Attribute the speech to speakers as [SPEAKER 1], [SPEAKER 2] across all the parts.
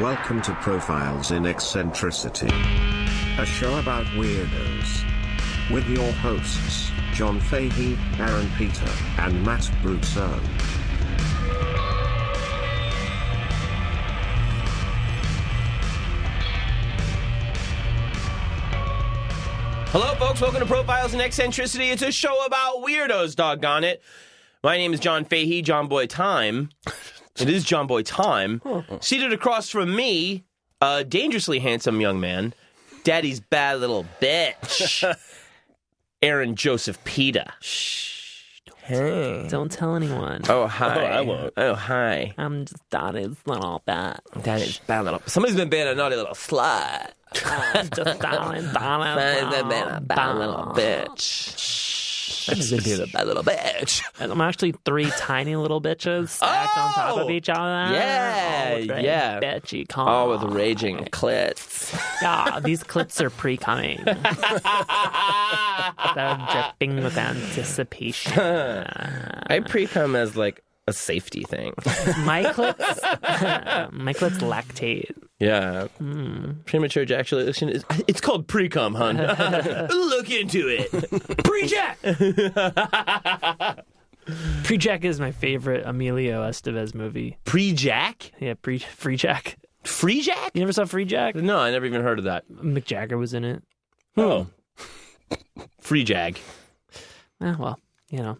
[SPEAKER 1] Welcome to Profiles in Eccentricity, a show about weirdos. With your hosts, John Fahey, Aaron Peter, and Matt Brousseau.
[SPEAKER 2] Hello, folks. Welcome to Profiles in Eccentricity. It's a show about weirdos, doggone it. My name is John Fahey, John Boy Time. It is John Boy Time. Seated across from me, a dangerously handsome young man, daddy's bad little bitch, Aaron Joseph Pita.
[SPEAKER 3] Don't tell anyone.
[SPEAKER 2] Mm. Oh, hi. I won't. Oh, hi.
[SPEAKER 3] I'm just that is not all that.
[SPEAKER 2] Daddy's bad little... Somebody's been being a naughty little slut.
[SPEAKER 3] I'm just that is that is
[SPEAKER 2] Somebody's been being a bad little bitch. Somebody's been being a bad little bitch.
[SPEAKER 3] I'm actually three tiny little bitches stacked on top of
[SPEAKER 2] Oh!
[SPEAKER 3] each other.
[SPEAKER 2] Yeah,
[SPEAKER 3] all with a
[SPEAKER 2] yeah.
[SPEAKER 3] Bitchy con.
[SPEAKER 2] All with raging clits.
[SPEAKER 3] yeah, these clips are pre coming. They're dripping with anticipation.
[SPEAKER 2] I pre cum as like a safety thing.
[SPEAKER 3] My clips, my clips lactate.
[SPEAKER 2] Yeah. Hmm. Premature ejaculation is it's called pre cum, hun. Look into it. pre jack.
[SPEAKER 3] Pre Jack is my favorite Emilio Estevez movie.
[SPEAKER 2] Pre jack?
[SPEAKER 3] Yeah, pre Free Jack.
[SPEAKER 2] Free jack?
[SPEAKER 3] You never saw Free Jack?
[SPEAKER 2] No, I never even heard of that.
[SPEAKER 3] Mick Jagger was in it.
[SPEAKER 2] Oh. Free jag.
[SPEAKER 3] Eh, well, you know,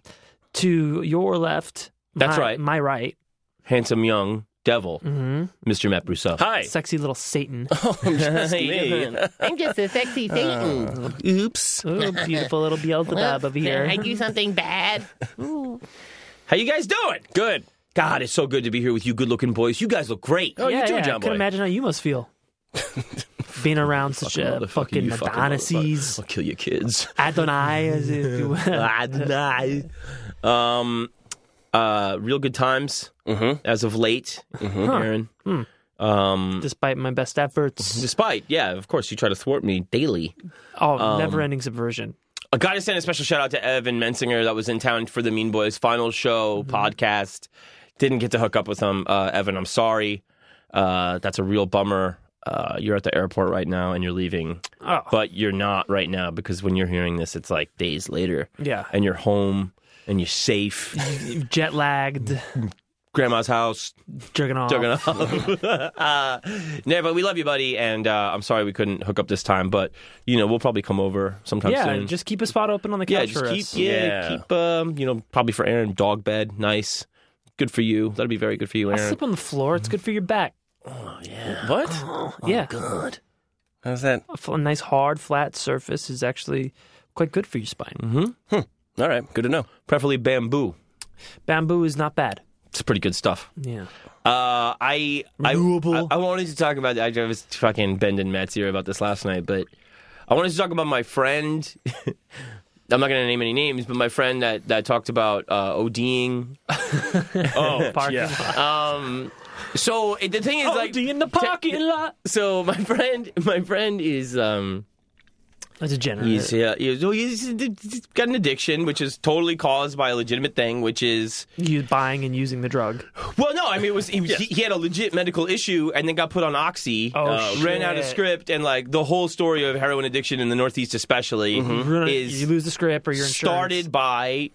[SPEAKER 3] to your left.
[SPEAKER 2] That's
[SPEAKER 3] my-
[SPEAKER 2] right.
[SPEAKER 3] My right.
[SPEAKER 2] Handsome young devil. Mr. Matt Brousseau. Mm-hmm. Hi.
[SPEAKER 3] Sexy little Satan.
[SPEAKER 4] I'm just a sexy Satan.
[SPEAKER 2] Oops.
[SPEAKER 3] Ooh, beautiful little Beelzebub over here.
[SPEAKER 4] I do something bad.
[SPEAKER 2] How you guys doing? Good. God, it's so good to be here with you good looking boys. Oh, You guys look great.
[SPEAKER 3] yeah, yeah, I can imagine how you must feel. Being around such a
[SPEAKER 2] Motherfucker,
[SPEAKER 3] fucking
[SPEAKER 2] you fucking motherfucker.
[SPEAKER 3] Adonises,
[SPEAKER 2] I'll kill your kids.
[SPEAKER 3] Adonai, as if you will.
[SPEAKER 2] Adonai. Um, uh, real good times as of late, Aaron. Mm-hmm.
[SPEAKER 3] Despite my best efforts.
[SPEAKER 2] Despite, yeah, of course, you try to thwart me daily.
[SPEAKER 3] Oh,
[SPEAKER 2] Um,
[SPEAKER 3] never ending subversion.
[SPEAKER 2] I gotta send a special shout out to Evan Mensinger that was in town for the Mean Boys final show podcast. Didn't get to hook up with him, uh, Evan. I'm sorry. Uh, that's a real bummer. Uh, you're at the airport right now and you're leaving,
[SPEAKER 3] Oh.
[SPEAKER 2] but you're not right now because when you're hearing this, it's like days later.
[SPEAKER 3] Yeah.
[SPEAKER 2] and you're home and you're safe.
[SPEAKER 3] Jet lagged,
[SPEAKER 2] Grandma's house,
[SPEAKER 3] jerking off.
[SPEAKER 2] Dug it up. uh, no, but we love you, buddy, and uh, I'm sorry we couldn't hook up this time, but you know we'll probably come over sometime
[SPEAKER 3] Yeah,
[SPEAKER 2] soon.
[SPEAKER 3] just keep a spot open on the couch
[SPEAKER 2] yeah,
[SPEAKER 3] for
[SPEAKER 2] just keep
[SPEAKER 3] us.
[SPEAKER 2] yeah, keep um, you know probably for Aaron dog bed, nice, good for you. That'd be very good for you,
[SPEAKER 3] I'll
[SPEAKER 2] Aaron.
[SPEAKER 3] sleep on the floor. It's good for your back.
[SPEAKER 5] What?
[SPEAKER 3] yeah.
[SPEAKER 2] Good.
[SPEAKER 5] How's that?
[SPEAKER 3] a f- a nice hard flat surface is actually quite good for your spine.
[SPEAKER 2] Mm-hmm.
[SPEAKER 5] All right, good to know.
[SPEAKER 2] Preferably bamboo.
[SPEAKER 3] Bamboo is not bad.
[SPEAKER 2] It's pretty good stuff.
[SPEAKER 3] Yeah.
[SPEAKER 2] Uh, I, I I I wanted to talk about. I was fucking bending Matt's ear about this last night, but I wanted to talk about my friend. I'm not going to name any names, but my friend that that talked about uh, ODing.
[SPEAKER 5] Oh,
[SPEAKER 3] Parking
[SPEAKER 5] yeah.
[SPEAKER 3] lot.
[SPEAKER 2] So it, the thing is, like,
[SPEAKER 3] OD Oh, in the parking lot.
[SPEAKER 2] so my friend, my friend is um.
[SPEAKER 3] That's a generous.
[SPEAKER 2] He's yeah, he's, oh, he's he's got an addiction, which is totally caused by a legitimate thing, which is
[SPEAKER 3] You buying and using the drug.
[SPEAKER 2] well, no, I mean it was he, he, he had a legit medical issue and then got put on oxy, uh,
[SPEAKER 3] Oh,
[SPEAKER 2] ran out of
[SPEAKER 3] shit.
[SPEAKER 2] script, and like the whole story of heroin addiction in the Northeast, especially,
[SPEAKER 3] Ruin it-
[SPEAKER 2] is
[SPEAKER 3] Mm-hmm. you lose the script or your insurance.
[SPEAKER 2] started by.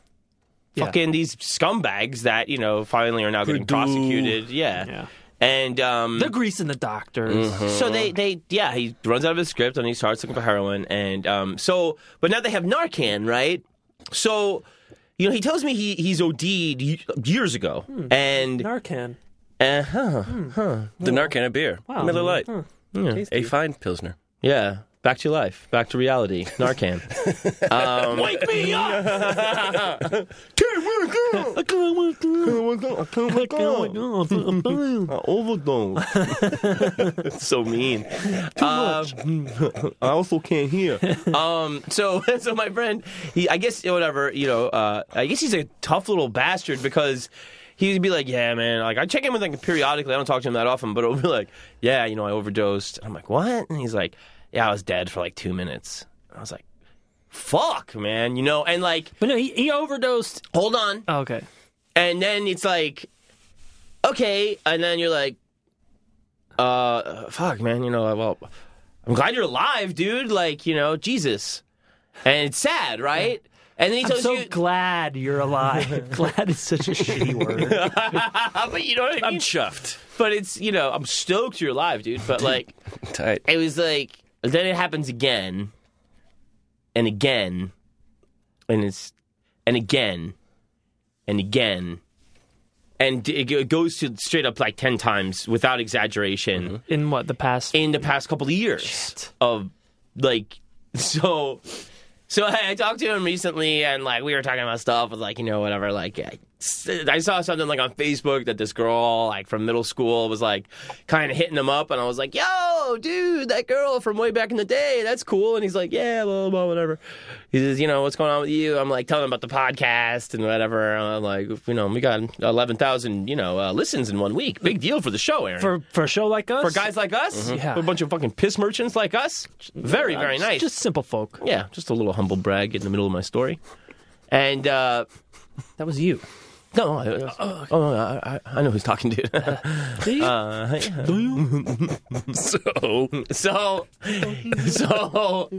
[SPEAKER 3] Yeah.
[SPEAKER 2] Fucking these scumbags that you know finally are now getting
[SPEAKER 5] Purdue.
[SPEAKER 2] prosecuted, yeah,
[SPEAKER 3] Yeah.
[SPEAKER 2] and um,
[SPEAKER 3] The grease and the doctors.
[SPEAKER 2] so
[SPEAKER 5] Uh-huh.
[SPEAKER 2] they, they, yeah, he runs out of his script and he starts looking for heroin. And um, so, but now they have Narcan, right? So, you know, he tells me he, he's OD'd y- years ago.
[SPEAKER 5] Hmm.
[SPEAKER 2] And,
[SPEAKER 3] Narcan.
[SPEAKER 2] uh huh, Hmm.
[SPEAKER 5] The Narcan of Hmm. beer.
[SPEAKER 3] Wow.
[SPEAKER 5] Miller Lite.
[SPEAKER 3] Huh.
[SPEAKER 5] A fine Pilsner.
[SPEAKER 2] yeah, back to life, back to reality, Narcan. um, Wake me up!
[SPEAKER 3] Oh,
[SPEAKER 2] Overdose. so mean. Um, I also can't hear. um, so, so my friend, he, I guess whatever you know. Uh, I guess he's a tough little bastard because he'd be like, "Yeah, man." Like I check in with him periodically. I don't talk to him that often, but it'll be like, "Yeah, you know, I overdosed." I'm like, "What?" And he's like, "Yeah, I was dead for like two minutes." I was like, "Fuck, man," you know, and like,
[SPEAKER 3] But no, he, he overdosed.
[SPEAKER 2] hold on,
[SPEAKER 3] Oh, okay.
[SPEAKER 2] and then it's like. okay, and then you're like, uh, fuck, man, you know, well, I'm glad you're alive, dude. Like, you know, Jesus, and it's sad, right? And then he
[SPEAKER 3] I'm
[SPEAKER 2] tells
[SPEAKER 3] so
[SPEAKER 2] you,
[SPEAKER 3] glad you're alive. glad is such a shitty word.
[SPEAKER 2] but you know what I
[SPEAKER 5] I'm
[SPEAKER 2] mean.
[SPEAKER 5] chuffed.
[SPEAKER 2] But it's you know, I'm stoked you're alive, dude. But like,
[SPEAKER 5] Tight.
[SPEAKER 2] it was like then it happens again, and again, and it's and again, and again, and it it goes to straight up like ten times without exaggeration
[SPEAKER 5] Mm-hmm.
[SPEAKER 3] In what the past?
[SPEAKER 2] in the past couple of years
[SPEAKER 3] Shit.
[SPEAKER 2] of like so so I, I talked to him recently and like we were talking about stuff with like you know whatever like I, I saw something like on Facebook that this girl like from middle school was like kind of hitting him up and I was like yo dude that girl from way back in the day that's cool and he's like yeah blah blah, blah whatever he says you know what's going on with you I'm like telling him about the podcast and whatever and I'm like you know we got eleven thousand you know uh, listens in one week big deal for the show Aaron
[SPEAKER 3] for for a show like us,
[SPEAKER 2] for guys like us,
[SPEAKER 3] Mhm. Yeah.
[SPEAKER 2] Mm-hmm. for a bunch of fucking piss merchants like us. Very, very
[SPEAKER 3] Just-
[SPEAKER 2] nice.
[SPEAKER 3] Just simple folk.
[SPEAKER 2] yeah, just a little humble brag in the middle of my story. And uh,
[SPEAKER 3] That was you.
[SPEAKER 2] no, I, oh, no, I, I- I know who's talking, dude. uh,
[SPEAKER 5] So
[SPEAKER 2] so, so,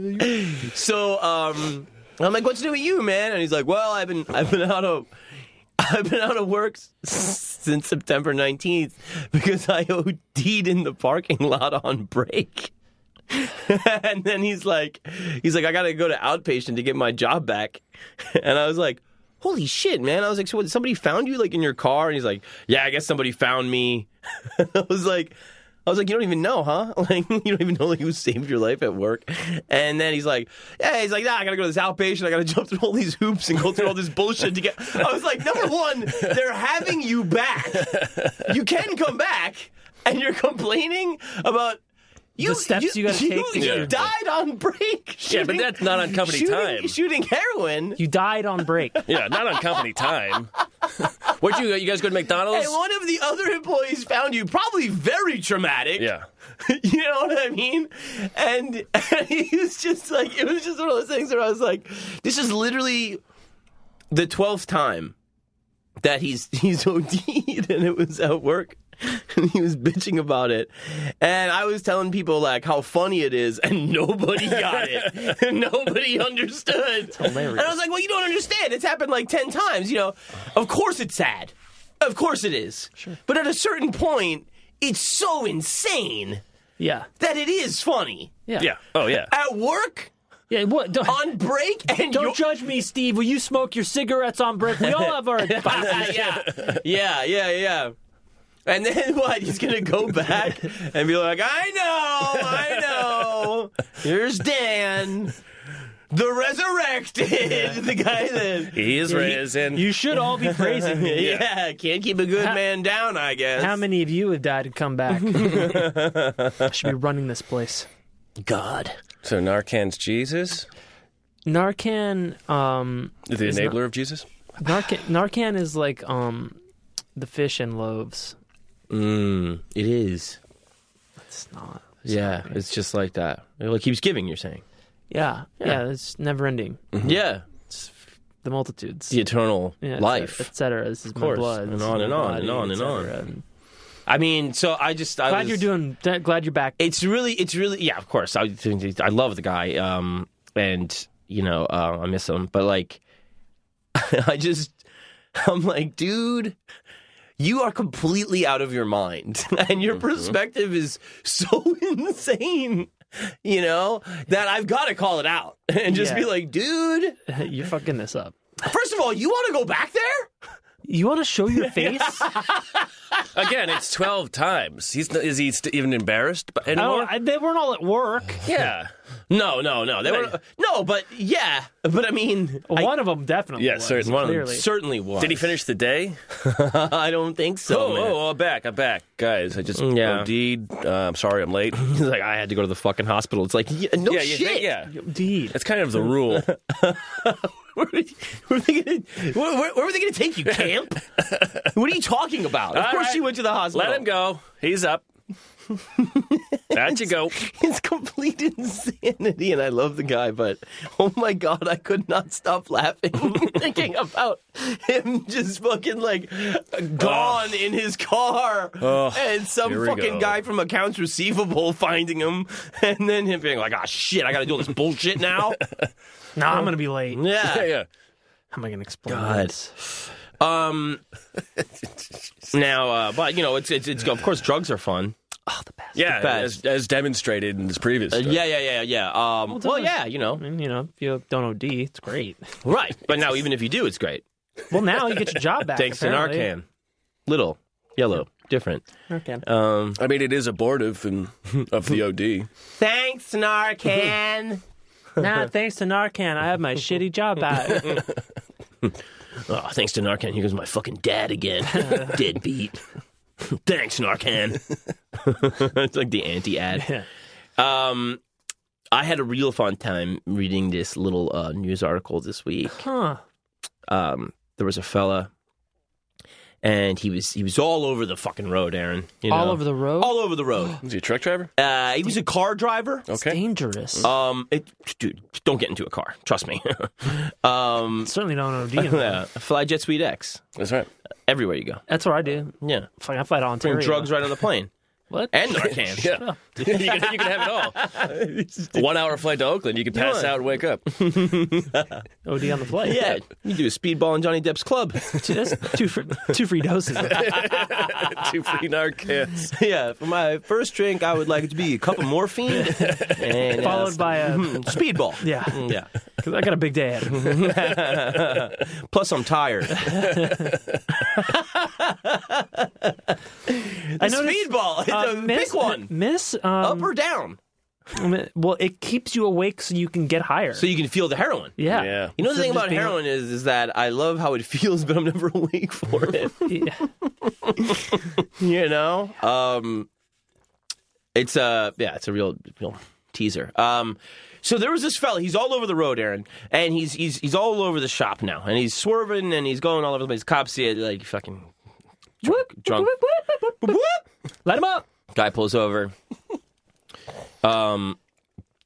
[SPEAKER 2] so, um, I'm like, what's new with you, man? And he's like, well, I've been, I've been out of, I've been out of work s- since September 19th because I OD'd in the parking lot on break. and then he's like, he's like, I gotta go to outpatient to get my job back. And I was like, holy shit, man. I was like, so what, somebody found you like in your car? And he's like, yeah, I guess somebody found me. I was like, I was like, you don't even know, huh? Like, you don't even know like who saved your life at work. And then he's like, yeah, he's like, nah, I gotta go to this outpatient. I gotta jump through all these hoops and go through all this bullshit to get. I was like, number one, they're having you back. You can come back, and you're complaining about. You,
[SPEAKER 3] steps you gotta take to
[SPEAKER 2] You,
[SPEAKER 3] get
[SPEAKER 2] you
[SPEAKER 3] your-
[SPEAKER 2] died on break.
[SPEAKER 5] yeah, but that's not on company
[SPEAKER 2] shooting,
[SPEAKER 5] time.
[SPEAKER 2] Shooting heroin.
[SPEAKER 3] You died on break.
[SPEAKER 5] Yeah, not on company time. Where'd you go? You guys go to McDonald's?
[SPEAKER 2] And one of the other employees found you probably very traumatic.
[SPEAKER 5] yeah.
[SPEAKER 2] you know what I mean? And, and he was just like, it was just one of those things where I was like, this is literally the twelfth time that he's he's OD'd, and it was at work. And he was bitching about it, and I was telling people like how funny it is, and nobody got it, nobody understood.
[SPEAKER 3] hilarious.
[SPEAKER 2] And I was like, "Well, you don't understand. It's happened like ten times. You know, of course it's sad, of course it is. Sure. But at a certain point, it's so insane
[SPEAKER 3] Yeah.
[SPEAKER 2] that it is funny
[SPEAKER 3] Yeah.
[SPEAKER 5] Yeah. Oh yeah.
[SPEAKER 2] at work
[SPEAKER 3] Yeah, What? Don't,
[SPEAKER 2] on break and
[SPEAKER 3] don't
[SPEAKER 2] you're-
[SPEAKER 3] judge me, Steve. Will you smoke your cigarettes on break? We all have our.
[SPEAKER 2] yeah, yeah, yeah, yeah. And then what? He's gonna go back and be like, "I know, I know. Here's Dan, the resurrected, the guy that."
[SPEAKER 5] He is risen.
[SPEAKER 3] You should all be praising me.
[SPEAKER 2] Yeah. can't keep a good man down, I guess.
[SPEAKER 3] How many of you have died and come back? I should be running this place.
[SPEAKER 2] God.
[SPEAKER 5] so Narcan's Jesus,
[SPEAKER 3] Narcan, um,
[SPEAKER 5] the enabler of Jesus.
[SPEAKER 3] Narcan, Narcan is like um, the fish and loaves.
[SPEAKER 2] Mm, it is.
[SPEAKER 3] It's not.
[SPEAKER 2] Yeah, it's just like that. It keeps giving. You're saying.
[SPEAKER 3] Yeah, yeah, it's never ending.
[SPEAKER 2] Yeah,
[SPEAKER 3] The multitudes,
[SPEAKER 2] the eternal
[SPEAKER 3] Yeah, et cetera,
[SPEAKER 2] life.
[SPEAKER 3] et cetera. This is my
[SPEAKER 2] course,
[SPEAKER 3] blood,
[SPEAKER 2] and
[SPEAKER 3] this is
[SPEAKER 2] on
[SPEAKER 3] my
[SPEAKER 2] and on and
[SPEAKER 3] body,
[SPEAKER 2] on and
[SPEAKER 3] et
[SPEAKER 2] on.
[SPEAKER 3] cetera. And
[SPEAKER 2] I mean, so I just I
[SPEAKER 3] Glad
[SPEAKER 2] was-
[SPEAKER 3] you're doing. Glad you're back.
[SPEAKER 2] It's really, it's really, yeah. Of course, I I love the guy, um, and you know uh, I miss him, but like, I just I'm like, dude, you are completely out of your mind, and
[SPEAKER 5] Mm-hmm.
[SPEAKER 2] your perspective is so insane. You know that I've got to call it out and just
[SPEAKER 3] Yeah.
[SPEAKER 2] be like, dude.
[SPEAKER 3] you're fucking this up.
[SPEAKER 2] First of all, you want to go back there?
[SPEAKER 3] You want to show your face?
[SPEAKER 5] Again, it's twelve times. He's is he st- even embarrassed b- anymore?
[SPEAKER 3] oh, I, they weren't all at work.
[SPEAKER 5] yeah.
[SPEAKER 2] No, no, no. They were no, but yeah, but I mean, I-
[SPEAKER 3] One of them definitely.
[SPEAKER 5] Yeah,
[SPEAKER 3] was,
[SPEAKER 5] certainly. One of them
[SPEAKER 3] clearly.
[SPEAKER 2] certainly was.
[SPEAKER 5] Did he finish the day?
[SPEAKER 2] I don't think so.
[SPEAKER 5] oh,
[SPEAKER 2] man.
[SPEAKER 5] oh, I'm back. I'm back, guys. I just
[SPEAKER 2] Yeah.
[SPEAKER 5] OD'd. Uh, I'm sorry, I'm late.
[SPEAKER 2] He's like, I had to go to the fucking hospital. It's like, yeah, no
[SPEAKER 5] yeah, you
[SPEAKER 2] shit.
[SPEAKER 5] think- yeah.
[SPEAKER 3] Indeed.
[SPEAKER 5] That's kind of the rule.
[SPEAKER 2] Where, where, are they gonna, where, where, where were they going to take you, camp? what are you talking about? Of
[SPEAKER 5] All
[SPEAKER 2] course
[SPEAKER 5] right.
[SPEAKER 2] you went to the hospital.
[SPEAKER 5] Let him go. He's up. That you go.
[SPEAKER 2] It's complete insanity, and I love the guy, but oh my god, I could not stop laughing thinking about him just fucking like gone in his car,
[SPEAKER 5] Ugh,
[SPEAKER 2] and some
[SPEAKER 5] here we
[SPEAKER 2] fucking
[SPEAKER 5] go.
[SPEAKER 2] guy from accounts receivable finding him, and then him being like, "Ah, shit, I gotta do all this bullshit now."
[SPEAKER 3] No, I'm gonna be late. How
[SPEAKER 5] Yeah, yeah.
[SPEAKER 3] am I gonna explain
[SPEAKER 2] Mm. God.
[SPEAKER 3] this?
[SPEAKER 2] Um. now, uh, but you know, it's, it's it's of course drugs are fun.
[SPEAKER 5] Yeah,
[SPEAKER 2] best.
[SPEAKER 5] as, as demonstrated in this previous.
[SPEAKER 2] Uh,
[SPEAKER 5] story.
[SPEAKER 2] yeah, yeah, yeah, yeah. Um. Well,
[SPEAKER 3] done.
[SPEAKER 2] yeah, you know,
[SPEAKER 3] I mean, you know, if you don't OD, it's great.
[SPEAKER 2] right. But now, even if you do, it's great.
[SPEAKER 3] Well, now you get your job back.
[SPEAKER 2] Thanks
[SPEAKER 3] apparently.
[SPEAKER 2] to Narcan, little, yellow, different.
[SPEAKER 3] Narcan.
[SPEAKER 2] Um.
[SPEAKER 5] I mean, it is abortive and of the OD.
[SPEAKER 2] Thanks, Narcan.
[SPEAKER 3] nah, thanks to Narcan, I have my shitty job back.
[SPEAKER 2] oh, thanks to Narcan. Here goes my fucking dad again. Deadbeat. thanks, Narcan. it's like the anti-ad.
[SPEAKER 3] Yeah.
[SPEAKER 2] Um, I had a real fun time reading this little uh, news article this week.
[SPEAKER 3] Huh.
[SPEAKER 2] Um, there was a fella, and he was he was all over the fucking road, Aaron. You
[SPEAKER 3] All
[SPEAKER 2] know?
[SPEAKER 3] over the road.
[SPEAKER 2] all over the road.
[SPEAKER 5] Is he a truck driver?
[SPEAKER 2] Uh, he was a car driver.
[SPEAKER 3] It's
[SPEAKER 5] Okay.
[SPEAKER 3] dangerous.
[SPEAKER 2] Um, it, dude, don't get into a car. Trust me. um,
[SPEAKER 3] Certainly don't OD. in that.
[SPEAKER 2] yeah, fly Jet Suite X
[SPEAKER 5] That's right.
[SPEAKER 2] everywhere you go.
[SPEAKER 3] That's what I do.
[SPEAKER 2] Yeah,
[SPEAKER 3] Fuck, I fly to Ontario.
[SPEAKER 2] bring drugs right on the plane
[SPEAKER 3] What?
[SPEAKER 2] and Narcan.
[SPEAKER 5] Yeah. you, can, you can have it all. A One hour flight to Oakland, you can pass
[SPEAKER 2] Yeah.
[SPEAKER 5] out and wake up.
[SPEAKER 3] OD on the flight.
[SPEAKER 2] Yeah, you do a speedball in Johnny Depp's club.
[SPEAKER 3] Dude, that's two free, two free doses.
[SPEAKER 5] Two free Narcans.
[SPEAKER 2] yeah, for my first drink, I would like it to be a cup of morphine, and, uh,
[SPEAKER 3] followed by a
[SPEAKER 2] speedball.
[SPEAKER 3] yeah.
[SPEAKER 2] yeah.
[SPEAKER 3] 'Cause I got a big day ahead.
[SPEAKER 2] Mm-hmm.
[SPEAKER 3] of me.
[SPEAKER 2] Plus, I'm tired.
[SPEAKER 3] I noticed,
[SPEAKER 2] speedball. It's
[SPEAKER 3] uh,
[SPEAKER 2] a
[SPEAKER 3] miss,
[SPEAKER 2] big one.
[SPEAKER 3] Miss,
[SPEAKER 2] Up
[SPEAKER 3] um,
[SPEAKER 2] or down,
[SPEAKER 3] well, it keeps you awake so you can get higher.
[SPEAKER 2] so you can feel the heroin.
[SPEAKER 3] yeah.
[SPEAKER 5] Yeah.
[SPEAKER 2] You know the
[SPEAKER 3] Instead
[SPEAKER 2] thing
[SPEAKER 3] of just
[SPEAKER 2] about
[SPEAKER 3] being-
[SPEAKER 2] heroin is, is that I love how it feels, but I'm never awake for it.
[SPEAKER 3] Yeah.
[SPEAKER 2] you know, um, it's a yeah, it's a real, real teaser. Um, so there was this fella. He's all over the road, Aaron, and he's he's he's all over the shop now, and he's swerving and he's going all over the place. Cops see it, like fucking drunk. drunk.
[SPEAKER 3] Light him up.
[SPEAKER 2] Guy pulls over, um,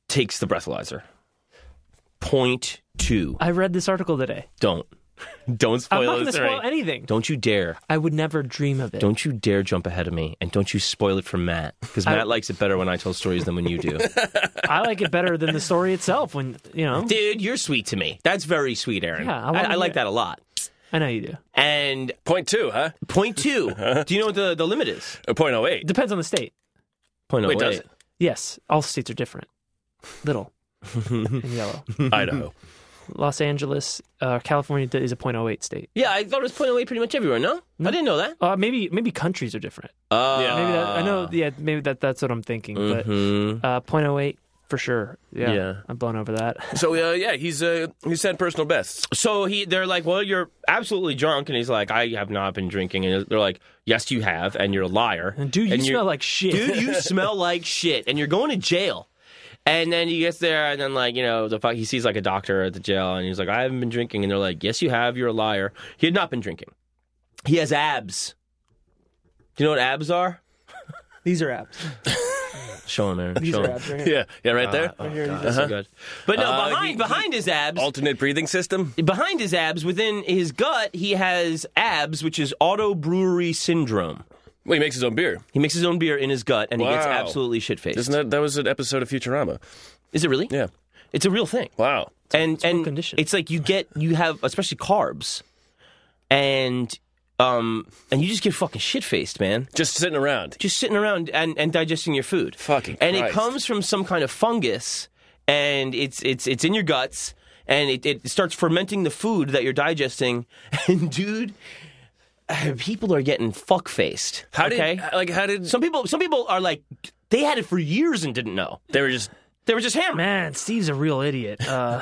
[SPEAKER 2] takes the breathalyzer. Point two.
[SPEAKER 3] I read this article today.
[SPEAKER 2] Don't. Don't
[SPEAKER 3] I'm
[SPEAKER 2] spoil
[SPEAKER 3] not going to
[SPEAKER 2] this.
[SPEAKER 3] spoil
[SPEAKER 2] right?
[SPEAKER 3] anything.
[SPEAKER 2] Don't you dare.
[SPEAKER 3] I would never dream of it.
[SPEAKER 2] Don't you dare jump ahead of me. And don't you spoil it for Matt. Because Matt likes it better when I tell stories than when you do.
[SPEAKER 3] I like it better than the story itself. When you know,
[SPEAKER 2] Dude, you're sweet to me. That's very sweet, Aaron.
[SPEAKER 3] Yeah, I
[SPEAKER 2] I,
[SPEAKER 3] wanna
[SPEAKER 2] I, like
[SPEAKER 3] hear it.
[SPEAKER 2] that a lot.
[SPEAKER 3] I know you do.
[SPEAKER 2] And
[SPEAKER 5] Point two, huh?
[SPEAKER 2] point two, do you know what the, the limit is?
[SPEAKER 5] Or point oh eight.
[SPEAKER 3] Depends on the state.
[SPEAKER 2] Point oh
[SPEAKER 5] Wait, does
[SPEAKER 2] eight.
[SPEAKER 3] Yes, all states are different. Little and yellow.
[SPEAKER 5] Idaho.
[SPEAKER 3] Los Angeles, uh, California is a .08 state.
[SPEAKER 2] Yeah, I thought it was point oh eight pretty much everywhere, no? I didn't know that.
[SPEAKER 3] Uh, maybe maybe countries are different.
[SPEAKER 2] Uh,
[SPEAKER 5] Yeah.
[SPEAKER 3] Maybe that, I know. Yeah, maybe that that's what I'm thinking.
[SPEAKER 2] mhm.
[SPEAKER 3] But uh, .08 for sure. Yeah,
[SPEAKER 2] Yeah.
[SPEAKER 3] I'm blown over that.
[SPEAKER 5] So uh, yeah, he's uh, he said personal bests.
[SPEAKER 2] So he, they're like, well, you're absolutely drunk. And he's like, I have not been drinking. And they're like, yes, you have. And you're a liar.
[SPEAKER 3] And dude, you
[SPEAKER 2] And you're-
[SPEAKER 3] smell like shit.
[SPEAKER 2] dude, you smell like shit, and you're going to jail. And then he gets there, and then like you know, the fuck, he sees like a doctor at the jail, and he's like, "I haven't been drinking," and they're like, "Yes, you have. You're a liar." He had not been drinking. He has abs. Do you know what abs are?
[SPEAKER 3] These are apps.
[SPEAKER 2] Show him, Aaron. Show him.
[SPEAKER 3] right
[SPEAKER 5] Yeah, yeah, right there.
[SPEAKER 2] That's so good. But no,
[SPEAKER 5] Uh,
[SPEAKER 2] behind
[SPEAKER 5] he-
[SPEAKER 2] behind his abs,
[SPEAKER 5] Alternate breathing system.
[SPEAKER 2] behind his abs, within his gut, he has abs, which is auto brewery syndrome.
[SPEAKER 5] Well, he makes his own beer.
[SPEAKER 2] He makes his own beer in his gut, and he gets
[SPEAKER 5] Wow.
[SPEAKER 2] absolutely shit faced.
[SPEAKER 5] Isn't that that was an episode of Futurama?
[SPEAKER 2] Is it really?
[SPEAKER 5] Yeah.
[SPEAKER 2] It's a real thing.
[SPEAKER 5] Wow.
[SPEAKER 2] and and
[SPEAKER 3] condition.
[SPEAKER 2] it's like you get you have especially carbs, and um and you just get fucking shit faced, man.
[SPEAKER 5] Just sitting around.
[SPEAKER 2] Just sitting around and, and digesting your food.
[SPEAKER 5] Fucking
[SPEAKER 2] and it
[SPEAKER 5] Christ.
[SPEAKER 2] comes from some kind of fungus, and it's it's it's in your guts, and it, it starts fermenting the food that you're digesting, and dude. uh, People are getting fuck faced.
[SPEAKER 5] How
[SPEAKER 2] okay?
[SPEAKER 5] did like how did
[SPEAKER 2] some people? Some people are like they had it for years and didn't know.
[SPEAKER 5] they were just
[SPEAKER 2] They were just hammered.
[SPEAKER 3] Man, Steve's a real idiot. Uh,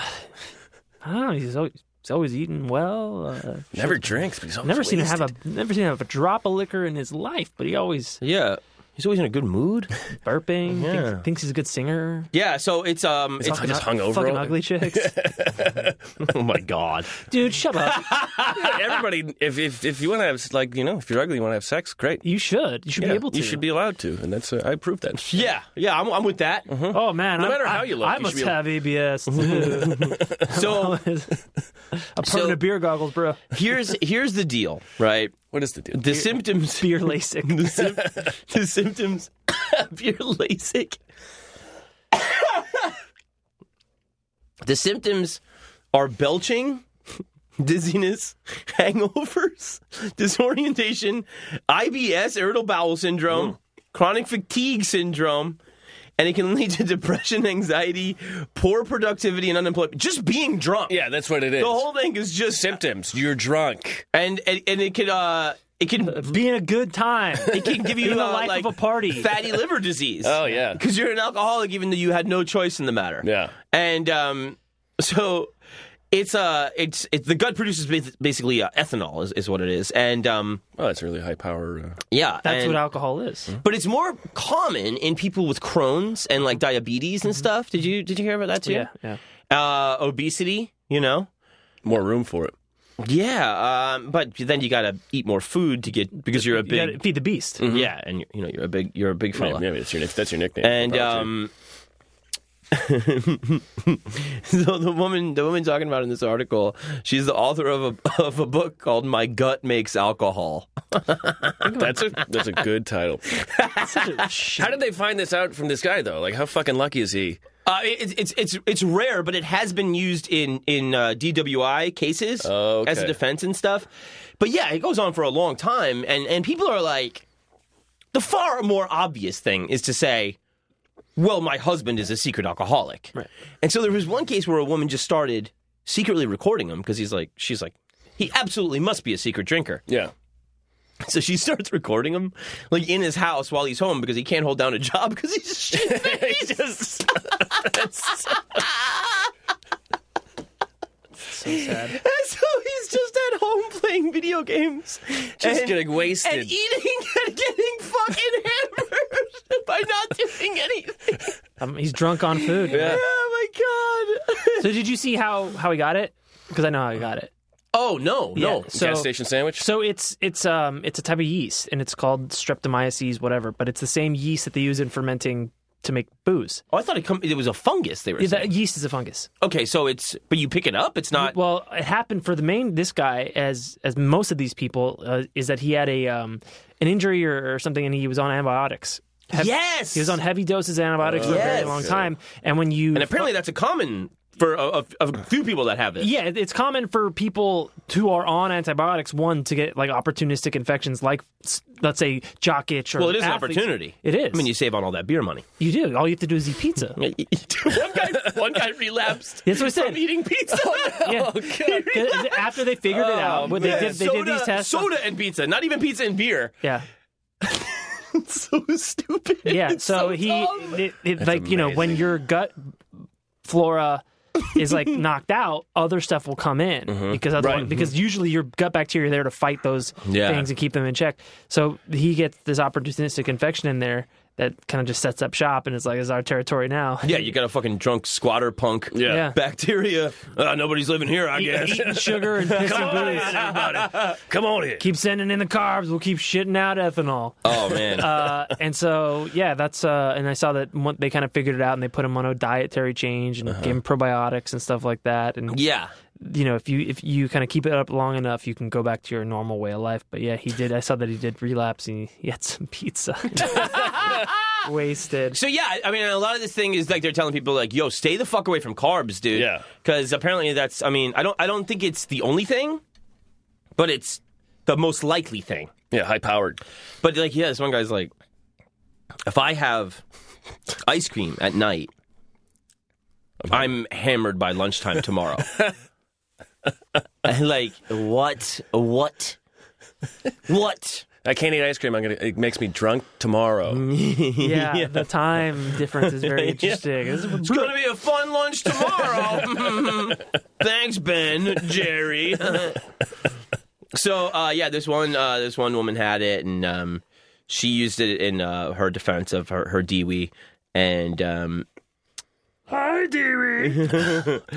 [SPEAKER 3] I don't know. He's always, he's always eating well. Uh,
[SPEAKER 5] never drinks, but he's always
[SPEAKER 3] never seen him have
[SPEAKER 5] wasted.
[SPEAKER 3] a never seen him have a drop of liquor in his life, but he always
[SPEAKER 2] Yeah, He's always in a good mood.
[SPEAKER 3] burping.
[SPEAKER 2] Yeah.
[SPEAKER 3] Thinks, thinks he's a good singer.
[SPEAKER 2] Yeah, so it's um, it's,
[SPEAKER 5] I just hung over
[SPEAKER 3] Fucking
[SPEAKER 5] all-
[SPEAKER 3] ugly chicks.
[SPEAKER 2] oh my god.
[SPEAKER 3] Dude, shut up.
[SPEAKER 5] Everybody, if if, if you want to have like you know, if you're ugly, you want to have sex, great.
[SPEAKER 3] You should. You should
[SPEAKER 5] Yeah,
[SPEAKER 3] be able to.
[SPEAKER 5] You should be allowed to, and that's uh, I approve that.
[SPEAKER 2] Yeah, yeah, I'm, I'm with that.
[SPEAKER 3] Oh man, no
[SPEAKER 5] matter how you look,
[SPEAKER 3] I
[SPEAKER 5] you should
[SPEAKER 3] must
[SPEAKER 5] be able-
[SPEAKER 3] have ABS. too.
[SPEAKER 2] So
[SPEAKER 3] a
[SPEAKER 2] So-
[SPEAKER 3] permanent beer goggles, bro.
[SPEAKER 2] here's here's the deal, right?
[SPEAKER 5] What is the deal?
[SPEAKER 2] The symptoms,
[SPEAKER 3] Beer LASIK.
[SPEAKER 2] the, sym- the symptoms of your LASIK. the symptoms are belching, dizziness, hangovers, disorientation, IBS, irritable bowel syndrome, chronic fatigue syndrome. And it can lead to depression, anxiety, poor productivity, and unemployment. Just being drunk.
[SPEAKER 5] Yeah, that's what it is.
[SPEAKER 2] The whole thing is just
[SPEAKER 5] symptoms. You're drunk.
[SPEAKER 2] and and, and it could uh it can
[SPEAKER 3] Being a good time.
[SPEAKER 2] it can give you
[SPEAKER 3] Being the
[SPEAKER 2] uh,
[SPEAKER 3] life
[SPEAKER 2] like,
[SPEAKER 3] of a party.
[SPEAKER 2] fatty liver disease.
[SPEAKER 5] Oh yeah.
[SPEAKER 2] because you're an alcoholic, even though you had no choice in the matter.
[SPEAKER 5] Yeah.
[SPEAKER 2] and um, so it's uh it's it's the gut produces bas- basically uh, ethanol is, is what it is, and um
[SPEAKER 5] Well, that's really high power. Uh,
[SPEAKER 2] yeah,
[SPEAKER 3] That's
[SPEAKER 2] and-
[SPEAKER 3] what alcohol is.
[SPEAKER 5] Hmm?
[SPEAKER 2] but it's more common in people with Crohn's and like diabetes and stuff. Did you did you hear about that too?
[SPEAKER 3] Mm-hmm. Yeah, yeah.
[SPEAKER 2] uh, obesity, you know.
[SPEAKER 5] more room for it.
[SPEAKER 2] Yeah, um, but then you gotta eat more food to get because you're a
[SPEAKER 3] You
[SPEAKER 2] big Mm-hmm.
[SPEAKER 3] gotta feed the beast.
[SPEAKER 2] Yeah, and you- you know you're a big you're a big fella.
[SPEAKER 5] Maybe that's your that's your nickname.
[SPEAKER 2] And
[SPEAKER 5] Power too.
[SPEAKER 2] um, so the woman the woman talking about in this article, she's the author of a of a book called "My Gut Makes Alcohol."
[SPEAKER 5] that's a that's a good title. How did they find this out from this guy though? Like, how fucking lucky is he?
[SPEAKER 2] Uh, it, it's it's it's rare, but it has been used in in uh, DWI cases
[SPEAKER 5] Okay.
[SPEAKER 2] as a defense and stuff. But yeah, it goes on for a long time, and and people are like, the far more obvious thing is to say, well, my husband is a secret alcoholic, right. and so there was one case where a woman just started secretly recording him because he's like, she's like, he absolutely must be a secret drinker.
[SPEAKER 5] Yeah.
[SPEAKER 2] So she starts recording him, like in his house while he's home because he can't hold down a job because he's shit faced. so he's just at home playing video games,
[SPEAKER 5] Just
[SPEAKER 2] and,
[SPEAKER 5] getting wasted.
[SPEAKER 2] and eating and getting fucking hammered by not doing anything.
[SPEAKER 3] Um, he's drunk on food.
[SPEAKER 5] Yeah.
[SPEAKER 2] Oh my god!
[SPEAKER 3] So did you see how how he got it? Because I know how he got it.
[SPEAKER 2] Oh no, no.
[SPEAKER 3] Yeah, so
[SPEAKER 5] Gas station sandwich.
[SPEAKER 3] so it's it's um it's a type of yeast and it's called streptomyces whatever, but it's the same yeast that they use in fermenting to make booze.
[SPEAKER 2] Oh, I thought it come. It was a fungus. They were
[SPEAKER 3] Yeah,
[SPEAKER 2] saying.
[SPEAKER 3] That yeast is a fungus.
[SPEAKER 2] okay, so it's but you pick it up. It's not.
[SPEAKER 3] well, it happened for the main this guy as as most of these people uh, is that he had a um an injury or, or something and he was on antibiotics. Hev-
[SPEAKER 2] yes,
[SPEAKER 3] He was on heavy doses of antibiotics for a very
[SPEAKER 2] Yes.
[SPEAKER 3] long time, and when you
[SPEAKER 2] and apparently that's a common for a, a, a few people that have it.
[SPEAKER 3] Yeah, it- it's common for people who are on antibiotics one to get like opportunistic infections, like s- let's say jock itch. Or
[SPEAKER 2] Well, it is an
[SPEAKER 3] athletes-
[SPEAKER 2] opportunity.
[SPEAKER 3] It is.
[SPEAKER 2] I mean, you save on all that beer money.
[SPEAKER 3] you do. All you have to do is eat pizza.
[SPEAKER 2] one guy, one guy relapsed.
[SPEAKER 3] That's what I said.
[SPEAKER 2] From eating pizza.
[SPEAKER 3] Yeah. 'Cause After they figured it out, what they
[SPEAKER 2] Oh, Man,
[SPEAKER 3] did, they
[SPEAKER 2] soda,
[SPEAKER 3] did these tests.
[SPEAKER 2] Soda and pizza, not even pizza and beer.
[SPEAKER 3] Yeah,
[SPEAKER 2] It's so stupid.
[SPEAKER 3] yeah.
[SPEAKER 2] It's
[SPEAKER 3] so, he,
[SPEAKER 2] dumb.
[SPEAKER 3] it, it, like you know, when
[SPEAKER 5] amazing.
[SPEAKER 3] your gut flora is like knocked out, other stuff will come in because otherwise, because
[SPEAKER 2] Mm-hmm.
[SPEAKER 3] usually your gut bacteria are there to fight those
[SPEAKER 2] Yeah.
[SPEAKER 3] things and keep them in check. So he gets this opportunistic infection in there that kind of just sets up shop and it's like, "Is our territory now?"
[SPEAKER 2] Yeah, you got a fucking drunk squatter punk.
[SPEAKER 3] Yeah.
[SPEAKER 2] Bacteria. Uh, nobody's living here, I
[SPEAKER 3] Eat-
[SPEAKER 2] guess.
[SPEAKER 3] eating sugar and pissing booze.
[SPEAKER 5] everybody. Come on in.
[SPEAKER 3] Keep sending in the carbs. We'll keep shitting out ethanol.
[SPEAKER 2] oh, man.
[SPEAKER 3] Uh, and so, yeah, that's. Uh, and I saw that one, they kind of figured it out, and they put him on a dietary change and gave him probiotics and stuff like that. And
[SPEAKER 2] yeah.
[SPEAKER 3] you know, if you if you kind of keep it up long enough, you can go back to your normal way of life. But yeah, he did. I saw that he did relapse, and he had some pizza wasted.
[SPEAKER 2] So yeah, I mean, a lot of this thing is like they're telling people like, "Yo, stay the fuck away from carbs, dude."
[SPEAKER 5] Yeah.
[SPEAKER 2] Because apparently that's, I mean, I don't, I don't think it's the only thing, but it's the most likely thing.
[SPEAKER 5] Yeah, high powered.
[SPEAKER 2] But like, yeah, this one guy's like, if I have ice cream at night, I'm hammered by lunchtime tomorrow. And, like, what? What? What?
[SPEAKER 5] I can't eat ice cream. I'm gonna. It makes me drunk tomorrow.
[SPEAKER 3] Yeah, the time difference is very interesting. This is-
[SPEAKER 2] It's gonna be a fun lunch tomorrow. Thanks, Ben, Jerry. so uh, yeah, this one uh, this one woman had it, and um, She used it in uh, her defense of her, her Dewey and um,
[SPEAKER 3] Hi, Dewey.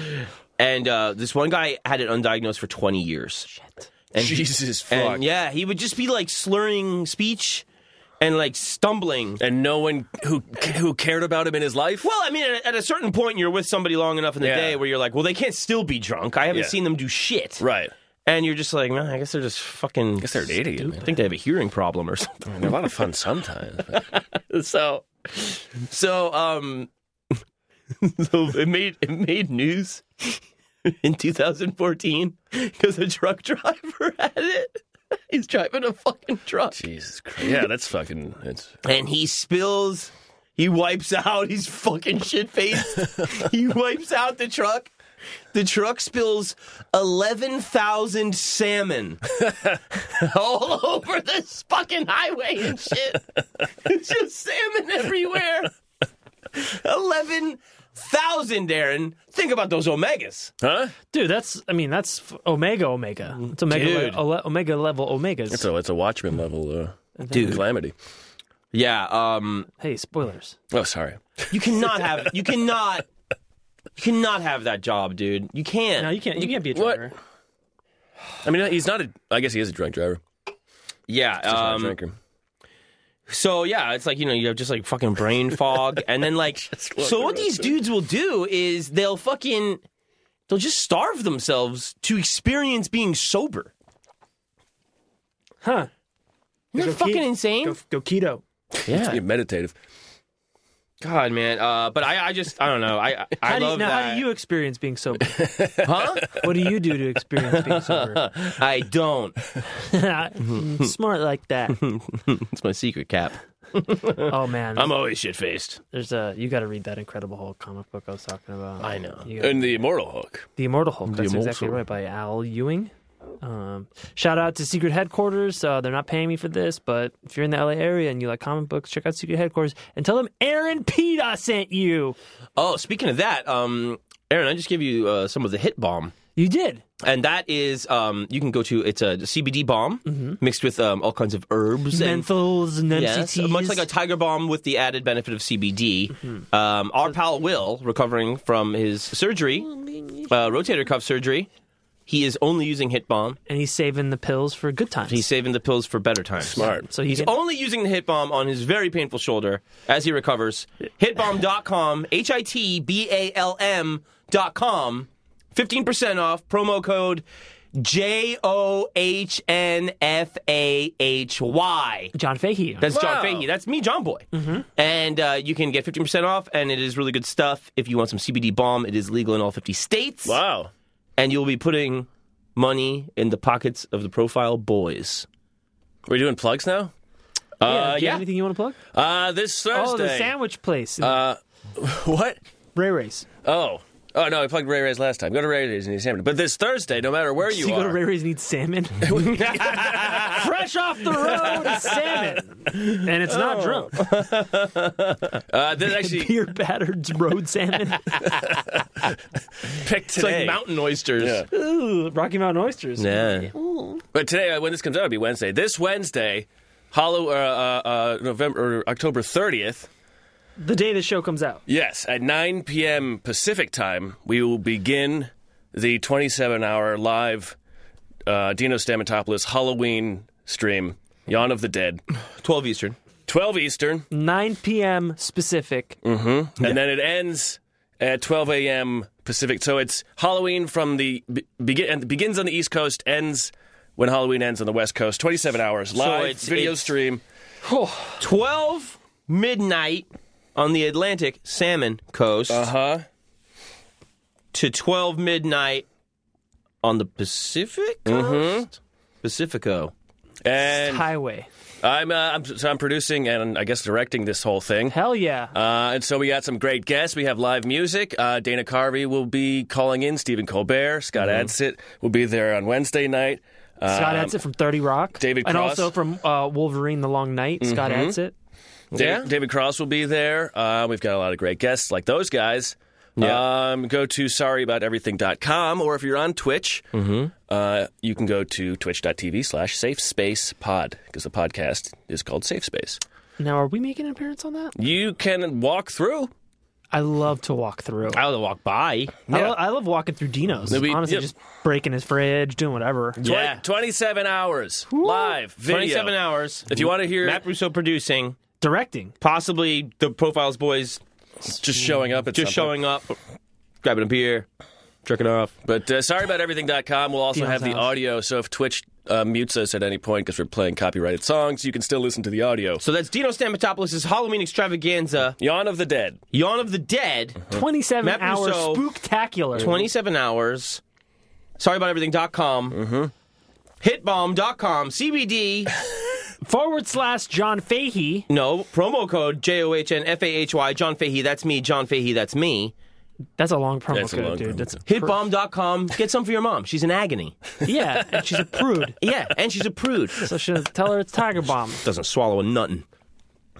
[SPEAKER 2] and uh, this one guy had it undiagnosed for 20 years. Shit. And
[SPEAKER 5] Jesus fuck.
[SPEAKER 2] and yeah, he would just be like slurring speech and like stumbling.
[SPEAKER 5] And no one who who cared about him in his life.
[SPEAKER 2] Well, I mean, at a- at a certain point, you're with somebody long enough in the
[SPEAKER 5] Yeah.
[SPEAKER 2] day where you're like, well, they can't still be drunk. I haven't
[SPEAKER 5] Yeah.
[SPEAKER 2] seen them do shit.
[SPEAKER 5] Right.
[SPEAKER 2] And you're just like, man, I guess they're just fucking. I
[SPEAKER 5] guess they're an idiot, man.
[SPEAKER 2] I think they have a hearing problem or something.
[SPEAKER 5] They're a lot of fun sometimes.
[SPEAKER 2] so so um so it made it made news in 2014 because a truck driver had it he's driving a fucking truck
[SPEAKER 5] Jesus Christ. Yeah, that's fucking. It's
[SPEAKER 2] and he spills he wipes out he's fucking shit faced he wipes out the truck the truck spills 11,000 salmon all over this fucking highway and shit. It's just salmon everywhere. 11,000, Aaron. Think about those omegas.
[SPEAKER 5] huh?
[SPEAKER 3] Dude, that's, I mean, that's f- Omega Omega. It's Omega,
[SPEAKER 2] Dude.
[SPEAKER 3] le- Omega level Omegas.
[SPEAKER 5] It's a it's a Watchmen level uh,
[SPEAKER 2] Dude.
[SPEAKER 5] calamity.
[SPEAKER 2] Yeah, um
[SPEAKER 3] hey, spoilers.
[SPEAKER 5] Oh, sorry.
[SPEAKER 2] you cannot have you cannot you cannot have that job, dude. You can't.
[SPEAKER 3] No, you can't, you can't be a
[SPEAKER 5] What?
[SPEAKER 3] driver.
[SPEAKER 5] I mean, he's not a. I guess he is a drunk driver.
[SPEAKER 2] yeah,
[SPEAKER 5] Just not a
[SPEAKER 2] um,
[SPEAKER 5] drinker.
[SPEAKER 2] So yeah, it's like you know you have just like fucking brain fog, and then like so what these dudes will do is they'll fucking they'll just starve themselves to experience being sober.
[SPEAKER 3] Huh.
[SPEAKER 2] Isn't that
[SPEAKER 3] Go ke-
[SPEAKER 2] fucking insane?
[SPEAKER 3] Go, go keto.
[SPEAKER 5] Yeah, meditative.
[SPEAKER 2] God, man. Uh, but I, I just I don't know. I I, I
[SPEAKER 3] How do you,
[SPEAKER 2] love
[SPEAKER 3] now,
[SPEAKER 2] that.
[SPEAKER 3] how do you experience being sober?
[SPEAKER 2] Huh?
[SPEAKER 3] what do you do to experience being sober?
[SPEAKER 2] I don't.
[SPEAKER 3] Smart like that.
[SPEAKER 2] It's my secret cap.
[SPEAKER 3] Oh man,
[SPEAKER 2] I'm always shit faced.
[SPEAKER 3] there's a you got to read that Incredible Hulk comic book I was talking about.
[SPEAKER 2] I know.
[SPEAKER 3] You gotta-
[SPEAKER 5] And the Immortal Hulk.
[SPEAKER 3] the Immortal Hulk. That's
[SPEAKER 2] Immortal.
[SPEAKER 3] exactly right by Al Ewing. Um, shout out to Secret Headquarters. Uh, they're not paying me for this, but if you're in the LA area and you like comic books, check out Secret Headquarters and tell them Aaron Peta sent you.
[SPEAKER 2] Oh, speaking of that, um, Aaron, I just gave you uh, some of the hit bomb.
[SPEAKER 3] You did.
[SPEAKER 2] And that is, um, you can go to it's a CBD bomb
[SPEAKER 3] Mm-hmm.
[SPEAKER 2] mixed with um, all kinds of herbs and
[SPEAKER 3] Menthols and
[SPEAKER 2] Yes,
[SPEAKER 3] MCTs.
[SPEAKER 2] much like a tiger bomb with the added benefit of CBD. Um, our pal Will, recovering from his surgery, uh, rotator cuff surgery, he is only using Hit Bomb.
[SPEAKER 3] and he's saving the pills for good times.
[SPEAKER 2] He's saving the pills for better times.
[SPEAKER 5] Smart.
[SPEAKER 3] so he's
[SPEAKER 2] He's only using the Hit Bomb on his very painful shoulder as he recovers. Hitbomb.com, H I T B A L M.com, 15% off, promo code J O H N F A H Y.
[SPEAKER 3] John Fahey.
[SPEAKER 2] That's John
[SPEAKER 5] Wow.
[SPEAKER 2] Fahey. That's me, John Boy. And uh, you can get 15% off, and it is really good stuff. If you want some CBD balm, it is legal in all 50 states.
[SPEAKER 5] Wow.
[SPEAKER 2] And you'll be putting money in the pockets of the profile boys.
[SPEAKER 5] We're doing plugs now.
[SPEAKER 3] yeah,
[SPEAKER 2] Uh,
[SPEAKER 3] do you have anything you want to plug?
[SPEAKER 5] Uh, this Thursday. Uh,
[SPEAKER 3] Oh, the sandwich place.
[SPEAKER 5] What?
[SPEAKER 3] Ray Ray's.
[SPEAKER 5] Oh. Oh no, I plugged Ray Ray's last time. Go to Ray Ray's in East Hampton. But this Thursday, no matter where you
[SPEAKER 3] you go to
[SPEAKER 5] are,
[SPEAKER 3] Ray Ray's and eat salmon. Fresh off the road, salmon. And it's
[SPEAKER 5] Oh,
[SPEAKER 3] not drunk.
[SPEAKER 5] uh, this actually
[SPEAKER 3] Beer battered road salmon.
[SPEAKER 5] picked
[SPEAKER 2] It's like
[SPEAKER 5] today.
[SPEAKER 2] mountain oysters.
[SPEAKER 5] Yeah.
[SPEAKER 3] Ooh, Rocky Mountain oysters.
[SPEAKER 2] Yeah.
[SPEAKER 5] But today, uh, when this comes out, it'll be Wednesday. This Wednesday, Hollow, uh, uh, uh, November, or October 30th.
[SPEAKER 3] The day the show comes out.
[SPEAKER 5] Yes, at 9 p.m. Pacific time, we will begin the 27-hour live uh, Dino Stamatopoulos Halloween stream, Yawn of the Dead,
[SPEAKER 2] 12 Eastern.
[SPEAKER 5] 12 Eastern,
[SPEAKER 3] 9 p.m. specific.
[SPEAKER 5] and then it ends at 12 a.m. Pacific. So it's Halloween from the be- begin and begins on the East Coast, ends when Halloween ends on the West Coast. 27 hours live
[SPEAKER 2] it's-
[SPEAKER 5] video
[SPEAKER 2] it's-
[SPEAKER 5] stream.
[SPEAKER 2] 12 midnight on the Atlantic Salmon Coast
[SPEAKER 5] Uh huh.
[SPEAKER 2] to 12 midnight on the Pacific Coast? Pacifico.
[SPEAKER 5] And
[SPEAKER 3] Highway.
[SPEAKER 5] I'm uh, I'm so I'm producing and I guess directing this whole thing.
[SPEAKER 3] Hell yeah.
[SPEAKER 5] Uh, and so we got some great guests. We have live music. Uh, Dana Carvey will be calling in. Stephen Colbert, Scott
[SPEAKER 2] Mm-hmm.
[SPEAKER 5] Adsit will be there on Wednesday night.
[SPEAKER 3] Scott Adsit from 30 Rock.
[SPEAKER 5] Uh, David
[SPEAKER 3] And
[SPEAKER 5] Cross. Mm-hmm.
[SPEAKER 3] also from uh, Wolverine The Long Night, Scott Adsit.
[SPEAKER 5] Da- David Cross will be there. Uh, we've got a lot of great guests like those guys. Um, go to sorryabouteverything.com, or if you're on Twitch,
[SPEAKER 2] Mm-hmm.
[SPEAKER 5] uh, you can go to twitch.tv slash safe space pod because the podcast is called Safe Space.
[SPEAKER 3] Now, are we making an appearance on that?
[SPEAKER 5] You can walk through.
[SPEAKER 3] I love to walk through.
[SPEAKER 2] I would walk by.
[SPEAKER 3] I, lo- I love walking through Dino's.
[SPEAKER 5] Then we-
[SPEAKER 3] honestly,
[SPEAKER 5] yep.
[SPEAKER 3] just breaking his fridge, doing whatever.
[SPEAKER 5] Twen-
[SPEAKER 2] Yeah.
[SPEAKER 5] 27 hours live video.
[SPEAKER 2] 27 hours.
[SPEAKER 5] If you want to hear
[SPEAKER 2] Matt Russo producing,
[SPEAKER 3] Directing.
[SPEAKER 2] possibly the Profiles Boys
[SPEAKER 5] just showing up, at
[SPEAKER 2] just
[SPEAKER 5] some point.
[SPEAKER 2] showing up, grabbing a beer, jerking off.
[SPEAKER 5] But uh, sorryabouteverything.com will also
[SPEAKER 3] Dino's
[SPEAKER 5] have the
[SPEAKER 3] house.
[SPEAKER 5] audio. So if Twitch uh, mutes us at any point because we're playing copyrighted songs, you can still listen to the audio.
[SPEAKER 2] So that's Dino Stamatopoulos' Halloween extravaganza,
[SPEAKER 5] Yawn of the Dead.
[SPEAKER 2] Yawn of the Dead,
[SPEAKER 3] Mm-hmm. 27
[SPEAKER 2] Matt
[SPEAKER 3] hours
[SPEAKER 2] Rousseau,
[SPEAKER 3] spooktacular.
[SPEAKER 2] 27 hours. Sorry about everything.com. Mm-hmm. Hitbomb.com, CBD,
[SPEAKER 3] Forward slash John Fahey.
[SPEAKER 2] no, promo code J O H N F A H Y, John Fahey, that's me, John Fahey, that's me.
[SPEAKER 3] That's a long promo
[SPEAKER 5] That's a
[SPEAKER 3] code,
[SPEAKER 5] long
[SPEAKER 3] dude.
[SPEAKER 5] promo
[SPEAKER 3] That's
[SPEAKER 2] Hitbomb.com, get some for your mom. She's in agony.
[SPEAKER 3] Yeah, and she's a prude.
[SPEAKER 2] Yeah, and she's a prude.
[SPEAKER 3] So she'll tell her it's Tiger Bomb.
[SPEAKER 2] Doesn't swallow a nuttin'.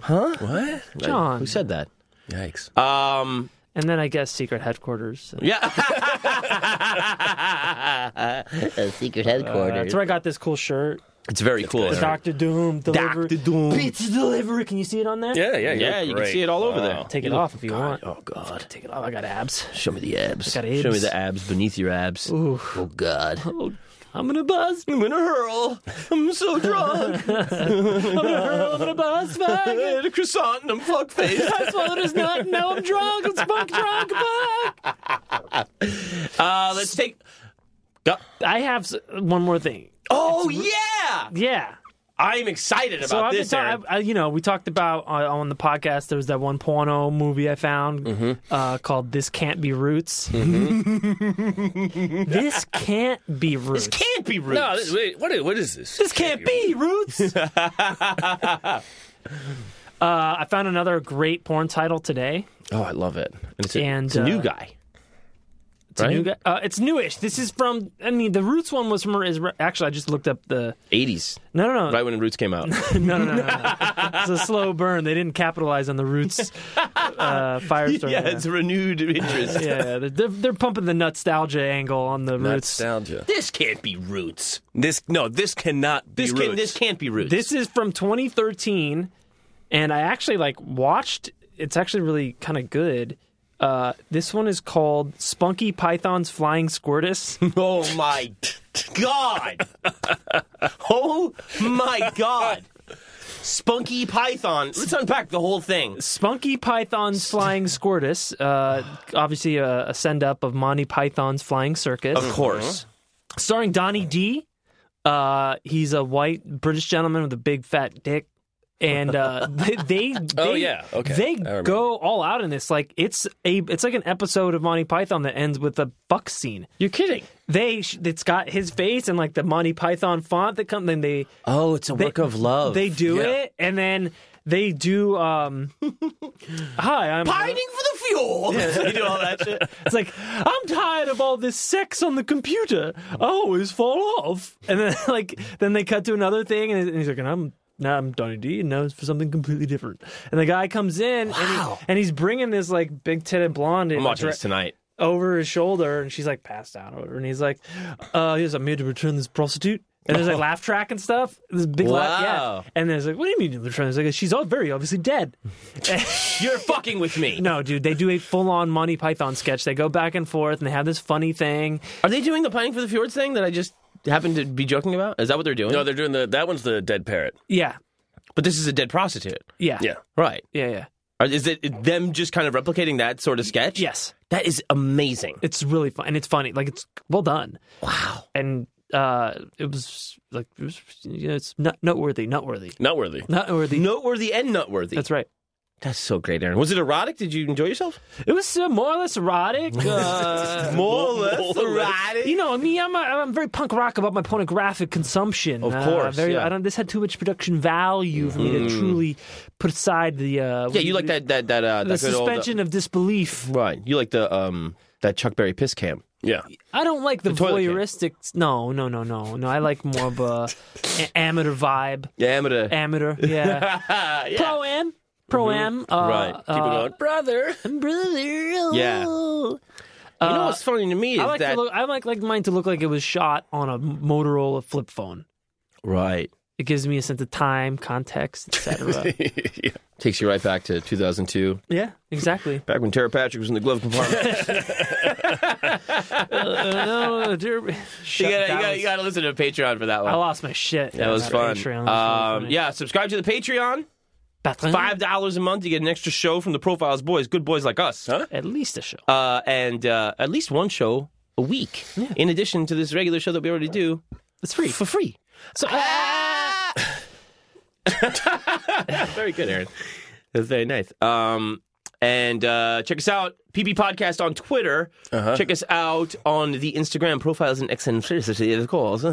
[SPEAKER 5] What?
[SPEAKER 3] John.
[SPEAKER 2] Who said that?
[SPEAKER 5] Yikes.
[SPEAKER 2] Um,
[SPEAKER 3] And then I guess secret headquarters. Uh,
[SPEAKER 2] yeah.
[SPEAKER 4] A secret headquarters.
[SPEAKER 3] that's where I got this cool shirt.
[SPEAKER 2] it's very cool.
[SPEAKER 3] The Doctor Doom delivery.
[SPEAKER 2] Dr. Doom.
[SPEAKER 3] Pizza delivery. Can you see it on there?
[SPEAKER 5] yeah, yeah,
[SPEAKER 2] Yeah,
[SPEAKER 5] you're
[SPEAKER 2] you can
[SPEAKER 5] great.
[SPEAKER 2] see it all over there.
[SPEAKER 3] Take it off if you want.
[SPEAKER 2] Oh, God.
[SPEAKER 3] Take it off. I got abs.
[SPEAKER 2] Show me the abs.
[SPEAKER 3] got
[SPEAKER 2] Show me
[SPEAKER 3] abs.
[SPEAKER 2] the abs beneath your abs. Oh, God.
[SPEAKER 3] I'm gonna buzz.
[SPEAKER 2] I'm in a hurl. I'm so drunk.
[SPEAKER 3] I'm gonna buzz.
[SPEAKER 2] I
[SPEAKER 3] Fuck.
[SPEAKER 2] had a croissant and I'm fuck faced.
[SPEAKER 3] I swallowed his nut. And now I'm drunk. I'm spunk drunk. Fuck.
[SPEAKER 2] Uh, let's take.
[SPEAKER 3] I have s- one more thing.
[SPEAKER 2] Oh, yeah.
[SPEAKER 3] Yeah.
[SPEAKER 2] I'm excited about
[SPEAKER 3] So I've been
[SPEAKER 2] this, Aaron.
[SPEAKER 3] talking. I, you know, we talked about uh, on the podcast. There was that one porno movie I found
[SPEAKER 2] Mm-hmm.
[SPEAKER 3] uh, called "This Can't Be Roots." this can't be roots.
[SPEAKER 2] Mm-hmm. This can't be roots.
[SPEAKER 5] No, this, wait, what is, what is this?
[SPEAKER 3] This can't be roots. uh, I found another great porn title today.
[SPEAKER 2] Oh, I love it. And it's a,
[SPEAKER 3] And,
[SPEAKER 2] it's a new
[SPEAKER 3] uh,
[SPEAKER 2] guy.
[SPEAKER 3] It's a new guy. Uh, it's newish. This is from. I mean, the roots one was from. Is actually, I just looked up the.
[SPEAKER 2] 80s,
[SPEAKER 3] No, no, no,
[SPEAKER 2] right when Roots came out.
[SPEAKER 3] no, no, no, no. no. it's a slow burn. They didn't capitalize on the roots. Uh, Firestorm.
[SPEAKER 2] yeah, it's a renewed interest.
[SPEAKER 3] yeah, yeah, they're, they're they're pumping the nostalgia angle on the roots.
[SPEAKER 5] Nostalgia.
[SPEAKER 2] This can't be roots.
[SPEAKER 5] This no, this cannot be
[SPEAKER 2] This
[SPEAKER 5] roots.
[SPEAKER 2] can this can't be roots.
[SPEAKER 3] This is from 2013, and I actually like watched. It's actually really kind of good. Uh, this one is called Spunky Python's Flying Squirtus.
[SPEAKER 2] oh my god. oh my god. Spunky Python. Let's unpack the whole thing.
[SPEAKER 3] Spunky Python's Flying Squirtus, uh, obviously a, a send up of Monty Python's Flying Circus.
[SPEAKER 2] Of course.
[SPEAKER 3] starring Donnie D. Uh, he's a white British gentleman with a big fat dick, and uh, they, they,
[SPEAKER 5] Oh,
[SPEAKER 3] they-
[SPEAKER 5] yeah. Okay. I
[SPEAKER 3] they
[SPEAKER 5] remember.
[SPEAKER 3] go all out in this. Like it's a it's like an episode of Monty Python that ends with a buck scene.
[SPEAKER 2] You're kidding.
[SPEAKER 3] They sh- it's got his face and like the Monty Python font that come. Then they
[SPEAKER 2] Oh, it's a work of love.
[SPEAKER 3] they do
[SPEAKER 5] yeah.
[SPEAKER 3] it, and then they do. um Hi, I'm
[SPEAKER 2] pining for the fuel. they do all that shit.
[SPEAKER 3] It's like, I'm tired of all this sex on the computer. I always fall off. And then like then they cut to another thing and he's like, and I'm now I'm Donny D and now it's for something completely different. And the guy comes in and, he, and he's bringing this like big titted blonde in
[SPEAKER 2] I'm watching
[SPEAKER 3] dre-
[SPEAKER 2] this tonight.
[SPEAKER 3] over his shoulder and she's like passed out over and he's like, uh, he's like, I'm here to return this prostitute. And there's like laugh track and stuff. This big laugh,
[SPEAKER 2] Wow.
[SPEAKER 3] yeah. And there's like, what do you mean, return? He's like, she's all very obviously dead.
[SPEAKER 2] You're fucking with me.
[SPEAKER 3] No, dude, they do a full on Monty Python sketch. They go back and forth and they have this funny thing.
[SPEAKER 2] Are they doing the pining for the fjords thing that I just happened to be joking about? Is that what they're doing?
[SPEAKER 5] No, they're doing the that one's the dead parrot.
[SPEAKER 3] Yeah.
[SPEAKER 2] but this is a dead prostitute.
[SPEAKER 3] Yeah.
[SPEAKER 5] Yeah.
[SPEAKER 2] Right.
[SPEAKER 3] Yeah. Yeah.
[SPEAKER 2] Are- Is it them just kind of replicating that sort of sketch?
[SPEAKER 3] Yes.
[SPEAKER 2] That is amazing.
[SPEAKER 3] It's really fun. And it's funny. Like, it's well done. Wow. And uh it was like, it was, you know, it's not, noteworthy. Noteworthy.
[SPEAKER 5] Noteworthy.
[SPEAKER 3] Noteworthy.
[SPEAKER 2] Noteworthy and nutworthy.
[SPEAKER 3] That's right.
[SPEAKER 2] That's so great, Aaron. Was it erotic? Did you enjoy yourself?
[SPEAKER 3] It was uh, more or less erotic. Uh,
[SPEAKER 2] More or less erotic.
[SPEAKER 3] You know me, I'm, a, I'm very punk rock about my pornographic consumption.
[SPEAKER 2] Of
[SPEAKER 3] Uh,
[SPEAKER 2] course,
[SPEAKER 3] very,
[SPEAKER 2] yeah. Mm-hmm.
[SPEAKER 3] I don't. This had too much production value for me to truly put aside the. Uh,
[SPEAKER 2] Yeah, you like that that that uh,
[SPEAKER 3] the
[SPEAKER 2] that good
[SPEAKER 3] suspension of disbelief.
[SPEAKER 2] Old, right. You like the um that Chuck Berry piss cam.
[SPEAKER 5] Yeah.
[SPEAKER 3] I don't like the,
[SPEAKER 2] toilet can.
[SPEAKER 3] voyeuristic. No, no, no, no, no. I like more of a, a- amateur vibe.
[SPEAKER 2] Yeah, I'm gonna.
[SPEAKER 3] Amateur, yeah.
[SPEAKER 2] yeah.
[SPEAKER 3] Pro am, pro am. Uh,
[SPEAKER 2] Mm-hmm. Right. Keep it
[SPEAKER 5] Keep it
[SPEAKER 3] uh,
[SPEAKER 5] going, brother.
[SPEAKER 3] Brother.
[SPEAKER 2] Yeah. you know what's funny to me is
[SPEAKER 3] Uh, I like, to
[SPEAKER 2] that
[SPEAKER 3] look, I like like mine to look like it was shot on a Motorola flip phone.
[SPEAKER 2] right
[SPEAKER 3] It gives me a sense of time, context, etc.
[SPEAKER 2] takes you right back to 2002,
[SPEAKER 3] yeah, exactly.
[SPEAKER 2] back when Tara Patrick was in the glove compartment.
[SPEAKER 3] no, dear,
[SPEAKER 2] you,
[SPEAKER 3] shut
[SPEAKER 2] gotta, you,
[SPEAKER 3] down.
[SPEAKER 2] gotta, you gotta listen to Patreon for that one.
[SPEAKER 3] I lost my shit.
[SPEAKER 2] that was fun.
[SPEAKER 3] Patreon, that was
[SPEAKER 2] Um,
[SPEAKER 3] really Mm-hmm.
[SPEAKER 2] yeah, subscribe to the Patreon.
[SPEAKER 3] funny. Patreon,
[SPEAKER 2] Five dollars a month, you get an extra show from the Profiles Boys, good boys like us, huh?
[SPEAKER 3] at least a show.
[SPEAKER 2] Uh, and uh, at least one show a week, in addition to this regular show that we already do
[SPEAKER 3] It's free.
[SPEAKER 2] for free. uh,
[SPEAKER 3] So,
[SPEAKER 2] Very good, Aaron. That's very nice. Um, and uh, check us out, PB Podcast on Twitter. Check us out on the Instagram profiles and eccentricity, of course.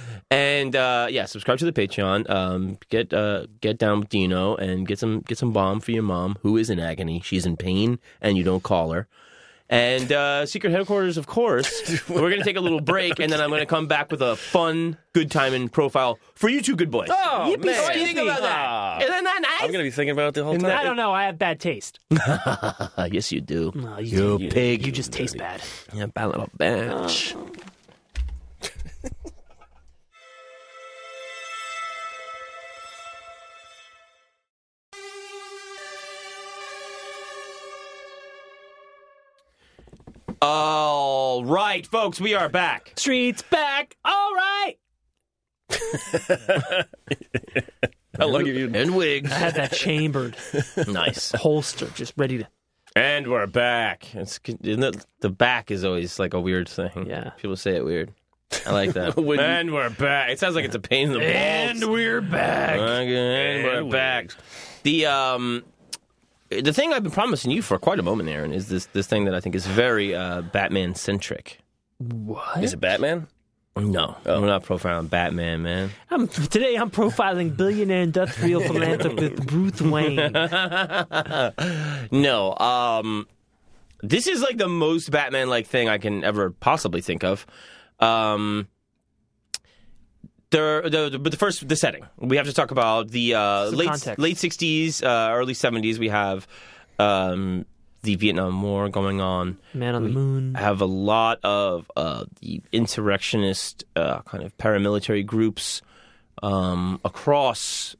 [SPEAKER 2] and uh, yeah, subscribe to the Patreon. Um, get uh, get down with Dino and get some get some bomb for your mom who is in agony. She's in pain, and you don't call her. And uh, secret headquarters, of course. We're gonna take a little break, and then I'm gonna come back with a fun, good time and profile for you two good boys.
[SPEAKER 5] Oh,
[SPEAKER 3] Yippee
[SPEAKER 5] man.
[SPEAKER 2] What do you think about
[SPEAKER 5] Ah.
[SPEAKER 2] that? Isn't that nice?
[SPEAKER 5] I'm gonna be thinking about it the whole time.
[SPEAKER 3] I don't know. I have bad taste.
[SPEAKER 2] Uh, yes, you do.
[SPEAKER 3] No, Oh, you, you,
[SPEAKER 2] pig.
[SPEAKER 3] you just taste bad.
[SPEAKER 2] Yeah, bad little bitch.
[SPEAKER 3] Oh.
[SPEAKER 2] All right, folks, we are back.
[SPEAKER 3] Streets back. All right.
[SPEAKER 5] How long have you?
[SPEAKER 2] And wigs.
[SPEAKER 3] I had that chambered
[SPEAKER 2] nice.
[SPEAKER 3] holster just ready to.
[SPEAKER 2] And we're back. It's isn't it, the back is always like a weird thing.
[SPEAKER 3] Yeah.
[SPEAKER 2] people say it weird. I like that.
[SPEAKER 5] When you-
[SPEAKER 2] and we're back. It sounds like it's a pain in the balls.
[SPEAKER 3] we're back.
[SPEAKER 2] Okay, and
[SPEAKER 5] And
[SPEAKER 2] we're
[SPEAKER 5] we-
[SPEAKER 2] back. The um, the thing I've been promising you for quite a moment, Aaron, is this this thing that I think is very uh, Batman centric.
[SPEAKER 3] What?
[SPEAKER 5] Is it Batman?
[SPEAKER 2] No, we're not profiling Batman, man.
[SPEAKER 3] I'm, today I'm profiling billionaire industrial philanthropist Bruce Wayne.
[SPEAKER 2] No, um, this is like the most Batman like thing I can ever possibly think of. Um, there, the, the, but the first, the setting. We have to talk about the uh,
[SPEAKER 3] Some
[SPEAKER 2] late
[SPEAKER 3] context.
[SPEAKER 2] late sixties, uh, early seventies. We have um, the Vietnam War going on.
[SPEAKER 3] Man on the moon.
[SPEAKER 2] have a lot of uh, the insurrectionist uh, kind of paramilitary groups um, across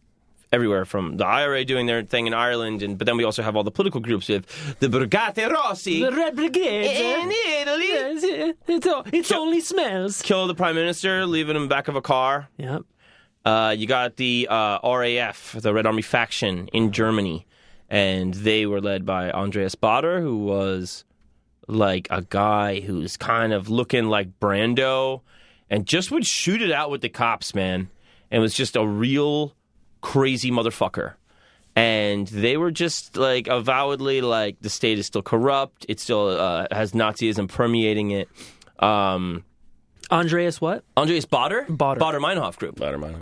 [SPEAKER 2] everywhere from the IRA doing their thing in Ireland, and but then we also have all the political groups. We have the Brigate Rossi
[SPEAKER 3] The Red Brigade.
[SPEAKER 2] in Italy.
[SPEAKER 3] It's, it's, all- it's only smells.
[SPEAKER 2] Kill the prime minister, leaving him back of a car.
[SPEAKER 3] Yep.
[SPEAKER 2] Uh, you got the uh, RAF, the Red Army faction in Germany, and they were led by Andreas Bader, who was like a guy who's kind of looking like Brando, and just would shoot it out with the cops, man, and was just a real crazy motherfucker. And they were just like avowedly like the state is still corrupt. It still uh, has Nazism permeating it. Um,
[SPEAKER 3] Andreas, what?
[SPEAKER 2] Andreas Bader,
[SPEAKER 3] Bader.
[SPEAKER 2] Bader Meinhof group.
[SPEAKER 5] Batman.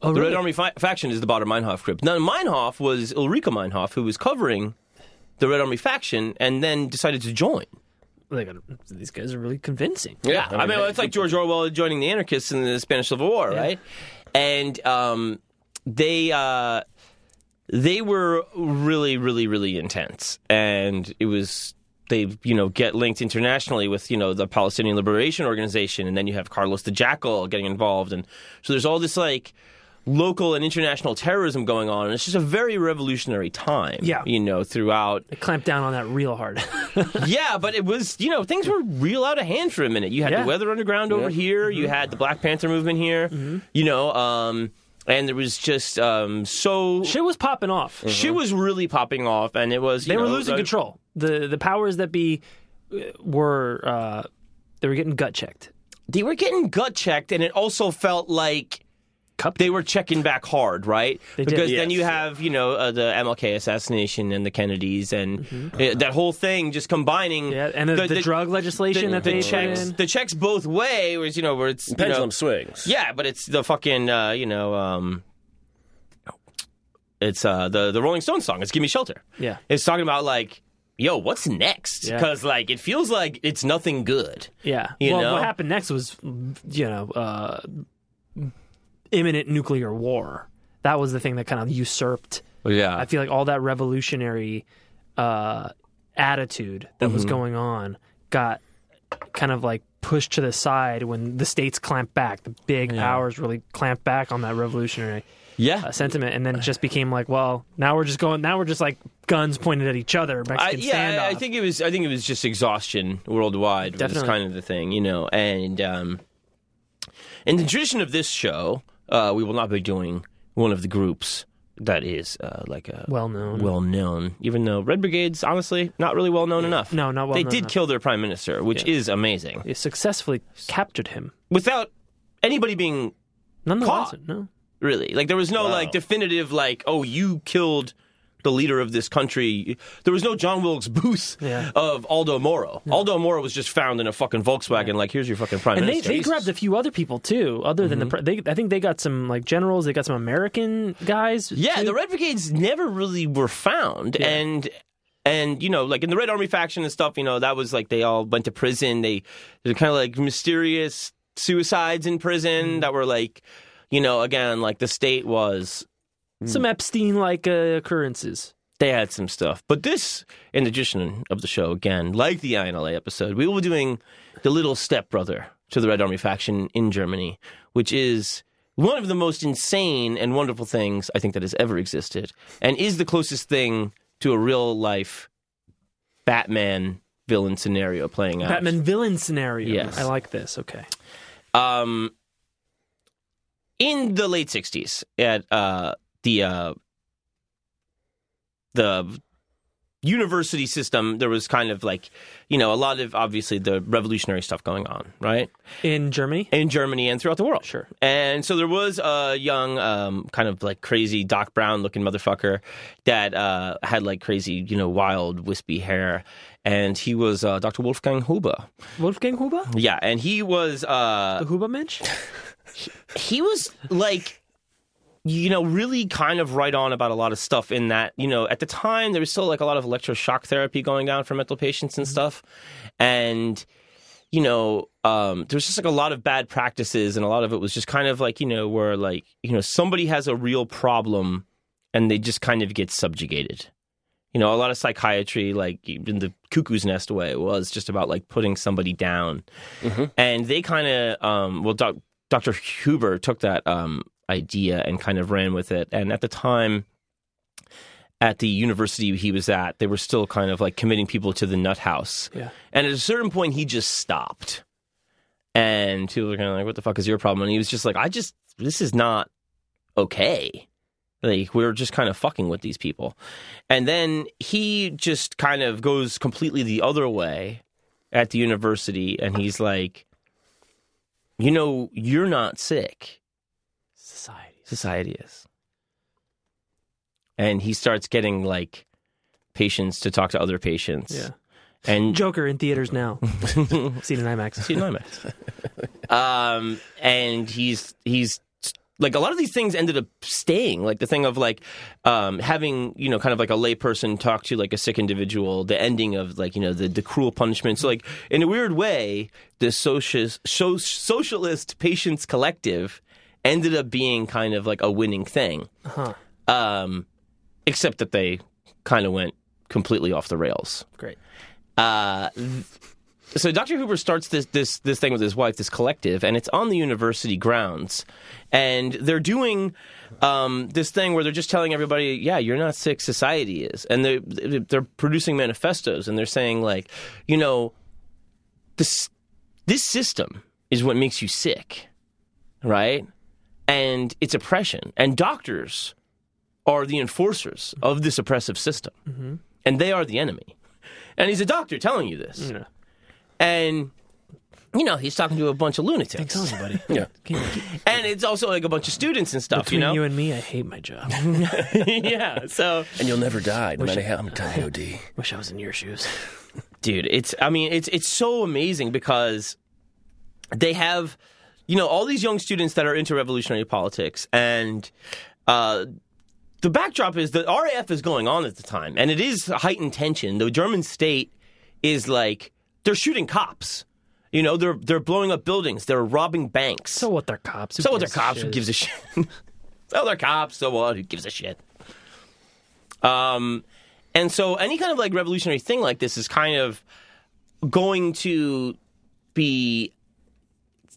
[SPEAKER 3] Oh,
[SPEAKER 2] The
[SPEAKER 3] really?
[SPEAKER 2] Red Army fi- faction is the Bader Meinhof group. Now, Meinhof was Ulrika Meinhof, who was covering the Red Army faction and then decided to join.
[SPEAKER 3] They got- these guys are really convincing.
[SPEAKER 5] Yeah,
[SPEAKER 2] I mean, well, it's like George Orwell joining the anarchists in the Spanish Civil War, right? And um, they uh, they were really, really, really intense, and it was they you know get linked internationally with you know the Palestinian Liberation Organization, and then you have Carlos the Jackal getting involved, and so there's all this like local and international terrorism going on, and it's just a very revolutionary time,
[SPEAKER 3] Yeah.
[SPEAKER 2] you know, throughout
[SPEAKER 3] They clamped down on that real hard.
[SPEAKER 2] yeah, but it was you know things were real out of hand for a minute. You had
[SPEAKER 3] Yeah. Mm-hmm.
[SPEAKER 2] the Weather Underground over here. You had the Black Panther movement here. You know, um, and there was just um, so
[SPEAKER 3] Shit was popping off.
[SPEAKER 2] shit was really popping off, and it was you
[SPEAKER 3] They were
[SPEAKER 2] know,
[SPEAKER 3] losing
[SPEAKER 2] like-
[SPEAKER 3] control. The the powers that be uh, were uh, they were getting gut checked.
[SPEAKER 2] They were getting gut checked, and it also felt like.
[SPEAKER 3] Cup-
[SPEAKER 2] They were checking back hard, right?
[SPEAKER 3] They did.
[SPEAKER 2] Because then
[SPEAKER 5] Yes.
[SPEAKER 2] you have, you know, uh, the MLK assassination and the Kennedys and uh, that whole thing just combining.
[SPEAKER 3] Mm-hmm. Yeah, and the, the, drug legislation that they
[SPEAKER 2] the
[SPEAKER 3] put
[SPEAKER 2] checks,
[SPEAKER 3] in.
[SPEAKER 2] the checks both way was, you know, where it's you know-
[SPEAKER 5] Pendulum swings.
[SPEAKER 2] Yeah, but it's the fucking uh, you know, um, it's uh, the the Rolling Stones song. It's "Give Me Shelter."
[SPEAKER 3] Yeah.
[SPEAKER 2] It's talking about like, yo, what's next?
[SPEAKER 3] Yeah.
[SPEAKER 2] Because like it feels like it's nothing good.
[SPEAKER 3] Yeah.
[SPEAKER 2] You
[SPEAKER 3] well,
[SPEAKER 2] know?
[SPEAKER 3] what happened next was, you know, uh, imminent nuclear war. That was the thing that kind of usurped
[SPEAKER 6] yeah.
[SPEAKER 3] I feel like all that revolutionary uh, attitude that
[SPEAKER 2] Mm-hmm.
[SPEAKER 3] was going on got kind of like pushed to the side when the states clamped back. The big powers really clamped back on that revolutionary
[SPEAKER 6] yeah.
[SPEAKER 3] uh, sentiment, and then it just became like, well, now we're just going. Now we're just like guns pointed at each other.
[SPEAKER 2] I,
[SPEAKER 3] Mexican
[SPEAKER 2] yeah, I-
[SPEAKER 3] standoff.
[SPEAKER 2] I think it was. I think it was just exhaustion worldwide. was
[SPEAKER 3] Definitely.
[SPEAKER 2] kind of the thing, you know. And um, in the tradition of this show, uh, we will not be doing one of the groups that is uh, like a
[SPEAKER 3] well known.
[SPEAKER 2] well known. Even though Red Brigade's honestly not really well known enough.
[SPEAKER 3] No, not well
[SPEAKER 2] They
[SPEAKER 3] known
[SPEAKER 2] did
[SPEAKER 3] enough.
[SPEAKER 2] kill their prime minister, which is amazing.
[SPEAKER 3] they successfully captured him.
[SPEAKER 2] Without anybody being
[SPEAKER 3] Nonetheless,
[SPEAKER 2] Caught.
[SPEAKER 3] no.
[SPEAKER 2] really like there was no like definitive like oh you killed the leader of this country there was no john wilkes booth
[SPEAKER 3] Yeah.
[SPEAKER 2] of aldo moro aldo moro was just found in a fucking volkswagen like here's your fucking prime
[SPEAKER 3] And they,
[SPEAKER 2] minister
[SPEAKER 3] they grabbed a few other people too, other than the.
[SPEAKER 2] Mm-hmm.
[SPEAKER 3] pre- They, I think they got some like generals. They got some American guys.
[SPEAKER 2] yeah
[SPEAKER 3] too.
[SPEAKER 2] the red brigades never really were found and and you know like in the red army faction and stuff you know that was like they all went to prison they they're kind of like mysterious suicides in prison that were like you know again like the state was
[SPEAKER 3] some Epstein like uh, occurrences.
[SPEAKER 2] they had some stuff. But this, in addition of the show, again, like the INLA episode, we will be doing the little stepbrother to the Red Army faction in Germany, which is one of the most insane and wonderful things I think that has ever existed, and is the closest thing to a real life Batman villain scenario playing out.
[SPEAKER 3] Batman villain scenario.
[SPEAKER 2] Yes.
[SPEAKER 3] I like this. Okay,
[SPEAKER 2] um, in the late '60s at uh, the uh, the university system, there was kind of like you know a lot of obviously the revolutionary stuff going on, right?
[SPEAKER 3] in Germany.
[SPEAKER 2] in Germany and throughout the world. Sure. And so there was a young, um, kind of like crazy Doc Brown looking motherfucker that uh, had like crazy, you know, wild, wispy hair. And he was uh, Dr. Wolfgang Huber.
[SPEAKER 3] Wolfgang Huber,
[SPEAKER 2] Yeah. And he was, uh,
[SPEAKER 3] the Huber Mensch.
[SPEAKER 2] he was like, you know, really kind of right on about a lot of stuff in that, you know, at the time there was still like a lot of electroshock therapy going down for mental patients and stuff. And, you know, um, there's just like a lot of bad practices, and a lot of it was just kind of like, you know, where like, you know, somebody has a real problem and they just kind of get subjugated. You know, a lot of psychiatry, like in the cuckoo's nest way, was just about like putting somebody down. And they kind of, um, well, doc, Dr. Huber took that um, idea and kind of ran with it. And at the time, at the university he was at, they were still kind of like committing people to the nut house.
[SPEAKER 3] Yeah.
[SPEAKER 2] And at a certain point, he just stopped. And people were kind of like, what the fuck is your problem? And he was just like, I just, this is not okay. Like, we're just kind of fucking with these people. And then he just kind of goes completely the other way at the university. And he's like, you know, you're not sick.
[SPEAKER 3] Society.
[SPEAKER 2] Society is. And he starts getting like patients to talk to other patients.
[SPEAKER 3] Yeah.
[SPEAKER 2] And
[SPEAKER 3] Joker in theaters now. Seen in IMAX.
[SPEAKER 2] See an IMAX. um, and he's he's like a lot of these things ended up staying. Like the thing of like um, having you know kind of like a layperson talk to like a sick individual. The ending of like you know the the cruel punishment. So like in a weird way, the socialist so, socialist patients collective ended up being kind of like a winning thing. Um, except that they kind of went completely off the rails.
[SPEAKER 3] Great.
[SPEAKER 2] Uh, th- so Dr. Huber starts this this this thing with his wife, this collective, and it's on the university grounds, and they're doing um, this thing where they're just telling everybody, "Yeah, you're not sick. Society is," and they they're producing manifestos, and they're saying like, you know, this this system is what makes you sick, right? And it's oppression, and doctors are the enforcers of this oppressive system,
[SPEAKER 3] Mm-hmm.
[SPEAKER 2] and they are the enemy. And he's a doctor telling you this
[SPEAKER 3] Yeah.
[SPEAKER 2] and you know he's talking to a bunch of lunatics
[SPEAKER 3] Buddy.
[SPEAKER 5] Yeah.
[SPEAKER 2] and it's also like a bunch of students and stuff
[SPEAKER 3] Between
[SPEAKER 2] you know
[SPEAKER 3] you and me, I hate my job.
[SPEAKER 2] yeah so
[SPEAKER 5] And you'll never die, no matter how I'm telling you, D.
[SPEAKER 3] Wish I was in your shoes.
[SPEAKER 2] dude it's i mean it's it's so amazing because they have you know all these young students that are into revolutionary politics and uh the backdrop is the RAF is going on at the time, and it is heightened tension. The German state is like they're shooting cops, you know, they're they're blowing up buildings, they're robbing banks.
[SPEAKER 3] So what? They're cops. Who
[SPEAKER 2] So what? They're
[SPEAKER 3] gives a
[SPEAKER 2] cops. Who
[SPEAKER 3] shit?
[SPEAKER 2] gives a shit? so they're cops. So what? Who gives a shit? Um, and so any kind of like revolutionary thing like this is kind of going to be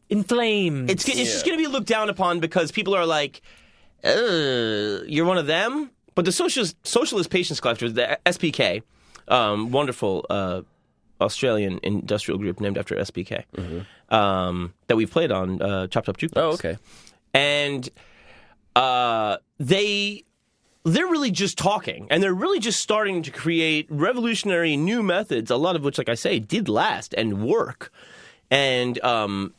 [SPEAKER 3] Inflamed.
[SPEAKER 2] it's it's just going to be looked down upon because people are like, "Ugh, you're one of them. But the socialist socialist patients collectors, the SPK, um, wonderful uh, Australian industrial group named after SPK, um, that we've played on uh, Chopped Up Jukebox
[SPEAKER 5] Mm-hmm. Oh, okay.
[SPEAKER 2] and uh, they they're really just talking and they're really just starting to create revolutionary new methods a lot of which like i say did last and work and um,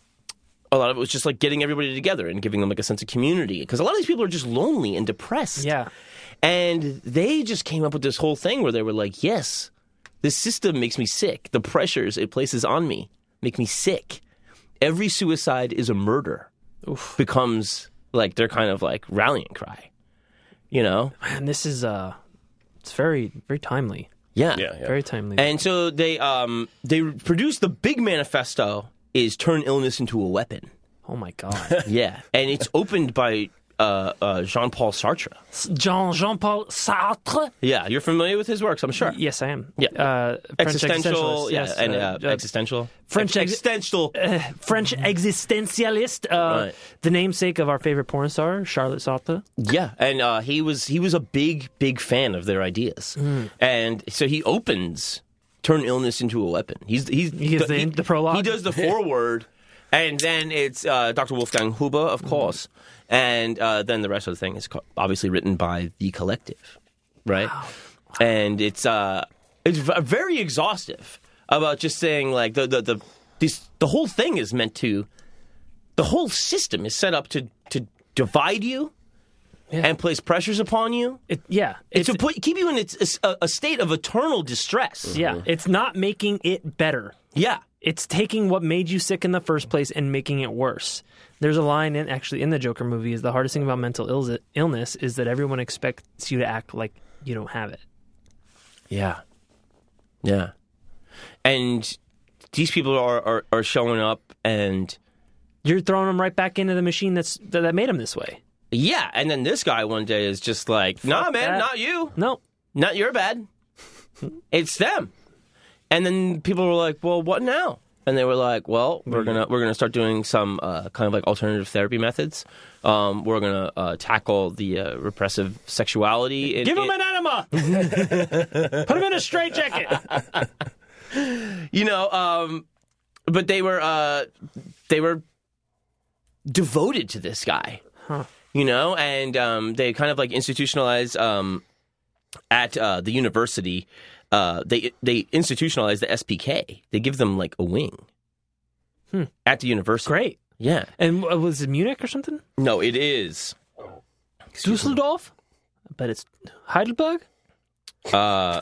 [SPEAKER 2] a lot of it was just like getting everybody together and giving them like a sense of community because a lot of these people are just lonely and depressed
[SPEAKER 3] Yeah.
[SPEAKER 2] and they just came up with this whole thing where they were like yes this system makes me sick the pressures it places on me make me sick every suicide is a murder becomes like their kind of like rallying cry. You know?
[SPEAKER 3] And this is uh, it's very very timely.
[SPEAKER 2] Yeah.
[SPEAKER 5] Yeah, yeah.
[SPEAKER 3] Very timely.
[SPEAKER 2] And so they um they produced the big manifesto is turn illness into a weapon.
[SPEAKER 3] oh my god.
[SPEAKER 2] Yeah. And it's opened by uh, uh, Jean-Paul Sartre.
[SPEAKER 3] Jean Jean Paul Sartre.
[SPEAKER 2] Yeah, you're familiar with his works, I'm sure.
[SPEAKER 3] Yes, I am.
[SPEAKER 2] Yeah.
[SPEAKER 3] Uh, French
[SPEAKER 2] Existential,
[SPEAKER 3] existentialist,
[SPEAKER 2] yeah,
[SPEAKER 3] yes,
[SPEAKER 2] and uh,
[SPEAKER 3] uh, uh,
[SPEAKER 2] existential,
[SPEAKER 3] French ex-
[SPEAKER 2] existential.
[SPEAKER 3] French existentialist, uh,
[SPEAKER 2] Right.
[SPEAKER 3] the namesake of our favorite porn star, Charlotte Sartre.
[SPEAKER 2] Yeah, and uh, he was he was a big big fan of their ideas,
[SPEAKER 3] Hmm.
[SPEAKER 2] and so he opens turn illness into a weapon. He's he's
[SPEAKER 3] He gives the- the prologue?
[SPEAKER 2] He does the foreword, and then it's uh, Dr. Wolfgang Huber, of
[SPEAKER 3] Hmm.
[SPEAKER 2] course, and uh, then the rest of the thing is co- obviously written by the collective, right? And it's uh it's v- very exhaustive about just saying like the the the this, the whole thing is meant to the whole system is set up to to divide you and place pressures upon you
[SPEAKER 3] It, yeah,
[SPEAKER 2] to put keep you in its, a, a state of eternal distress.
[SPEAKER 3] yeah, it's not making it better.
[SPEAKER 2] yeah,
[SPEAKER 3] It's taking what made you sick in the first place and making it worse. There's a line in actually in the Joker movie is the hardest thing about mental ills- illness is that everyone expects you to act like you don't have it.
[SPEAKER 2] yeah, yeah. And these people are are, are showing up, and
[SPEAKER 3] You're throwing them right back into the machine that's that, that made them this way.
[SPEAKER 2] yeah, and then this guy one day is just like, "Nah, man,
[SPEAKER 3] that.
[SPEAKER 2] not you,
[SPEAKER 3] No,
[SPEAKER 2] not your bad. It's them." And then people were like, "Well, what now?" And they were like, "Well, we're gonna we're gonna start doing some uh, kind of like alternative therapy methods. Um, we're gonna uh, tackle the uh, repressive sexuality. in-
[SPEAKER 3] give
[SPEAKER 2] in-
[SPEAKER 3] them an enema. Put them in a straitjacket.
[SPEAKER 2] you know um but they were uh they were devoted to this guy you know and um they kind of like institutionalized um at uh the university uh they they institutionalize the spk they give them like a wing at the university
[SPEAKER 3] Great.
[SPEAKER 2] yeah
[SPEAKER 3] And uh, was it Munich or something?
[SPEAKER 2] no it is
[SPEAKER 3] Dusseldorf? But it's Heidelberg?
[SPEAKER 2] uh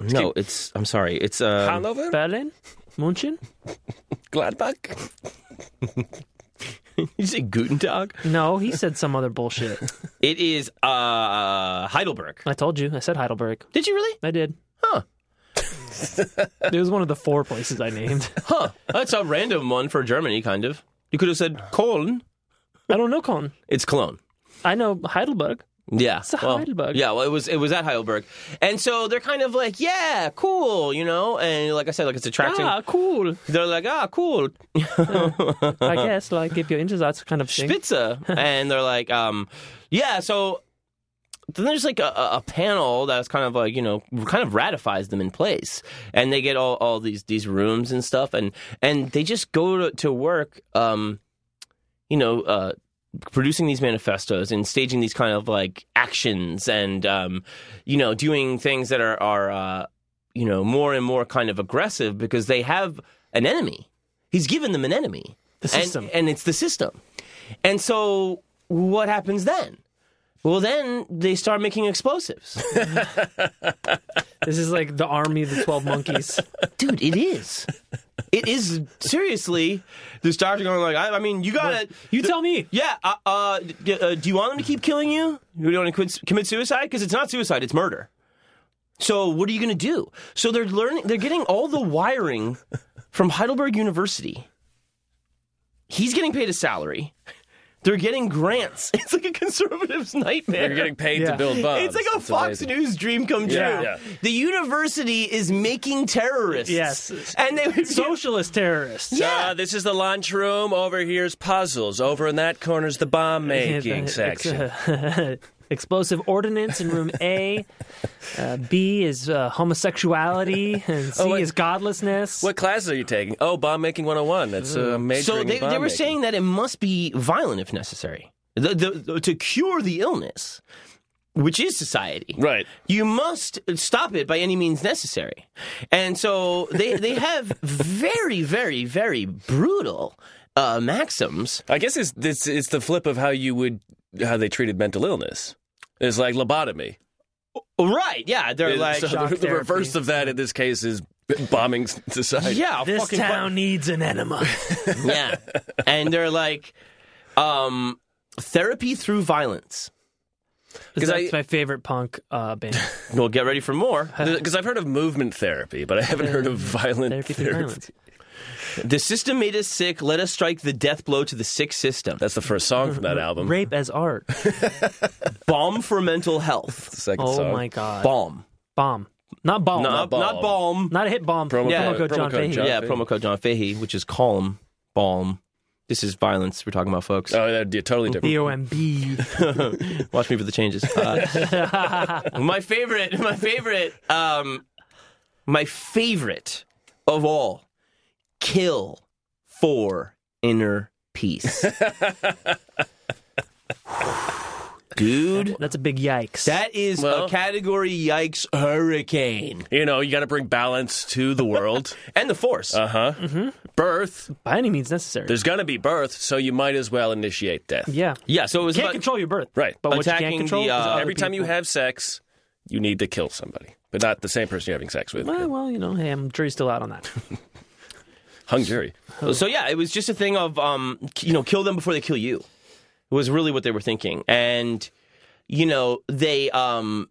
[SPEAKER 2] no it's i'm sorry it's uh
[SPEAKER 5] Hanover,
[SPEAKER 3] Berlin? München?
[SPEAKER 5] Gladbach.
[SPEAKER 2] you say guten tag
[SPEAKER 3] No, he said some other bullshit.
[SPEAKER 2] it is uh heidelberg
[SPEAKER 3] I told you. I said Heidelberg.
[SPEAKER 2] did you really
[SPEAKER 3] I did.
[SPEAKER 2] huh
[SPEAKER 3] It was one of the four places I named.
[SPEAKER 2] Huh. That's a random one for Germany, kind of. You could have said Cologne.
[SPEAKER 3] I don't know Cologne.
[SPEAKER 2] It's Cologne.
[SPEAKER 3] I know Heidelberg.
[SPEAKER 2] Yeah.
[SPEAKER 3] It's a Heidelberg.
[SPEAKER 2] Yeah, well, it was it was at Heidelberg. And so they're kind of like, yeah, cool, you know? And like I said, like it's attracting.
[SPEAKER 3] Ah, cool.
[SPEAKER 2] They're like, ah, cool.
[SPEAKER 3] I guess, like, if you're into that kind of thing.
[SPEAKER 2] Spitze. and they're like, um, yeah, so then there's like a, a a panel that's kind of like, you know, kind of ratifies them in place. And they get all, all these these rooms and stuff and and they just go to, to work um, you know, uh producing these manifestos and staging these kind of like actions and um, you know, doing things that are are uh, you know, more and more kind of aggressive because they have an enemy. He's given them an enemy.
[SPEAKER 3] The
[SPEAKER 2] And-
[SPEAKER 3] system.
[SPEAKER 2] and it's the system. And so what happens then? Well, then they start making explosives.
[SPEAKER 3] This is like the army of the 12 monkeys.
[SPEAKER 2] Dude, it is. It is seriously. This doctor going like, I, I mean, you gotta,
[SPEAKER 3] You tell me.
[SPEAKER 2] yeah. Uh, uh, d- uh, do you want them to keep killing you? You don't want to quit, commit suicide because it's not suicide; it's murder. So what are you gonna do? So they're learning. They're getting all the wiring from Heidelberg University. He's getting paid a salary. They're getting grants. It's like a conservative's nightmare.
[SPEAKER 5] They're getting paid
[SPEAKER 3] Yeah.
[SPEAKER 5] to build bombs.
[SPEAKER 2] It's like a
[SPEAKER 5] It's
[SPEAKER 2] Fox
[SPEAKER 5] amazing.
[SPEAKER 2] News dream come true.
[SPEAKER 5] Yeah. Yeah.
[SPEAKER 2] The university is making terrorists.
[SPEAKER 3] Yes.
[SPEAKER 2] and they would be-
[SPEAKER 3] Socialist terrorists.
[SPEAKER 2] Yeah.
[SPEAKER 5] Uh, this is the lunch room. Over here's puzzles. Over in that corner's the bomb making section.
[SPEAKER 3] uh, Explosive ordinance in room A. Uh, B is uh, homosexuality. And C
[SPEAKER 5] Oh, wait.
[SPEAKER 3] is godlessness.
[SPEAKER 5] What classes are you taking? Oh, bomb making 101. That's uh, a major.
[SPEAKER 2] So they, they were saying that it must be violent if necessary the, the, the- to cure the illness, which is society.
[SPEAKER 5] Right.
[SPEAKER 2] You must stop it by any means necessary. And so they, they have very, very, very brutal uh, maxims.
[SPEAKER 5] I guess it's, it's it's the flip of how you would how they treated mental illness. It's like lobotomy.
[SPEAKER 2] Right, yeah. They're like,
[SPEAKER 5] so the, the reverse of that in this case is bombing society.
[SPEAKER 2] yeah,
[SPEAKER 3] this
[SPEAKER 2] fucking
[SPEAKER 3] town needs an enema.
[SPEAKER 2] yeah. And they're like, um, therapy through violence.
[SPEAKER 3] That's
[SPEAKER 5] I-
[SPEAKER 3] my favorite punk uh, band.
[SPEAKER 2] We'll get ready for more.
[SPEAKER 5] Because I've heard of movement therapy, but I haven't heard of violent
[SPEAKER 3] Therapy
[SPEAKER 5] therapy.
[SPEAKER 3] through violence.
[SPEAKER 2] The system made us sick. Let us strike the death blow to the sick system.
[SPEAKER 5] That's the first song from that album.
[SPEAKER 3] Rape as art.
[SPEAKER 2] Bomb for mental health.
[SPEAKER 5] The second
[SPEAKER 3] Oh
[SPEAKER 5] song.
[SPEAKER 3] my god.
[SPEAKER 2] Bomb.
[SPEAKER 3] Bomb. Not bomb.
[SPEAKER 2] not,
[SPEAKER 5] bomb.
[SPEAKER 2] Uh, not bomb.
[SPEAKER 3] Not a hit bomb.
[SPEAKER 5] Promo
[SPEAKER 2] Yeah,
[SPEAKER 3] code,
[SPEAKER 5] promo
[SPEAKER 3] John
[SPEAKER 5] code
[SPEAKER 3] Fahey.
[SPEAKER 5] John.
[SPEAKER 2] yeah,
[SPEAKER 5] Fahey.
[SPEAKER 2] promo code John Fahey, which is calm, balm. This is violence we're talking about, folks.
[SPEAKER 5] Oh, that'd be totally different.
[SPEAKER 3] B O M B.
[SPEAKER 2] Watch me for the changes. Uh, my favorite, my favorite, um, my favorite of all, kill for inner peace. Dude,
[SPEAKER 3] That's a big yikes.
[SPEAKER 2] that is a
[SPEAKER 5] Well-
[SPEAKER 2] category yikes hurricane.
[SPEAKER 5] You know, you got to bring balance to the world.
[SPEAKER 2] And the force.
[SPEAKER 5] Uh huh. Birth.
[SPEAKER 3] By any means necessary.
[SPEAKER 5] There's going to be birth, so you might as well initiate death.
[SPEAKER 3] yeah.
[SPEAKER 2] yeah, so it was
[SPEAKER 3] You can't
[SPEAKER 2] about-
[SPEAKER 3] control your birth.
[SPEAKER 5] Right.
[SPEAKER 3] But what you
[SPEAKER 2] Attacking
[SPEAKER 3] can't control
[SPEAKER 2] the,
[SPEAKER 3] is
[SPEAKER 2] uh,
[SPEAKER 3] other
[SPEAKER 5] Every time you
[SPEAKER 3] people.
[SPEAKER 5] have sex, you need to kill somebody, but not the same person you're having sex with.
[SPEAKER 3] Eh, Well, well, you know, hey, I'm jury's still out on that.
[SPEAKER 5] Hung jury.
[SPEAKER 2] So yeah, it was just a thing of um, k- you know, kill them before they kill you. Was really what they were thinking, and you know they um,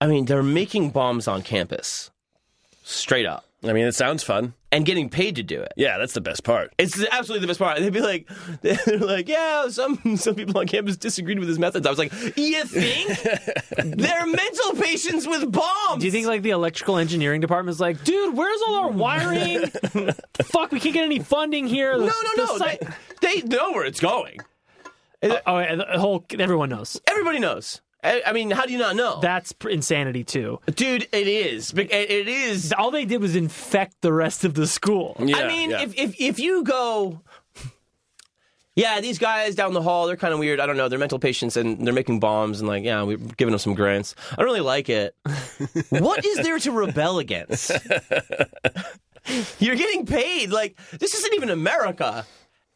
[SPEAKER 2] I mean they're making bombs on campus, straight up,
[SPEAKER 5] I mean, it sounds fun.
[SPEAKER 2] and getting paid to do it.
[SPEAKER 5] Yeah, that's the best part.
[SPEAKER 2] It's absolutely the best part. They'd be like, they're like, yeah, some some people on campus disagreed with his methods. I was like, you think they're mental patients with bombs?
[SPEAKER 3] Do you think like the electrical engineering department's like, dude, where's all our wiring? Fuck, we can't get any funding here.
[SPEAKER 2] No, no, no. They, they know where it's going.
[SPEAKER 3] oh, yeah, the whole everyone knows.
[SPEAKER 2] Everybody knows. I, I mean, how do you not know?
[SPEAKER 3] That's pr- insanity too.
[SPEAKER 2] Dude, it is. Bec- It it is.
[SPEAKER 3] All they did was infect the rest of the school.
[SPEAKER 5] Yeah,
[SPEAKER 2] I mean,
[SPEAKER 5] yeah.
[SPEAKER 2] if, if if you go, yeah, these guys down the hall, they're kind of weird. I don't know. They're mental patients and they're making bombs and like, yeah, we're giving them some grants. I don't really like it. what is there to rebel against? You're getting paid. Like this isn't even America.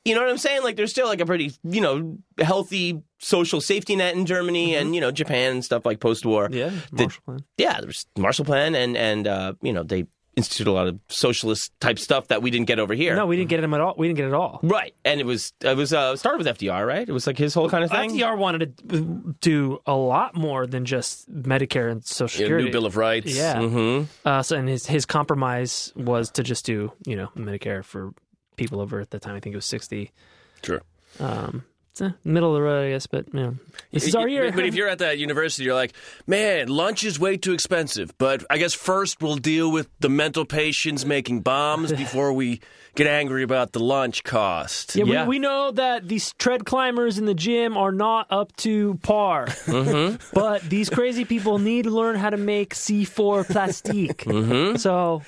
[SPEAKER 2] You know what I'm saying? Like there's still like a pretty you know healthy social safety net in Germany
[SPEAKER 5] Mm-hmm.
[SPEAKER 2] and you know Japan and stuff like post war.
[SPEAKER 3] Yeah,
[SPEAKER 2] The-
[SPEAKER 3] Marshall Plan.
[SPEAKER 2] yeah, there's Marshall Plan, and and uh, you know they instituted a lot of socialist type stuff that we didn't get over here.
[SPEAKER 3] No, we didn't get him at all. We didn't get it at all.
[SPEAKER 2] right, and it was it was uh, started with FDR, right? It was like his whole kind of thing.
[SPEAKER 3] FDR wanted to do a lot more than just Medicare and Social
[SPEAKER 5] Yeah,
[SPEAKER 3] Security.
[SPEAKER 5] new Bill of Rights.
[SPEAKER 3] Yeah.
[SPEAKER 2] Mhm.
[SPEAKER 5] Mm-hmm.
[SPEAKER 3] Uh, so, and his his compromise was to just do you know Medicare for people over at the time. I think it was sixty.
[SPEAKER 5] Sure.
[SPEAKER 3] Um, it's eh, middle of the road, I guess. But you know, this is our year.
[SPEAKER 5] But if you're at that university, you're like, man, lunch is way too expensive. But I guess first we'll deal with the mental patients making bombs before we get angry about the lunch cost.
[SPEAKER 3] yeah,
[SPEAKER 2] yeah.
[SPEAKER 3] We, we know that these tread climbers in the gym are not up to par,
[SPEAKER 5] Mm-hmm.
[SPEAKER 3] but these crazy people need to learn how to make C4 plastic.
[SPEAKER 5] Mm-hmm.
[SPEAKER 3] So,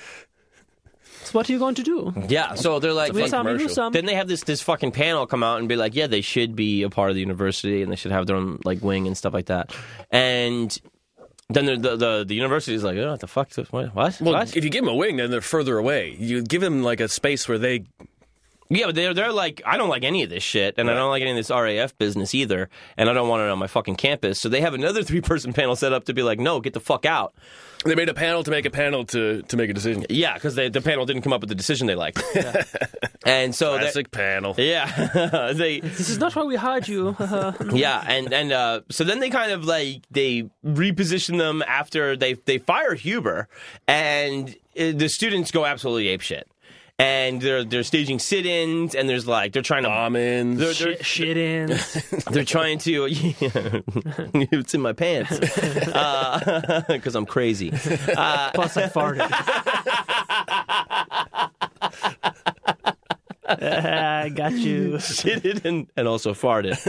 [SPEAKER 3] it's what are you going to do?
[SPEAKER 2] Yeah, so they're like.
[SPEAKER 3] We
[SPEAKER 2] they-
[SPEAKER 3] some, you
[SPEAKER 5] commercial.
[SPEAKER 3] some.
[SPEAKER 2] then they have this this fucking panel come out and be like, yeah, they should be a part of the university and they should have their own like wing and stuff like that. And then the the the, the university is like, oh, what the fuck? What? What?
[SPEAKER 5] Well,
[SPEAKER 2] what?
[SPEAKER 5] if you give them a wing, then they're further away. You give them like a space where they.
[SPEAKER 2] Yeah, but they're they're like, I don't like any of this shit, and I don't like any of this RAF business either, and I don't want it on my fucking campus. So they have another three person panel set up to be like, no, get the fuck out.
[SPEAKER 5] They made a panel to make a panel to, to make a decision.
[SPEAKER 2] Yeah, because the panel didn't come up with the decision they liked, and so they-
[SPEAKER 5] Classic panel.
[SPEAKER 2] yeah, they
[SPEAKER 3] This is not why we hired you.
[SPEAKER 2] yeah, and and uh, so then they kind of like they reposition them after they they fire Huber, and uh, the students go absolutely apeshit. and they're they're staging sit-ins, and there's like they're trying to
[SPEAKER 5] Almonds.
[SPEAKER 2] They're, they're,
[SPEAKER 3] Shit, shit in.
[SPEAKER 2] they're
[SPEAKER 5] uh,
[SPEAKER 2] trying to. Yeah, it's in my pants because I'm crazy.
[SPEAKER 3] Plus, I farted. I got you.
[SPEAKER 2] Shitted and, and also farted.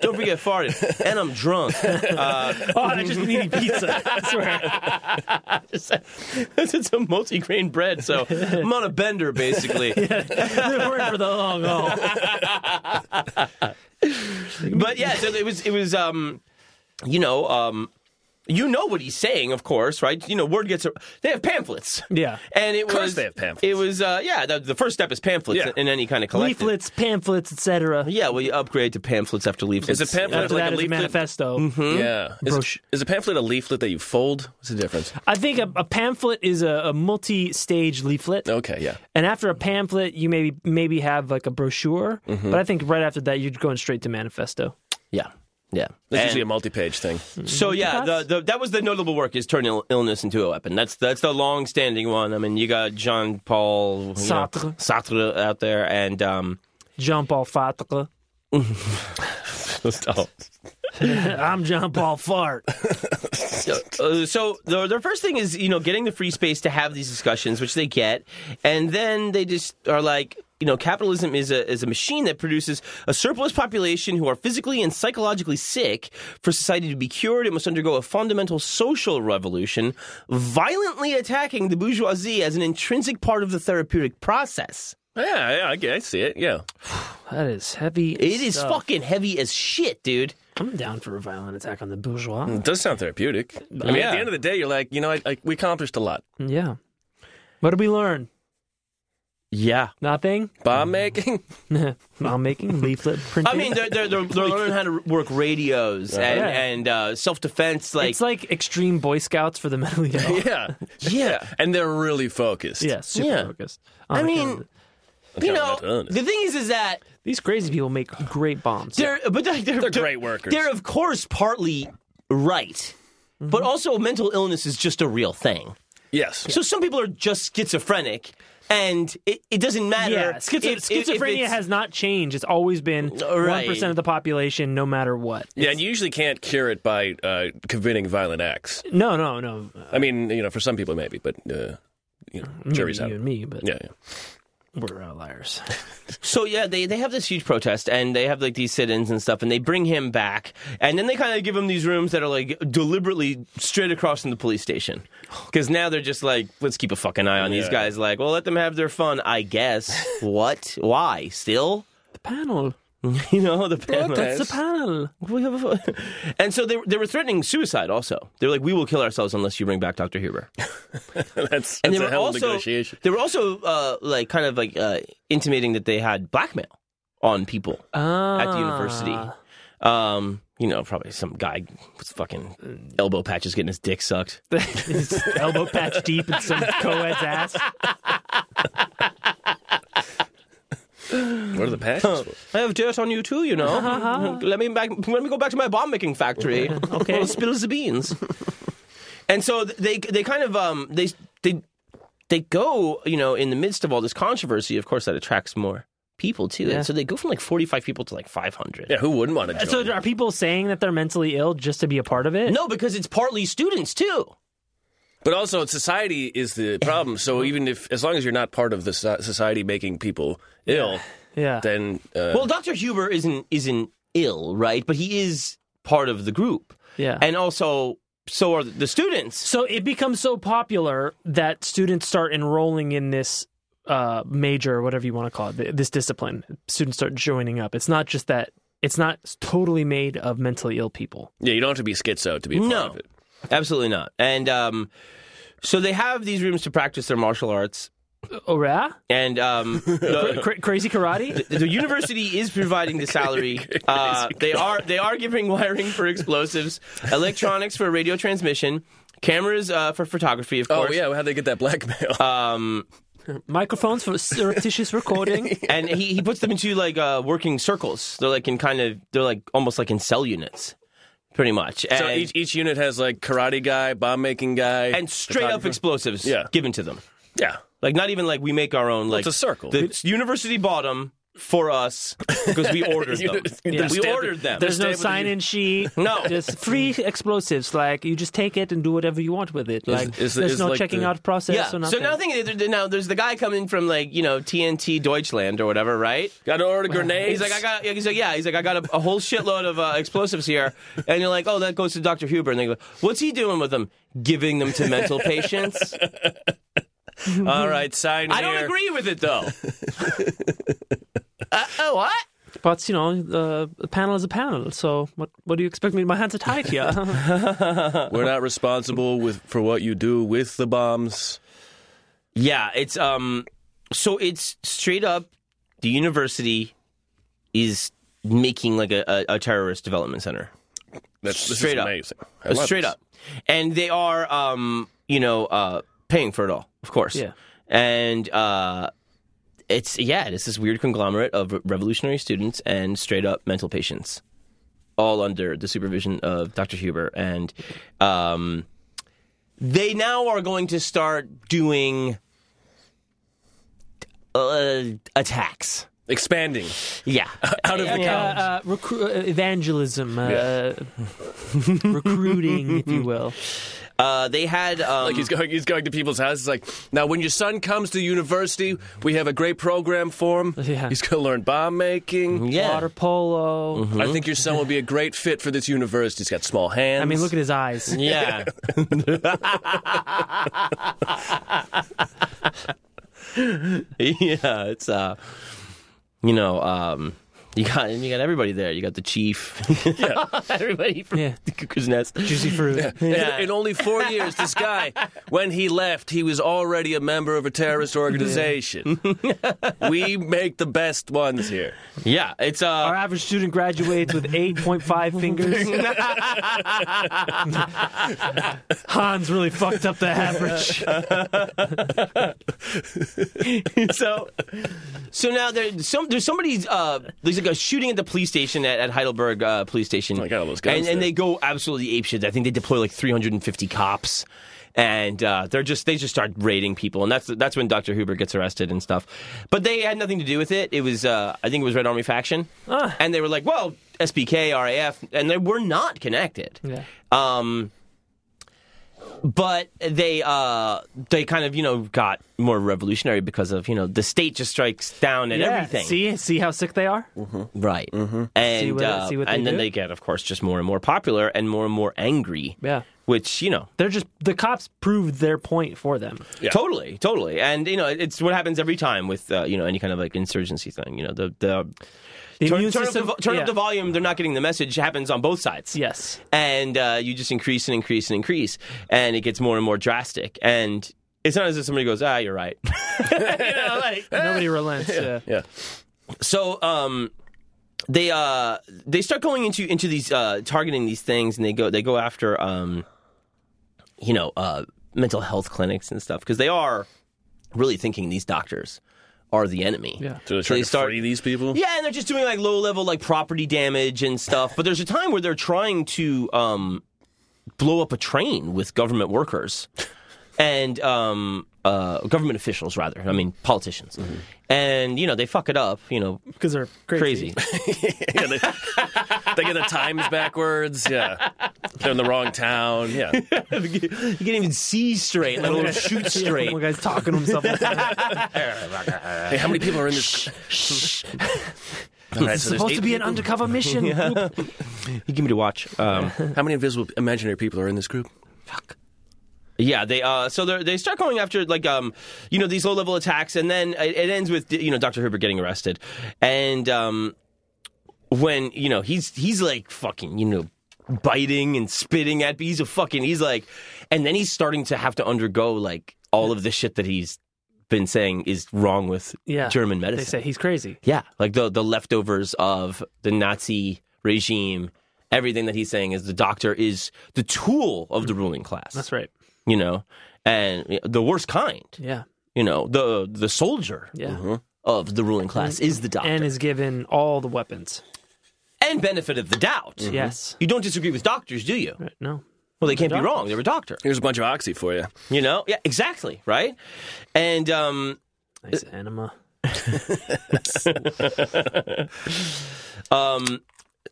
[SPEAKER 2] Don't forget farted. And I'm drunk. Uh,
[SPEAKER 3] Oh, I just been eating pizza. I swear.
[SPEAKER 2] it's a multi-grain bread, so I'm on a bender basically.
[SPEAKER 3] They're working for the long haul.
[SPEAKER 2] But yeah, so it was it was um, you know um. You know what he's saying, of course, right? You know, word gets. They have pamphlets.
[SPEAKER 3] Yeah.
[SPEAKER 2] and it
[SPEAKER 5] course
[SPEAKER 2] was
[SPEAKER 5] they have pamphlets.
[SPEAKER 2] It was uh, yeah. The, the first step is pamphlets
[SPEAKER 5] Yeah.
[SPEAKER 2] in any kind of collective.
[SPEAKER 3] Leaflets, pamphlets, etc.
[SPEAKER 2] Yeah, well, you upgrade to pamphlets after leaflets.
[SPEAKER 5] uh, Is a pamphlet
[SPEAKER 3] After
[SPEAKER 5] like
[SPEAKER 3] that
[SPEAKER 5] a
[SPEAKER 3] is a
[SPEAKER 5] leaflet? Mm. Hmm?
[SPEAKER 3] manifesto.
[SPEAKER 2] Hmm?
[SPEAKER 5] Yeah. Is,
[SPEAKER 3] Brosh-
[SPEAKER 5] is a pamphlet a leaflet that you fold? What's the difference?
[SPEAKER 3] I think a, a pamphlet is a, a multi-stage leaflet,
[SPEAKER 5] Okay, yeah.
[SPEAKER 3] and after a pamphlet, you maybe maybe have like a brochure. But I think right after that, you're going straight to manifesto.
[SPEAKER 2] Yeah, yeah.
[SPEAKER 5] That's
[SPEAKER 2] And
[SPEAKER 5] usually a multi-page thing.
[SPEAKER 2] so yeah, the, the, that was the notable work is turn Ill- illness into a weapon. That's that's the long-standing one. I mean, you got Jean Paul you know,
[SPEAKER 3] Sartre.
[SPEAKER 2] Sartre out there, and um,
[SPEAKER 3] Jean-Paul Sartre.
[SPEAKER 2] oh.
[SPEAKER 3] I'm Jean-Paul Fart.
[SPEAKER 2] Uh, so the, the first thing is you know getting the free space to have these discussions, which they get, and then they just are like. You know, capitalism is a is a machine that produces a surplus population who are physically and psychologically sick. For society to be cured, it must undergo a fundamental social revolution, violently attacking the bourgeoisie as an intrinsic part of the therapeutic process.
[SPEAKER 5] Yeah, yeah, I, get- I see it. Yeah.
[SPEAKER 3] That is heavy.
[SPEAKER 2] It is
[SPEAKER 3] stuff.
[SPEAKER 2] fucking heavy as shit, dude.
[SPEAKER 3] I'm down for a violent attack on the bourgeois.
[SPEAKER 5] It does sound therapeutic. I mean, at
[SPEAKER 2] Yeah.
[SPEAKER 5] the end of the day, you're like, you know, I, I, we accomplished a lot.
[SPEAKER 3] Yeah. What did we learn?
[SPEAKER 2] Yeah,
[SPEAKER 3] Nothing.
[SPEAKER 2] Mm-hmm.
[SPEAKER 5] Bomb making?
[SPEAKER 3] I'm making leaflet printing.
[SPEAKER 2] I mean, they're they're, they're, they're learning how to work radios and
[SPEAKER 3] Yeah.
[SPEAKER 2] and uh, self defense, like
[SPEAKER 3] it's like extreme Boy Scouts for the mentally ill.
[SPEAKER 5] yeah.
[SPEAKER 2] yeah.
[SPEAKER 5] And they're really focused.
[SPEAKER 3] yeah, super
[SPEAKER 2] Yeah.
[SPEAKER 3] focused. Oh
[SPEAKER 2] I
[SPEAKER 3] on
[SPEAKER 2] mean,
[SPEAKER 3] account of-
[SPEAKER 2] you know,
[SPEAKER 5] not done.
[SPEAKER 2] the thing is, is that
[SPEAKER 3] these crazy people make great bombs.
[SPEAKER 2] they're but they're, they're,
[SPEAKER 5] great workers.
[SPEAKER 2] They're of course partly right, but also mental illness is just a real thing.
[SPEAKER 5] Yes.
[SPEAKER 2] So some people are just schizophrenic, and it, it doesn't matter.
[SPEAKER 3] Yeah, schizo-
[SPEAKER 2] if- if- if
[SPEAKER 3] schizophrenia
[SPEAKER 2] it's- Uh,
[SPEAKER 3] has not changed. It's always been one
[SPEAKER 2] Right.
[SPEAKER 3] percent of the population, no matter what.
[SPEAKER 5] yeah, and you usually can't cure it by uh, committing violent acts.
[SPEAKER 3] No, no, no.
[SPEAKER 2] Uh-huh.
[SPEAKER 5] I mean, you know, for some people maybe, but uh, you know, jury's
[SPEAKER 3] you
[SPEAKER 5] out.
[SPEAKER 3] and me, but
[SPEAKER 5] Yeah, yeah.
[SPEAKER 3] we're outliers.
[SPEAKER 2] So yeah, they they have this huge protest and they have like these sit-ins and stuff, and they bring him back, and then they kind of give him these rooms that are like deliberately straight across from the police station, because now they're just like, let's keep a fucking eye on these
[SPEAKER 5] Yeah.
[SPEAKER 2] guys. Like, well, let them have their fun, I guess. what? Why? Still?
[SPEAKER 3] the panel.
[SPEAKER 2] You know the panel.
[SPEAKER 5] Okay.
[SPEAKER 3] It's the panel.
[SPEAKER 2] We have a fu- and so they they were threatening suicide. Also, they were like, we will kill ourselves unless you bring back Doctor Huber.
[SPEAKER 5] That's,
[SPEAKER 2] And
[SPEAKER 5] that's
[SPEAKER 2] they
[SPEAKER 5] a
[SPEAKER 2] were
[SPEAKER 5] hell of a
[SPEAKER 2] also
[SPEAKER 5] negotiation.
[SPEAKER 2] they were also uh, like kind of like uh, intimating that they had blackmail on people. at the university.
[SPEAKER 3] Ah.
[SPEAKER 2] Um, you know, probably some guy with fucking elbow patches getting his dick sucked.
[SPEAKER 3] His Ah. elbow patch deep in some co-ed's ass.
[SPEAKER 5] What are the patches for?
[SPEAKER 2] I have dirt on you too, you know. let me back. Let me go back to my bomb making factory. okay, spill the beans. and so th- they they kind of um they they they go you know in the midst of all this controversy. Of course, that attracts more people too.
[SPEAKER 3] Yeah.
[SPEAKER 2] And so they go from like forty five people to like five hundred.
[SPEAKER 5] Yeah, who wouldn't want to join?
[SPEAKER 3] So are people saying that they're mentally ill just to be a part of it?
[SPEAKER 2] No, because it's partly students too.
[SPEAKER 5] But also, society is the problem. So even if, as long as you're not part of the so- society making people ill,
[SPEAKER 3] Yeah.
[SPEAKER 5] then uh,
[SPEAKER 2] Well, Doctor Huber isn't isn't ill, right? But he is part of the group.
[SPEAKER 3] yeah.
[SPEAKER 2] and also so are the students.
[SPEAKER 3] so it becomes so popular that students start enrolling in this uh, major or whatever you want to call it, th- this discipline. Students start joining up. It's not just that it's not totally made of mentally ill people.
[SPEAKER 5] yeah, you don't have to be schizo to be a part
[SPEAKER 2] No.
[SPEAKER 5] of it.
[SPEAKER 2] Absolutely not. And um, so they have these rooms to practice their martial arts,
[SPEAKER 3] Oh, yeah?
[SPEAKER 2] and um, the,
[SPEAKER 3] Cra- crazy karate?
[SPEAKER 2] the university is providing the salary. Uh, they are they are giving wiring for explosives, electronics for radio transmission, cameras uh, for photography, of
[SPEAKER 5] Oh
[SPEAKER 2] course.
[SPEAKER 5] yeah, how'd they get that blackmail?
[SPEAKER 2] Um,
[SPEAKER 3] Microphones for surreptitious recording.
[SPEAKER 2] and he, he puts them into like uh, working circles. They're like in kind of they're like almost like in cell units, pretty much. And,
[SPEAKER 5] so each, each unit has like karate guy, bomb making guy,
[SPEAKER 2] and straight up
[SPEAKER 5] photographer.
[SPEAKER 2] explosives
[SPEAKER 5] Yeah.
[SPEAKER 2] given to them.
[SPEAKER 5] yeah,
[SPEAKER 2] Like not even like we make our own. Like
[SPEAKER 5] it's a circle.
[SPEAKER 2] The university bought them for us because we ordered
[SPEAKER 5] You-
[SPEAKER 2] them.
[SPEAKER 5] Yeah.
[SPEAKER 2] We
[SPEAKER 5] Stamp-
[SPEAKER 2] ordered them.
[SPEAKER 3] There's no
[SPEAKER 5] Stay with
[SPEAKER 3] sign
[SPEAKER 5] you.
[SPEAKER 3] in sheet.
[SPEAKER 2] No.
[SPEAKER 3] Just free explosives. Like, you just take it and do whatever you want with it. Like,
[SPEAKER 5] is-
[SPEAKER 3] there's
[SPEAKER 5] is
[SPEAKER 3] no
[SPEAKER 5] like
[SPEAKER 3] checking
[SPEAKER 5] the-
[SPEAKER 3] out process
[SPEAKER 2] yeah.
[SPEAKER 3] or
[SPEAKER 2] So
[SPEAKER 3] nothing.
[SPEAKER 2] now think now there's the guy coming from like you know TNT Deutschland or whatever, right?
[SPEAKER 5] Got to order grenades.
[SPEAKER 2] He's like, I got. He's like, yeah. He's like, I got a, a whole shitload of uh, explosives here, and you're like, oh, that goes to Doctor Huber, and they go, what's he doing with them? Giving them to mental patients.
[SPEAKER 5] All right, sign
[SPEAKER 2] I don't
[SPEAKER 5] here.
[SPEAKER 2] agree with it though. uh, oh, what?
[SPEAKER 3] But, you know, uh, a panel is a panel. So what, what do you expect me? My hands are tied here.
[SPEAKER 5] We're not responsible with for what you do with the bombs.
[SPEAKER 2] Yeah, it's um. So it's straight up. The university is making like a, a, a terrorist development center.
[SPEAKER 5] That's this
[SPEAKER 2] Straight
[SPEAKER 5] is
[SPEAKER 2] up.
[SPEAKER 5] amazing. I
[SPEAKER 2] Uh,
[SPEAKER 5] love
[SPEAKER 2] straight
[SPEAKER 5] this.
[SPEAKER 2] up and they are um you know uh paying for it all of course
[SPEAKER 3] Yeah.
[SPEAKER 2] and uh it's yeah it's this weird conglomerate of revolutionary students and straight up mental patients all under the supervision of dr huber and um they now are going to start doing uh, attacks
[SPEAKER 5] expanding
[SPEAKER 2] yeah
[SPEAKER 5] out of the
[SPEAKER 3] uh, uh, recru- uh, evangelism, uh, recruiting, if you will.
[SPEAKER 2] uh, they had um,
[SPEAKER 5] Like he's
[SPEAKER 3] Uh-huh.
[SPEAKER 5] going, he's going to people's houses. Like now, when your son comes to university, we have a great program for him.
[SPEAKER 3] Yeah. Mm-hmm.
[SPEAKER 5] He's going to learn bomb making.
[SPEAKER 2] yeah Mm-hmm.
[SPEAKER 3] Water polo.
[SPEAKER 5] I think your son will be a great fit for this university. He's got small hands.
[SPEAKER 3] Mm-hmm. I mean, look at his eyes.
[SPEAKER 2] Yeah. yeah, it's uh you know, um you got you got everybody there. You got the chief. everybody from
[SPEAKER 3] Yeah.
[SPEAKER 2] the Cuckoo's Nest.
[SPEAKER 3] Juicy fruit.
[SPEAKER 5] In, in only four years, this guy, when he left, he was already a member of a terrorist organization. we make the best ones here.
[SPEAKER 2] Yeah, it's
[SPEAKER 3] Our
[SPEAKER 2] uh
[SPEAKER 3] average student graduates with 8.5 fingers. Hans really fucked up the average.
[SPEAKER 2] so so now there some there's somebody's uh there's like a shooting at the police station at, at Heidelberg uh, police station.
[SPEAKER 5] my God, Oh, all those guns
[SPEAKER 2] and, and
[SPEAKER 5] there.
[SPEAKER 2] they go absolutely apeshit. I think they deploy like 350 cops, and uh, they're just they just start raiding people, and that's that's when Doctor Huber gets arrested and stuff. But they had nothing to do with it. It was uh, I think it was Red Army faction, and they were like, well, SPK, RAF, and they were not connected.
[SPEAKER 3] Yeah.
[SPEAKER 2] Um, but they uh, they kind of you know got more revolutionary because of you know the state just strikes down at
[SPEAKER 3] Yeah,
[SPEAKER 2] everything.
[SPEAKER 3] See, see how sick they are.
[SPEAKER 2] Right. Mm-hmm. And
[SPEAKER 3] See what-
[SPEAKER 2] uh,
[SPEAKER 3] see what
[SPEAKER 2] and
[SPEAKER 3] they
[SPEAKER 2] then
[SPEAKER 3] do?
[SPEAKER 2] they get, of course, just more and more popular and more and more angry.
[SPEAKER 3] Yeah.
[SPEAKER 2] Which you know,
[SPEAKER 3] They're just the cops proved their point for them.
[SPEAKER 5] Yeah.
[SPEAKER 2] totally, totally. And you know, it's what happens every time with uh, you know any kind of like insurgency thing. You know, the the
[SPEAKER 3] The
[SPEAKER 2] turn,
[SPEAKER 3] immune
[SPEAKER 2] turn
[SPEAKER 3] system-
[SPEAKER 2] up the, vo- turn
[SPEAKER 3] yeah.
[SPEAKER 2] up the volume. They're not getting the message. Happens on both sides.
[SPEAKER 3] Yes.
[SPEAKER 2] And uh, you just increase and increase and increase, and it gets more and more drastic. And it's not as if somebody goes, "Ah, you're right."
[SPEAKER 6] eh.
[SPEAKER 3] Nobody relents. Yeah.
[SPEAKER 5] Yeah.
[SPEAKER 2] so um they uh they start going into into these uh targeting these things and they go they go after um you know uh mental health clinics and stuff because they are really thinking these doctors are the enemy
[SPEAKER 3] Yeah.
[SPEAKER 5] So they're trying
[SPEAKER 2] they
[SPEAKER 5] to
[SPEAKER 2] start-
[SPEAKER 5] free these people.
[SPEAKER 2] yeah, and they're just doing like low level like property damage and stuff. But there's a time where they're trying to um, blow up a train with government workers and um, uh, government officials, rather. I mean, politicians. And you know they fuck it up. You know,
[SPEAKER 3] Because they're crazy.
[SPEAKER 2] crazy.
[SPEAKER 5] Yeah, they, they get the times backwards. Yeah, they're in the wrong town. Yeah,
[SPEAKER 2] you can't even see straight, let alone shoot straight.
[SPEAKER 3] One guy's talking to himself. All the
[SPEAKER 5] hey, how many people are in this? All right,
[SPEAKER 3] it's
[SPEAKER 5] so there's
[SPEAKER 3] supposed
[SPEAKER 5] eight
[SPEAKER 3] to be an undercover mission. Oop.
[SPEAKER 2] You give me to watch. Um,
[SPEAKER 5] people. How many invisible, imaginary people are in this group?
[SPEAKER 2] yeah, they uh, so they they start going after like um, you know, these low level attacks, and then it, it ends with you know Dr. Herbert getting arrested, and um, when you know he's he's like fucking you know biting and spitting at he's a fucking he's like, and then he's starting to have to undergo like all of the shit that he's been saying is wrong with
[SPEAKER 3] Yeah.
[SPEAKER 2] German
[SPEAKER 3] They
[SPEAKER 2] medicine.
[SPEAKER 3] say he's crazy.
[SPEAKER 2] Yeah, like the the leftovers of the Nazi regime. Everything that he's saying is the doctor is the tool of the ruling class.
[SPEAKER 3] That's right.
[SPEAKER 2] You know, and the worst kind.
[SPEAKER 3] Yeah.
[SPEAKER 2] You know, the the soldier Mm-hmm.
[SPEAKER 3] Yeah.
[SPEAKER 2] of the ruling class is the doctor,
[SPEAKER 3] And
[SPEAKER 2] and,
[SPEAKER 3] is given all the weapons.
[SPEAKER 2] benefit of the doubt.
[SPEAKER 3] Yes.
[SPEAKER 2] Mm-hmm. You don't disagree with doctors, do you?
[SPEAKER 3] No.
[SPEAKER 2] Well, they can't be wrong. They're a doctor.
[SPEAKER 5] Here's a bunch of oxy for you.
[SPEAKER 2] You know? Yeah, exactly. Right? And um,
[SPEAKER 3] Nice enema.
[SPEAKER 2] um,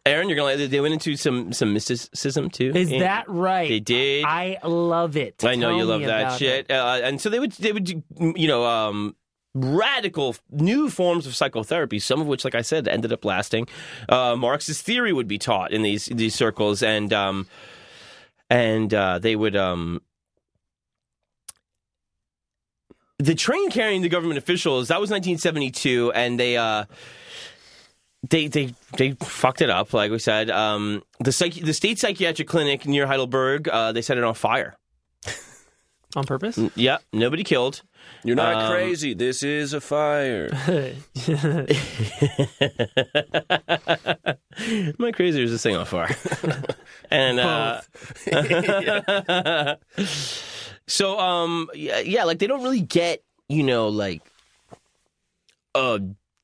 [SPEAKER 2] Aaron, you're gonna. They went into some some mysticism too.
[SPEAKER 6] Is
[SPEAKER 2] And
[SPEAKER 6] that right?
[SPEAKER 2] They did.
[SPEAKER 6] I love it.
[SPEAKER 2] I know
[SPEAKER 6] Tell
[SPEAKER 2] you
[SPEAKER 6] me
[SPEAKER 2] love that
[SPEAKER 6] about
[SPEAKER 2] shit. Uh, and so they would they would you know um, radical new forms of psychotherapy, some of which, like I said, ended up lasting. Uh, Marx's theory would be taught in these these circles, and um, and uh, they would. Um, the train carrying the government officials that was 1972 and they uh they they they fucked it up like we said um the psych- the state psychiatric clinic near heidelberg uh they set it on fire
[SPEAKER 3] On purpose?
[SPEAKER 2] yeah, nobody killed.
[SPEAKER 5] You're not
[SPEAKER 2] Um,
[SPEAKER 5] crazy. This is a fire.
[SPEAKER 2] Mm. My crazy is this thing on fire. and uh, so um yeah, yeah, like they don't really get, you know, like uh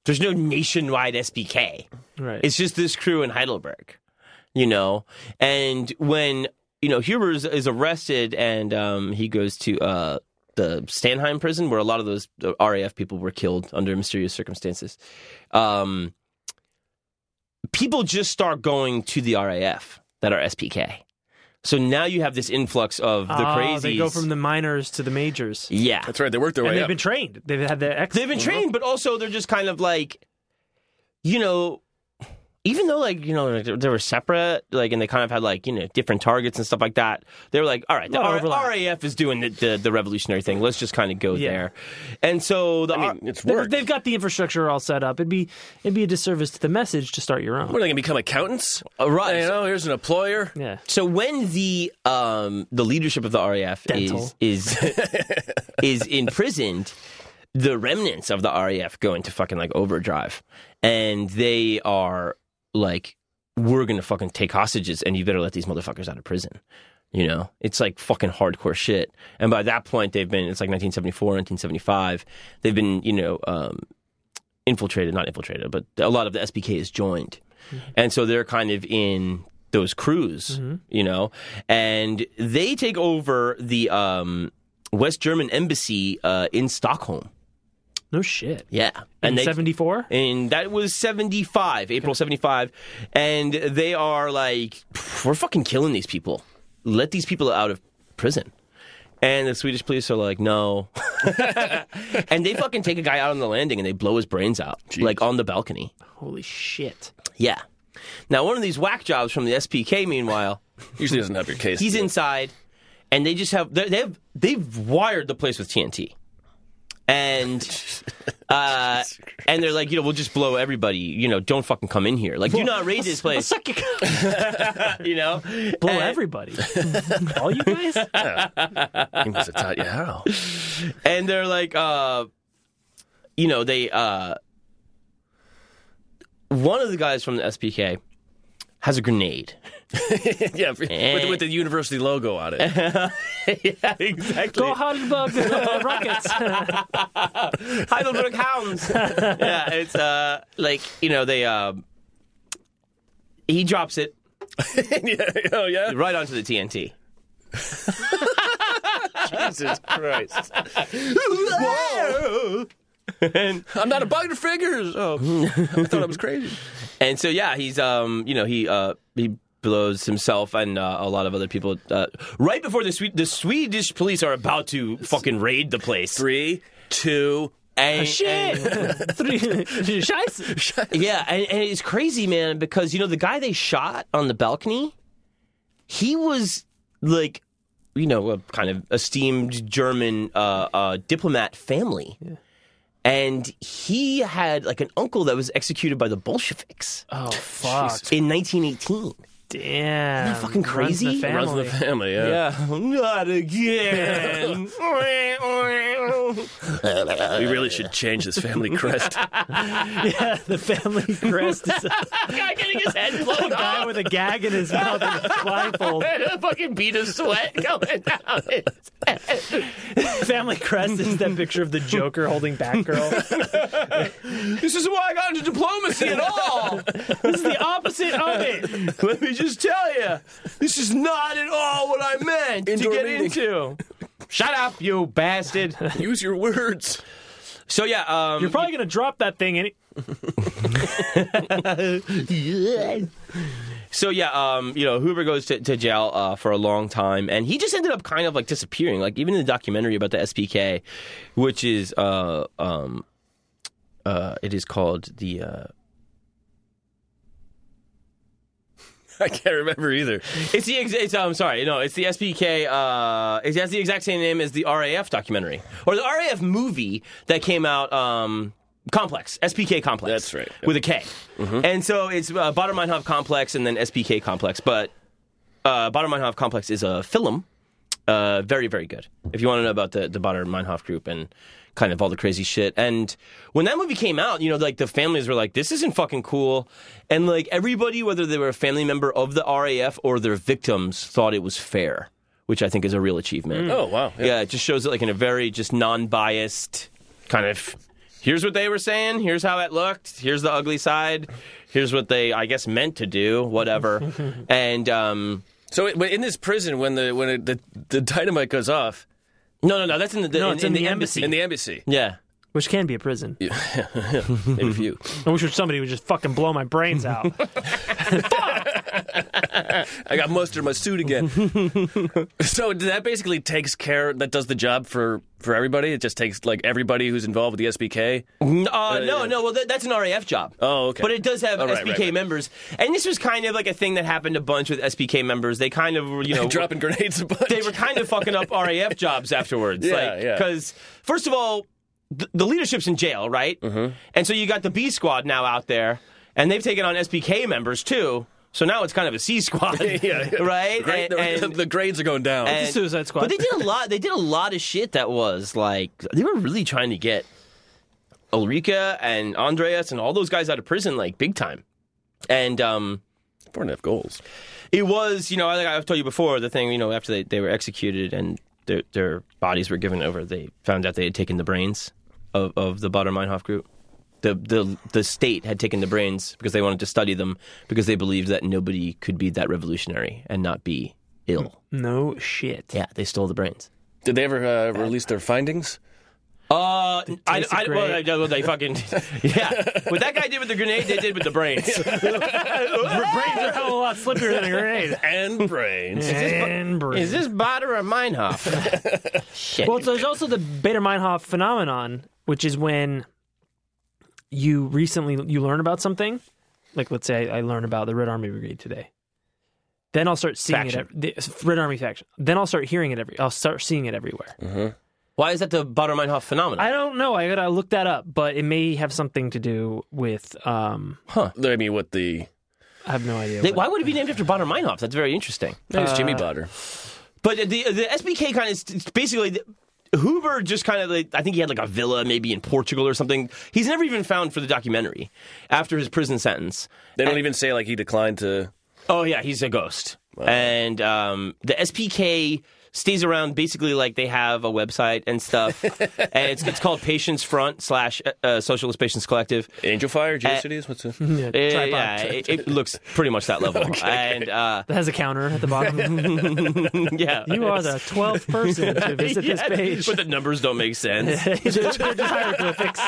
[SPEAKER 2] there's no nationwide SBK.
[SPEAKER 3] Right.
[SPEAKER 2] It's just this crew in Heidelberg, you know. And when you know Huber is, is arrested and um, he goes to uh, the Stanheim prison, where a lot of those uh, RAF people were killed under mysterious circumstances. Um, people just start going to the RAF that are SPK. So now you have this influx of the
[SPEAKER 3] Ah,
[SPEAKER 2] crazies.
[SPEAKER 3] They go from the minors to the majors.
[SPEAKER 2] yeah,
[SPEAKER 5] That's right. They worked their
[SPEAKER 3] and
[SPEAKER 5] way
[SPEAKER 3] they've
[SPEAKER 5] up.
[SPEAKER 3] been trained. They've had their ex.
[SPEAKER 2] They've been trained, but also they're just kind of like, you know, even though like you know they they were separate, like and they kind of had like you know different targets and stuff like that. They were like, all right, the
[SPEAKER 3] Lot of
[SPEAKER 2] R-
[SPEAKER 3] overlap.
[SPEAKER 2] RAF is doing the, the the revolutionary thing. Let's just kind of go
[SPEAKER 3] Yeah.
[SPEAKER 2] there. And so the
[SPEAKER 5] I mean, it's
[SPEAKER 3] They-
[SPEAKER 5] work.
[SPEAKER 3] They've got the infrastructure all set up. It'd be it'd be a disservice to the message to start your
[SPEAKER 5] what
[SPEAKER 3] own.
[SPEAKER 5] are they going to become accountants?
[SPEAKER 2] Uh, right.
[SPEAKER 5] You know, here's an employer.
[SPEAKER 3] Yeah.
[SPEAKER 2] So when the um, the leadership of the RAF
[SPEAKER 3] Dental.
[SPEAKER 2] is is is imprisoned, the remnants of the RAF go into fucking like overdrive, and they are like, "We're gonna fucking take hostages, and you better let these motherfuckers out of prison." You know, it's like fucking hardcore shit. And by that point, they've been it's like 1974, 1975. They've been you know um, infiltrated, not infiltrated, but a lot of the SBK is joined, and so they're kind of in those crews, you know, and they take over the um, West German embassy uh, in Stockholm.
[SPEAKER 3] No shit.
[SPEAKER 2] Yeah,
[SPEAKER 3] In
[SPEAKER 2] and they.
[SPEAKER 3] seventy four.
[SPEAKER 2] and that was 75, April 75. And they are like, we're fucking killing these people. Let these people out of prison. And the Swedish police are like, no. and they fucking take a guy out on the landing and they blow his brains out, like on the balcony.
[SPEAKER 3] Holy shit.
[SPEAKER 2] Yeah. Now, one of these whack jobs from the SPK, meanwhile,
[SPEAKER 5] Usually doesn't help your case.
[SPEAKER 2] he's inside, and they just have they- they've they've wired the place with TNT, and uh, and they're like, you know, we'll just blow everybody. You know, don't fucking come in here. Like, do not raid this place.
[SPEAKER 3] Suck your
[SPEAKER 2] You know,
[SPEAKER 3] blow
[SPEAKER 2] And-
[SPEAKER 3] everybody. all you guys.
[SPEAKER 5] He must have taught you how.
[SPEAKER 2] and they're like uh you know they uh one of the guys from the SPK has a grenade.
[SPEAKER 5] yeah, with,
[SPEAKER 3] Eh.
[SPEAKER 5] with the university logo on it.
[SPEAKER 2] yeah, exactly.
[SPEAKER 3] Go Heidelberg uh, Rockets.
[SPEAKER 2] Heidelberg Hounds. yeah, it's uh like you know they um he drops it
[SPEAKER 5] yeah, oh, yeah.
[SPEAKER 2] right onto the TNT.
[SPEAKER 5] Jesus Christ.
[SPEAKER 2] and,
[SPEAKER 5] I'm not a bugger fingers. Oh, I thought I was crazy.
[SPEAKER 2] and so yeah, he's um you know he uh he blows himself and uh, a lot of other people uh, right before the Swe- the Swedish police are about to fucking raid the place.
[SPEAKER 5] Three, two.
[SPEAKER 2] And,
[SPEAKER 3] Oh, shit. Three. Scheiße.
[SPEAKER 2] and- yeah, and, and it's crazy, man, because you know the guy they shot on the balcony, he was like, you know, a kind of esteemed German uh, uh, diplomat family, and he had like an uncle that was executed by the Bolsheviks
[SPEAKER 3] Oh fuck.
[SPEAKER 2] in 1918.
[SPEAKER 3] Damn. Isn't that
[SPEAKER 2] fucking crazy?
[SPEAKER 3] Runs the
[SPEAKER 2] Runs
[SPEAKER 5] Runs in
[SPEAKER 3] family.
[SPEAKER 5] the family, yeah.
[SPEAKER 2] not again.
[SPEAKER 5] We really should change this family crest.
[SPEAKER 3] yeah, the family crest is a
[SPEAKER 2] guy getting his head blown
[SPEAKER 3] guy with a gag in his mouth and a blindfold.
[SPEAKER 2] a fucking bead of sweat going down his head.
[SPEAKER 3] Family crest is that picture of the Joker holding Batgirl.
[SPEAKER 2] This is why I got into diplomacy at all.
[SPEAKER 3] this is the opposite of it.
[SPEAKER 2] Let me just tell you, this is not at all what I meant
[SPEAKER 5] Indoor
[SPEAKER 2] to get
[SPEAKER 5] meeting.
[SPEAKER 2] into. Shut up, you bastard.
[SPEAKER 5] Use your words.
[SPEAKER 2] So yeah, um,
[SPEAKER 3] You're probably gonna drop that thing any.
[SPEAKER 2] So yeah, um, you know, Hoover goes to, to jail uh, for a long time, and he just ended up kind of like disappearing. Like even in the documentary about the SPK, which is uh, um, uh, it is called the uh,
[SPEAKER 5] I can't remember either.
[SPEAKER 2] it's the ex- it's um sorry no it's the SPK uh it has the exact same name as the RAF documentary or the RAF movie that came out um complex SPK complex
[SPEAKER 5] That's right. Mm-hmm.
[SPEAKER 2] with a K. and so it's uh, Bader Meinhof complex and then SPK complex but uh, Bader Meinhof complex is a film uh very very good if you want to know about the the Bader Meinhof group and kind of all the crazy shit and when that movie came out you know like the families were like this isn't fucking cool and like everybody whether they were a family member of the RAF or their victims thought it was fair which I think is a real achievement
[SPEAKER 5] Oh wow.
[SPEAKER 2] yeah. it just shows it like in a very just non-biased kind of here's what they were saying here's how it looked here's the ugly side here's what they i guess meant to do whatever and um
[SPEAKER 5] So it, but in this prison, when the when it, the the dynamite goes off
[SPEAKER 2] no no no that's in the,
[SPEAKER 3] No, it's in the embassy.
[SPEAKER 5] in the embassy,
[SPEAKER 2] yeah
[SPEAKER 3] Which can be a prison.
[SPEAKER 5] maybe few.
[SPEAKER 3] I wish somebody would just fucking blow my brains out.
[SPEAKER 5] I got mustard in my suit again. so that basically takes care. That does the job for for everybody. It just takes like everybody who's involved with the SBK.
[SPEAKER 2] N- Uh, no, no. Well, that, that's an RAF job.
[SPEAKER 5] Oh, okay.
[SPEAKER 2] But it does have
[SPEAKER 5] Oh, right,
[SPEAKER 2] SBK
[SPEAKER 5] right, right.
[SPEAKER 2] members, and this was kind of like a thing that happened a bunch with SBK members. They kind of, were, you know,
[SPEAKER 5] Dropping grenades a bunch.
[SPEAKER 2] they were kind of fucking up RAF jobs afterwards.
[SPEAKER 5] Yeah,
[SPEAKER 2] like,
[SPEAKER 5] yeah.
[SPEAKER 2] Because first of all, th- the leadership's in jail, right? Mm-hmm. And so you got the B squad now out there, and they've taken on SBK members too. So now it's kind of a C squad,
[SPEAKER 5] yeah, yeah.
[SPEAKER 2] right?
[SPEAKER 5] Gra-
[SPEAKER 2] And-
[SPEAKER 5] the,
[SPEAKER 2] and-
[SPEAKER 5] the grades are going down.
[SPEAKER 2] and-
[SPEAKER 3] Suicide Squad.
[SPEAKER 2] But they did a lot. They did a lot of shit that was like they were really trying to get Ulrika and Andreas and all those guys out of prison like big time. And um,
[SPEAKER 5] Four and a half goals.
[SPEAKER 2] it was you know like I've told you before the thing you know after they, they were executed and their their bodies were given over they found out they had taken the brains of of the Bader Meinhof group. The, the the state had taken the brains because they wanted to study them because they believed that nobody could be that revolutionary and not be ill.
[SPEAKER 3] no shit.
[SPEAKER 2] Yeah, they stole the brains.
[SPEAKER 5] Did they ever uh, release their findings?
[SPEAKER 2] Uh, I,
[SPEAKER 3] taste
[SPEAKER 2] I,
[SPEAKER 3] the
[SPEAKER 2] well,
[SPEAKER 3] grape.
[SPEAKER 2] I- well, they fucking yeah. What that guy did with the grenade, they did with the brains.
[SPEAKER 3] Brains are a hell of a lot slippier than a grenade.
[SPEAKER 5] And brains.
[SPEAKER 3] And brains.
[SPEAKER 2] Is this Bader or Meinhof? Shit.
[SPEAKER 3] Well, so there's also the Bader Meinhof phenomenon, which is when you recently you learn about something. Like, let's say I, I learn about the Red Army Brigade today. Then I'll start seeing
[SPEAKER 2] Faction.
[SPEAKER 3] it. ev- The Red Army faction. Then I'll start hearing it every. I'll start seeing it everywhere.
[SPEAKER 2] Why is that the Bader Meinhof phenomenon?
[SPEAKER 3] I don't know. I gotta look that up, but it may have something to do with. Um,
[SPEAKER 5] I mean, what the?
[SPEAKER 3] I have no idea.
[SPEAKER 2] They-
[SPEAKER 3] what-
[SPEAKER 2] why would it be named after Bader Meinhof? That's very interesting.
[SPEAKER 5] It's Jimmy Botter.
[SPEAKER 2] But the the SBK kind of it's basically. The, Hoover just kind of like I think he had like a villa maybe in Portugal or something. He's never even found for the documentary after his prison sentence.
[SPEAKER 5] They
[SPEAKER 3] Uh,
[SPEAKER 5] don't even say like he declined to.
[SPEAKER 2] Oh yeah, he's a ghost. And um, the SPK stays around basically like they have a website and stuff, and it's, it's called Patients Front slash uh, uh, Socialist Patients Collective.
[SPEAKER 5] Angel Fire,
[SPEAKER 2] Uh,
[SPEAKER 5] Geocities. What's the?
[SPEAKER 3] Yeah,
[SPEAKER 2] Yeah,
[SPEAKER 3] tripod.
[SPEAKER 2] yeah, it, it looks pretty much that level. and uh,
[SPEAKER 3] That has a counter at the bottom.
[SPEAKER 2] yeah,
[SPEAKER 3] you are the twelfth person to visit
[SPEAKER 2] Yeah,
[SPEAKER 3] this page.
[SPEAKER 2] but the numbers don't make sense.
[SPEAKER 3] They're- they're just hieroglyphics.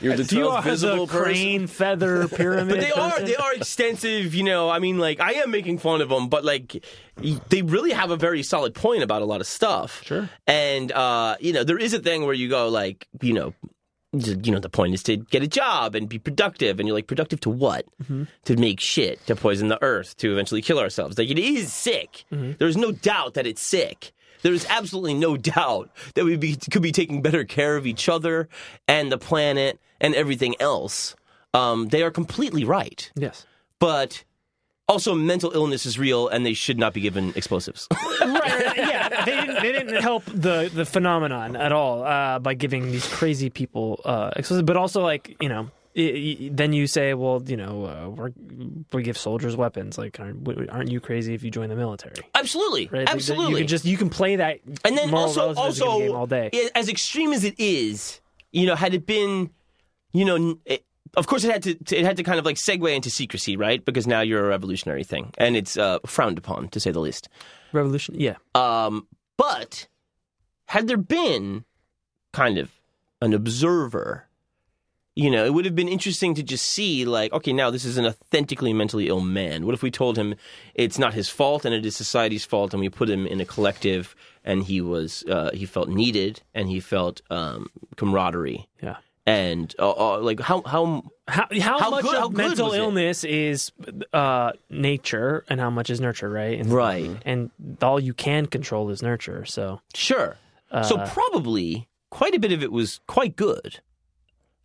[SPEAKER 5] You're the
[SPEAKER 3] You
[SPEAKER 5] 12th
[SPEAKER 3] are
[SPEAKER 5] visible
[SPEAKER 3] the crane feather pyramid.
[SPEAKER 2] But they are
[SPEAKER 3] person.
[SPEAKER 2] they are extensive, you know. I mean, like I am making fun of them, but like y- they really have a very solid point about a lot of stuff. Sure. And uh, you know, there is a thing where you go like, you know, y- you know, the point is to get a job and be productive, and you're like, productive to what?
[SPEAKER 3] Mm-hmm.
[SPEAKER 2] To make shit, to poison the earth, to eventually kill ourselves. Like it is sick.
[SPEAKER 3] Mm-hmm.
[SPEAKER 2] There's no doubt that it's sick. There is absolutely no doubt that we be, could be taking better care of each other and the planet and everything else. Um, they are completely right,
[SPEAKER 3] Yes.
[SPEAKER 2] but also mental illness is real, and they should not be given explosives.
[SPEAKER 3] Right, right, yeah, they didn't, they didn't help the, the phenomenon at all uh, by giving these crazy people uh, explosives. But also, like you know, i i then you say, well, you know, uh, we're, we give soldiers weapons. Like, aren't, w- aren't you crazy if you join the military?
[SPEAKER 2] absolutely,
[SPEAKER 3] Right? Like, that-
[SPEAKER 2] absolutely.
[SPEAKER 3] you can just you can play that
[SPEAKER 2] and then
[SPEAKER 3] moral
[SPEAKER 2] also,
[SPEAKER 3] relativism
[SPEAKER 2] also,
[SPEAKER 3] game all day.
[SPEAKER 2] i- as extreme as it is, you know, had it been, you know, n- it, of course, it had to, to it had to kind of like segue into secrecy, right? Because now you're a revolutionary thing, and it's uh, frowned upon to say the least.
[SPEAKER 3] Revolution. Yeah.
[SPEAKER 2] Um, but had there been kind of an observer, you know, it would have been interesting to just see, like, okay, now this is an authentically mentally ill man. What if we told him it's not his fault and it is society's fault, and we put him in a collective, and he was uh, he felt needed and he felt um, camaraderie
[SPEAKER 3] Yeah.
[SPEAKER 2] and uh, uh, like how how
[SPEAKER 3] How, how,
[SPEAKER 2] How
[SPEAKER 3] much
[SPEAKER 2] good-
[SPEAKER 3] of
[SPEAKER 2] how good
[SPEAKER 3] mental
[SPEAKER 2] was it?
[SPEAKER 3] illness is uh, nature and how much is nurture, right? And,
[SPEAKER 2] Right.
[SPEAKER 3] And all you can control is nurture. So
[SPEAKER 2] sure.
[SPEAKER 3] Uh.
[SPEAKER 2] so probably quite a bit of it was quite good.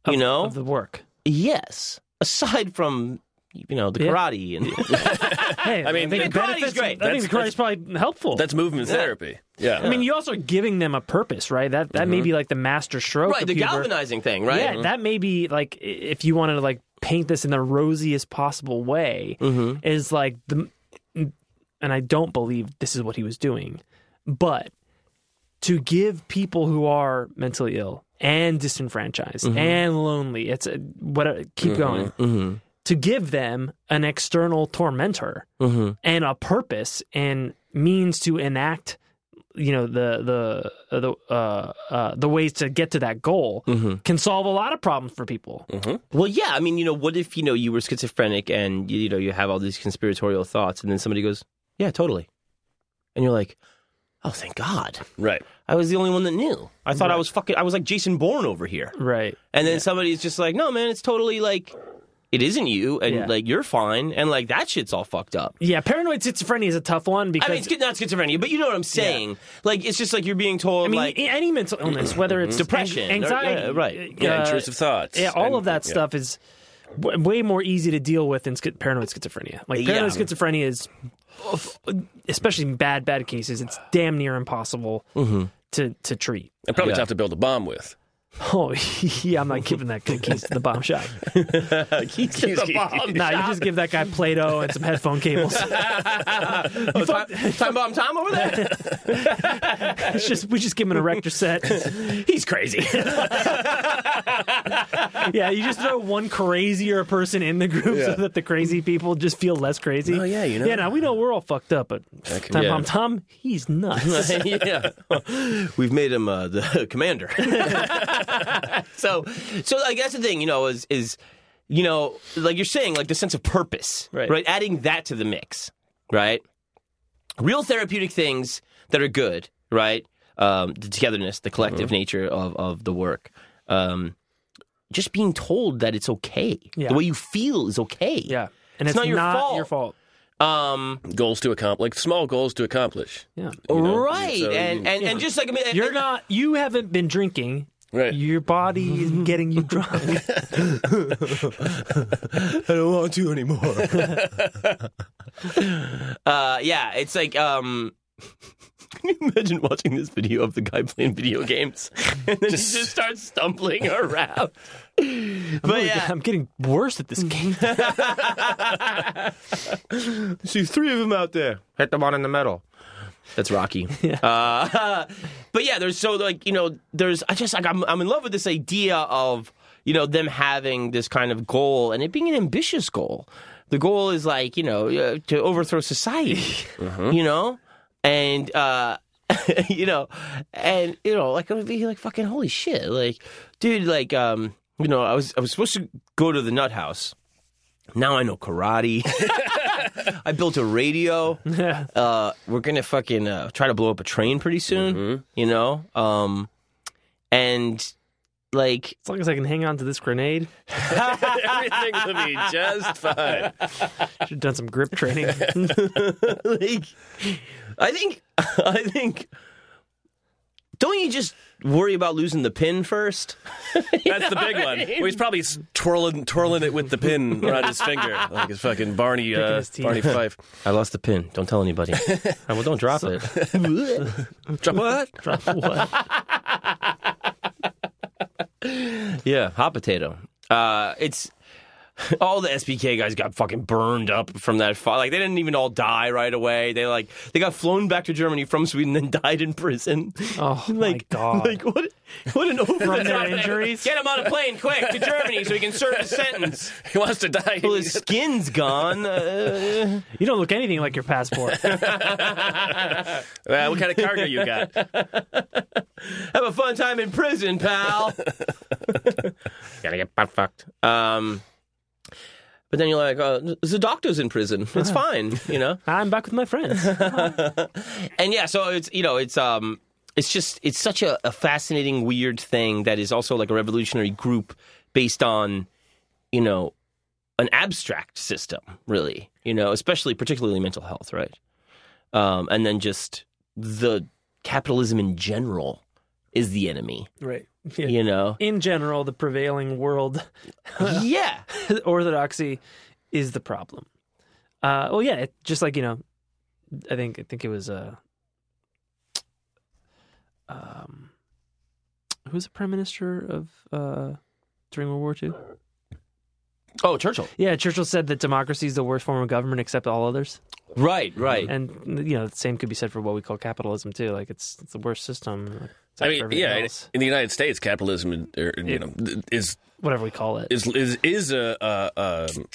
[SPEAKER 2] You
[SPEAKER 3] Of-
[SPEAKER 2] know,
[SPEAKER 3] of the work.
[SPEAKER 2] Yes. Aside from you know the
[SPEAKER 3] Yeah.
[SPEAKER 2] karate and
[SPEAKER 3] Hey, I
[SPEAKER 5] mean,
[SPEAKER 3] mean, I think
[SPEAKER 5] the
[SPEAKER 3] it
[SPEAKER 2] karate's
[SPEAKER 3] benefits-
[SPEAKER 2] great.
[SPEAKER 3] I think the
[SPEAKER 5] That's-
[SPEAKER 3] karate's probably helpful.
[SPEAKER 5] That's movement therapy. Yeah.
[SPEAKER 3] I mean, you also are giving them a purpose, right? That that may be like the master stroke.
[SPEAKER 2] right
[SPEAKER 3] of
[SPEAKER 2] the
[SPEAKER 3] puber.
[SPEAKER 2] galvanizing thing, right?
[SPEAKER 3] Yeah, that may be like i- if you wanted to like paint this in the rosiest possible way, is like the, and I don't believe this is what he was doing, but to give people who are mentally ill and disenfranchised and lonely, it's a, what a, keep going. To give them an external tormentor and a purpose and means to enact you know the the uh, the uh, uh, the ways to get to that goal can solve a lot of problems for people.
[SPEAKER 2] Well, yeah. I mean, you know, what if you know you were schizophrenic and you, you know you have all these conspiratorial thoughts, and then somebody goes, "Yeah, totally," and you're like, "Oh, thank God."
[SPEAKER 5] Right.
[SPEAKER 2] I was the only one that knew. I thought I was fucking. I was like Jason Bourne over here,
[SPEAKER 3] Right.
[SPEAKER 2] and then somebody's just like, "No, man, it's totally like, it isn't you, and
[SPEAKER 3] Yeah.
[SPEAKER 2] like you're fine, and like that shit's all fucked up."
[SPEAKER 3] Yeah. Paranoid schizophrenia is a tough one because
[SPEAKER 2] I mean, it's good- not schizophrenia, but you know what I'm saying. Like, it's just like you're being told,
[SPEAKER 3] I mean,
[SPEAKER 2] like,
[SPEAKER 3] a- any mental illness, whether it's
[SPEAKER 2] Depression,
[SPEAKER 3] an- anxiety,
[SPEAKER 2] or- yeah, right.
[SPEAKER 5] Yeah.
[SPEAKER 3] uh,
[SPEAKER 5] intrusive thoughts.
[SPEAKER 3] yeah, all
[SPEAKER 5] And-
[SPEAKER 3] of that
[SPEAKER 5] yeah.
[SPEAKER 3] stuff is w- way more easy to deal with than schi- paranoid schizophrenia. Like paranoid
[SPEAKER 2] Yeah.
[SPEAKER 3] schizophrenia is, especially in bad bad cases, it's damn near impossible to to treat.
[SPEAKER 5] And probably
[SPEAKER 2] Yeah.
[SPEAKER 5] tough to build a bomb with.
[SPEAKER 3] Oh yeah, I'm not giving that good keys to the bomb shop. Nah, you just give that guy Play-Doh and some headphone cables.
[SPEAKER 2] Oh, time, time bomb Tom over there?
[SPEAKER 3] It's just we just give him an erector set.
[SPEAKER 2] He's crazy.
[SPEAKER 3] Yeah, you just throw one crazier person in the group so that the crazy people just feel less crazy.
[SPEAKER 5] Oh, yeah, you know.
[SPEAKER 3] Yeah, now we know we're all fucked up, but Tom
[SPEAKER 2] yeah.
[SPEAKER 3] Tom Tom, he's nuts.
[SPEAKER 2] yeah, we've made him uh, the commander. so, so like that's the thing, you know, is is you know, like you're saying, like the sense of purpose,
[SPEAKER 3] Right.
[SPEAKER 2] right? Adding that to the mix, right? Real therapeutic things that are good, right? Um, the togetherness, the collective nature of of the work. Um, just being told that it's okay,
[SPEAKER 3] Yeah.
[SPEAKER 2] the way you feel is okay.
[SPEAKER 3] yeah, and
[SPEAKER 2] It's
[SPEAKER 3] it's,
[SPEAKER 2] not your fault.
[SPEAKER 3] Your fault.
[SPEAKER 2] Um,
[SPEAKER 5] Goals to accomplish, like small goals to accomplish.
[SPEAKER 3] Yeah,
[SPEAKER 5] know,
[SPEAKER 2] right,
[SPEAKER 5] so
[SPEAKER 2] and
[SPEAKER 5] you-
[SPEAKER 2] and, and just like I mean, and-
[SPEAKER 3] you're not. You haven't been drinking.
[SPEAKER 5] Right.
[SPEAKER 3] Your body is getting you drunk.
[SPEAKER 2] I don't want to anymore. uh, yeah, it's like um. Can you imagine watching this video of the guy playing video games, and then he just starts stumbling around? But yeah,
[SPEAKER 3] I'm getting worse at this game.
[SPEAKER 2] see three of them out there. Hit them on in the metal. That's Rocky. Uh, but yeah, there's so like you know, there's I just like I'm I'm in love with this idea of you know them having this kind of goal and it being an ambitious goal. The goal is like you know uh, to overthrow society, you know, and uh, you know, and you know like it would be like fucking holy shit, like dude, like um you know I was I was supposed to go to the nut house. Now I know karate. I built a radio uh, we're gonna fucking uh, try to blow up a train pretty soon. You know, um, and like
[SPEAKER 3] As long as I can hang on to this grenade,
[SPEAKER 5] Everything will be just fine.
[SPEAKER 3] should have done some grip training.
[SPEAKER 2] like I think I think don't you just worry about losing the pin first?
[SPEAKER 5] That's the big one. Well, he's probably s- twirling, twirling it with the pin around his finger, like his fucking Barney, uh,
[SPEAKER 3] his teeth.
[SPEAKER 5] Barney Fife.
[SPEAKER 2] I lost the pin. Don't tell anybody. I, well, don't drop it.
[SPEAKER 5] Drop what?
[SPEAKER 3] Drop what?
[SPEAKER 2] Yeah, hot potato. Uh, it's all the SBK guys got fucking burned up from that fight. Like they didn't even all die right away. They like they got flown back to Germany from Sweden and died in prison.
[SPEAKER 3] Oh, my
[SPEAKER 2] like,
[SPEAKER 3] God.
[SPEAKER 2] Like what? What an over the
[SPEAKER 3] their
[SPEAKER 2] top
[SPEAKER 3] injuries?
[SPEAKER 2] Get him on a plane quick to Germany so he can serve his sentence.
[SPEAKER 5] He wants to die.
[SPEAKER 2] Well, his skin's gone. Uh,
[SPEAKER 3] You don't look anything like your passport.
[SPEAKER 5] Uh, what kind of cargo you got?
[SPEAKER 2] have a fun time in prison, pal. Gotta get butt fucked. Um, but then you're like, oh, the doctor's in prison. It's fine, you know.
[SPEAKER 3] I'm back with my friends.
[SPEAKER 2] and yeah, so it's you know it's um it's just it's such a, a fascinating weird thing that is also like a revolutionary group based on you know an abstract system really you know especially particularly mental health right um, and then just the capitalism in general is the enemy
[SPEAKER 3] Right. Yeah.
[SPEAKER 2] you know
[SPEAKER 3] In general, the prevailing world
[SPEAKER 2] yeah
[SPEAKER 3] orthodoxy is the problem. Uh, well, yeah, it, just like you know, I think I think it was uh, um, who was the prime minister of uh, during World War II?
[SPEAKER 2] oh churchill
[SPEAKER 3] Yeah, Churchill said that democracy is the worst form of government except all others,
[SPEAKER 2] right right
[SPEAKER 3] and you know, the same could be said for what we call capitalism too. Like it's it's the worst system. except
[SPEAKER 5] I
[SPEAKER 3] for
[SPEAKER 5] mean,
[SPEAKER 3] everything
[SPEAKER 5] yeah, in,
[SPEAKER 3] else,
[SPEAKER 5] in the United States, capitalism, in- er, you know, is
[SPEAKER 3] whatever we call it.
[SPEAKER 5] is is is a uh, um,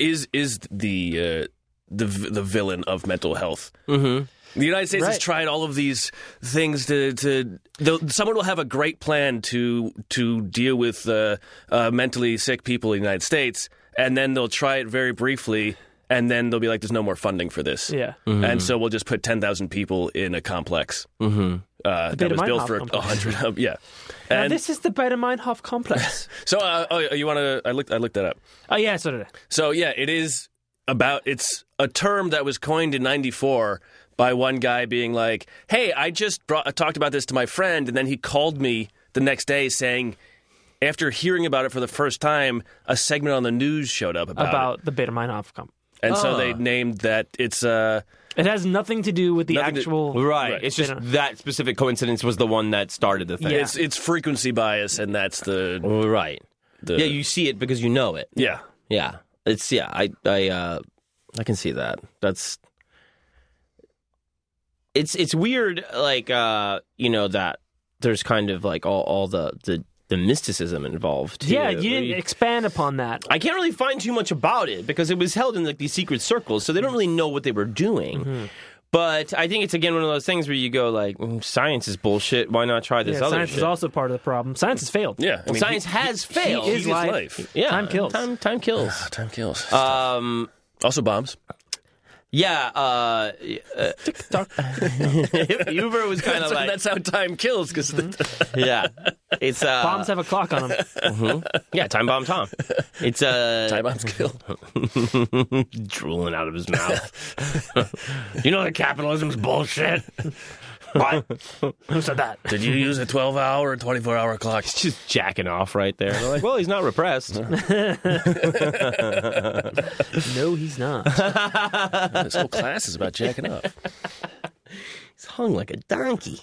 [SPEAKER 5] is is the uh, the v- the villain of mental health.
[SPEAKER 2] mm-hmm.
[SPEAKER 5] The United States has
[SPEAKER 3] Right.
[SPEAKER 5] tried all of these things to to. they'll- Someone will have a great plan to to deal with uh, uh, mentally sick people in the United States, and then they'll try it very briefly, and then they'll be like, "There's no more funding for this."
[SPEAKER 3] yeah.
[SPEAKER 2] Mm. Mm-hmm.
[SPEAKER 5] And so we'll just put 10,000 people in a complex
[SPEAKER 2] Mm-hmm.
[SPEAKER 5] uh, that
[SPEAKER 3] Beta
[SPEAKER 5] was built
[SPEAKER 3] Meinhof
[SPEAKER 5] for a
[SPEAKER 3] complex.
[SPEAKER 5] 100. yeah.
[SPEAKER 3] Now,
[SPEAKER 5] And
[SPEAKER 3] this is the Beta Meinhof complex.
[SPEAKER 5] so uh, oh, you want to I looked I looked that up.
[SPEAKER 3] oh yeah, so did I.
[SPEAKER 5] So yeah, it is about it's a term that was coined in 94 by one guy being like, "Hey, I just brought, I talked about this to my friend and then he called me the next day saying after hearing about it for the first time, a segment on the news showed up about,
[SPEAKER 3] about oh. the Beta Meinhof comp.
[SPEAKER 5] it. And so they named that it's uh
[SPEAKER 3] It has nothing to do with the
[SPEAKER 5] Nothing to-
[SPEAKER 3] actual.
[SPEAKER 2] right it's just
[SPEAKER 3] They don't-
[SPEAKER 2] that specific coincidence was the one that started the thing
[SPEAKER 3] Yeah.
[SPEAKER 5] it's it's frequency bias and that's the
[SPEAKER 2] right
[SPEAKER 5] the
[SPEAKER 2] yeah you see it because you know it
[SPEAKER 5] yeah.
[SPEAKER 2] Yeah, it's yeah. I I uh, I can see that. That's it's it's weird. Like uh, you know that there's kind of like all all the the, the mysticism involved. too.
[SPEAKER 3] yeah, you didn't expand upon that.
[SPEAKER 2] I can't really find too much about it because it was held in like these secret circles, so they don't really know what they were doing.
[SPEAKER 5] Mm-hmm.
[SPEAKER 2] But I think it's again one of those things where you go like, "Mm, science is bullshit. Why not try this
[SPEAKER 3] Yeah,
[SPEAKER 2] other
[SPEAKER 3] science
[SPEAKER 2] shit?
[SPEAKER 3] is also part of the problem. Science has failed.
[SPEAKER 5] Yeah. I mean,
[SPEAKER 2] science has failed.
[SPEAKER 5] he,
[SPEAKER 3] is
[SPEAKER 5] is
[SPEAKER 3] life.
[SPEAKER 5] life. Ah,
[SPEAKER 2] yeah,
[SPEAKER 3] time kills.
[SPEAKER 2] Time time kills.
[SPEAKER 5] Time kills.
[SPEAKER 2] Um,
[SPEAKER 5] also bombs.
[SPEAKER 2] Yeah, uh, uh Uber was kind of like Mm-hmm.
[SPEAKER 5] that's how time kills because
[SPEAKER 2] yeah. It's uh
[SPEAKER 3] Bombs have a clock on them.
[SPEAKER 2] yeah, time bomb Tom. It's uh
[SPEAKER 5] time bombs kill.
[SPEAKER 2] drooling out of his mouth. you know that capitalism's bullshit. What?
[SPEAKER 3] Who said that?
[SPEAKER 5] Did you use a 12 hour or 24 hour clock?
[SPEAKER 2] He's just jacking off right there. They're like, well, he's not repressed.
[SPEAKER 3] No, he's not.
[SPEAKER 5] This whole class is about jacking up.
[SPEAKER 2] He's hung like a donkey.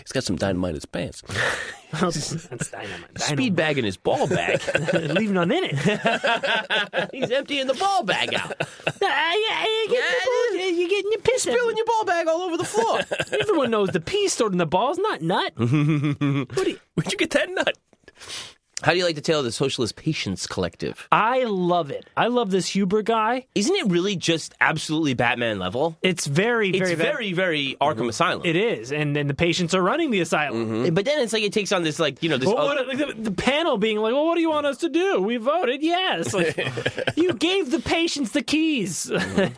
[SPEAKER 5] He's got some dynamite in his pants.
[SPEAKER 3] That's dynamite.
[SPEAKER 2] Speed bagging his ball back.
[SPEAKER 3] dynamite. Leave none in it.
[SPEAKER 2] he's emptying the ball bag out.
[SPEAKER 3] Ah, yeah, you get your ball- you're getting your piss.
[SPEAKER 2] Spilling your ball bag all over the floor.
[SPEAKER 3] Everyone knows the pee stored in the ball's not nut.
[SPEAKER 5] Where'd you get that nut?
[SPEAKER 2] How do you like the tale of the Socialist Patience Collective?
[SPEAKER 3] I love it. I love this Huber guy.
[SPEAKER 2] Isn't it really just absolutely Batman level?
[SPEAKER 3] It's very,
[SPEAKER 2] It's
[SPEAKER 3] very,
[SPEAKER 2] very, very, Arkham Asylum. Mm-hmm.
[SPEAKER 3] It is, and then the patients are running the asylum.
[SPEAKER 2] But then it's like it takes on this like you know this.
[SPEAKER 3] Well,
[SPEAKER 2] other-
[SPEAKER 3] what, like, the, the panel being like, "Well, what do you want us to do? We voted yes. Like, you gave the patients the keys,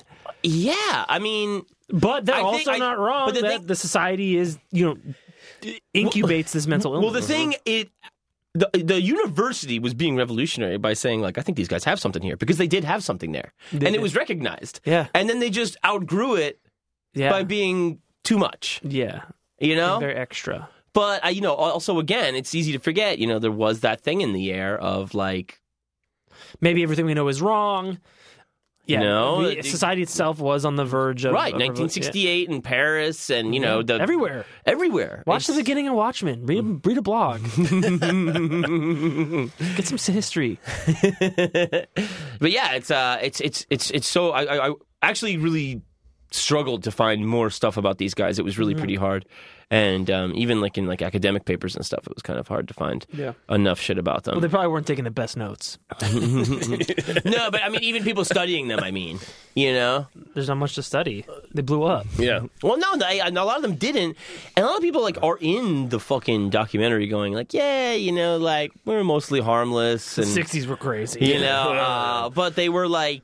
[SPEAKER 2] yeah, I mean,
[SPEAKER 3] but they're
[SPEAKER 2] I
[SPEAKER 3] also
[SPEAKER 2] think I-
[SPEAKER 3] not wrong.
[SPEAKER 2] but the
[SPEAKER 3] that
[SPEAKER 2] thing-
[SPEAKER 3] the society is, you know, incubates this mental
[SPEAKER 2] well
[SPEAKER 3] illness.
[SPEAKER 2] the thing it. The, the university was being revolutionary by saying like I think these guys have something here because they did have something there and
[SPEAKER 3] did.
[SPEAKER 2] it was recognized
[SPEAKER 3] Yeah.
[SPEAKER 2] and then they just outgrew it
[SPEAKER 3] yeah,
[SPEAKER 2] by being too much
[SPEAKER 3] yeah,
[SPEAKER 2] you know
[SPEAKER 3] they're extra.
[SPEAKER 2] but I you know also again it's easy to forget you know there was that thing in the air of like
[SPEAKER 3] Maybe everything we know is wrong. yeah,
[SPEAKER 2] know,
[SPEAKER 3] the
[SPEAKER 2] it-
[SPEAKER 3] society itself was on the verge of
[SPEAKER 2] Right,
[SPEAKER 3] of- of-
[SPEAKER 2] 1968 in Paris, and you know
[SPEAKER 3] yeah.
[SPEAKER 2] the
[SPEAKER 3] everywhere.
[SPEAKER 2] everywhere.
[SPEAKER 3] Watch the
[SPEAKER 2] It's-
[SPEAKER 3] beginning of Watchmen. Read, a- read a blog. Get some history.
[SPEAKER 2] but yeah, it's uh, it's it's it's it's so I, I, I actually really struggled to find more stuff about these guys. It was really
[SPEAKER 3] Mm-hmm.
[SPEAKER 2] pretty hard, and um, even like in like academic papers and stuff, it was kind of hard to find
[SPEAKER 3] Yeah.
[SPEAKER 2] enough shit about them.
[SPEAKER 3] Well, they probably weren't taking the best notes.
[SPEAKER 2] no, but I mean, even people studying them. I mean, you know,
[SPEAKER 3] There's not much to study. They blew up.
[SPEAKER 5] Yeah.
[SPEAKER 2] Well, no, they, and a lot of them didn't, and a lot of people like are in the fucking documentary, going like, yeah, you know, like we're mostly harmless and
[SPEAKER 3] Sixties were crazy.
[SPEAKER 2] you know, uh, but they were like.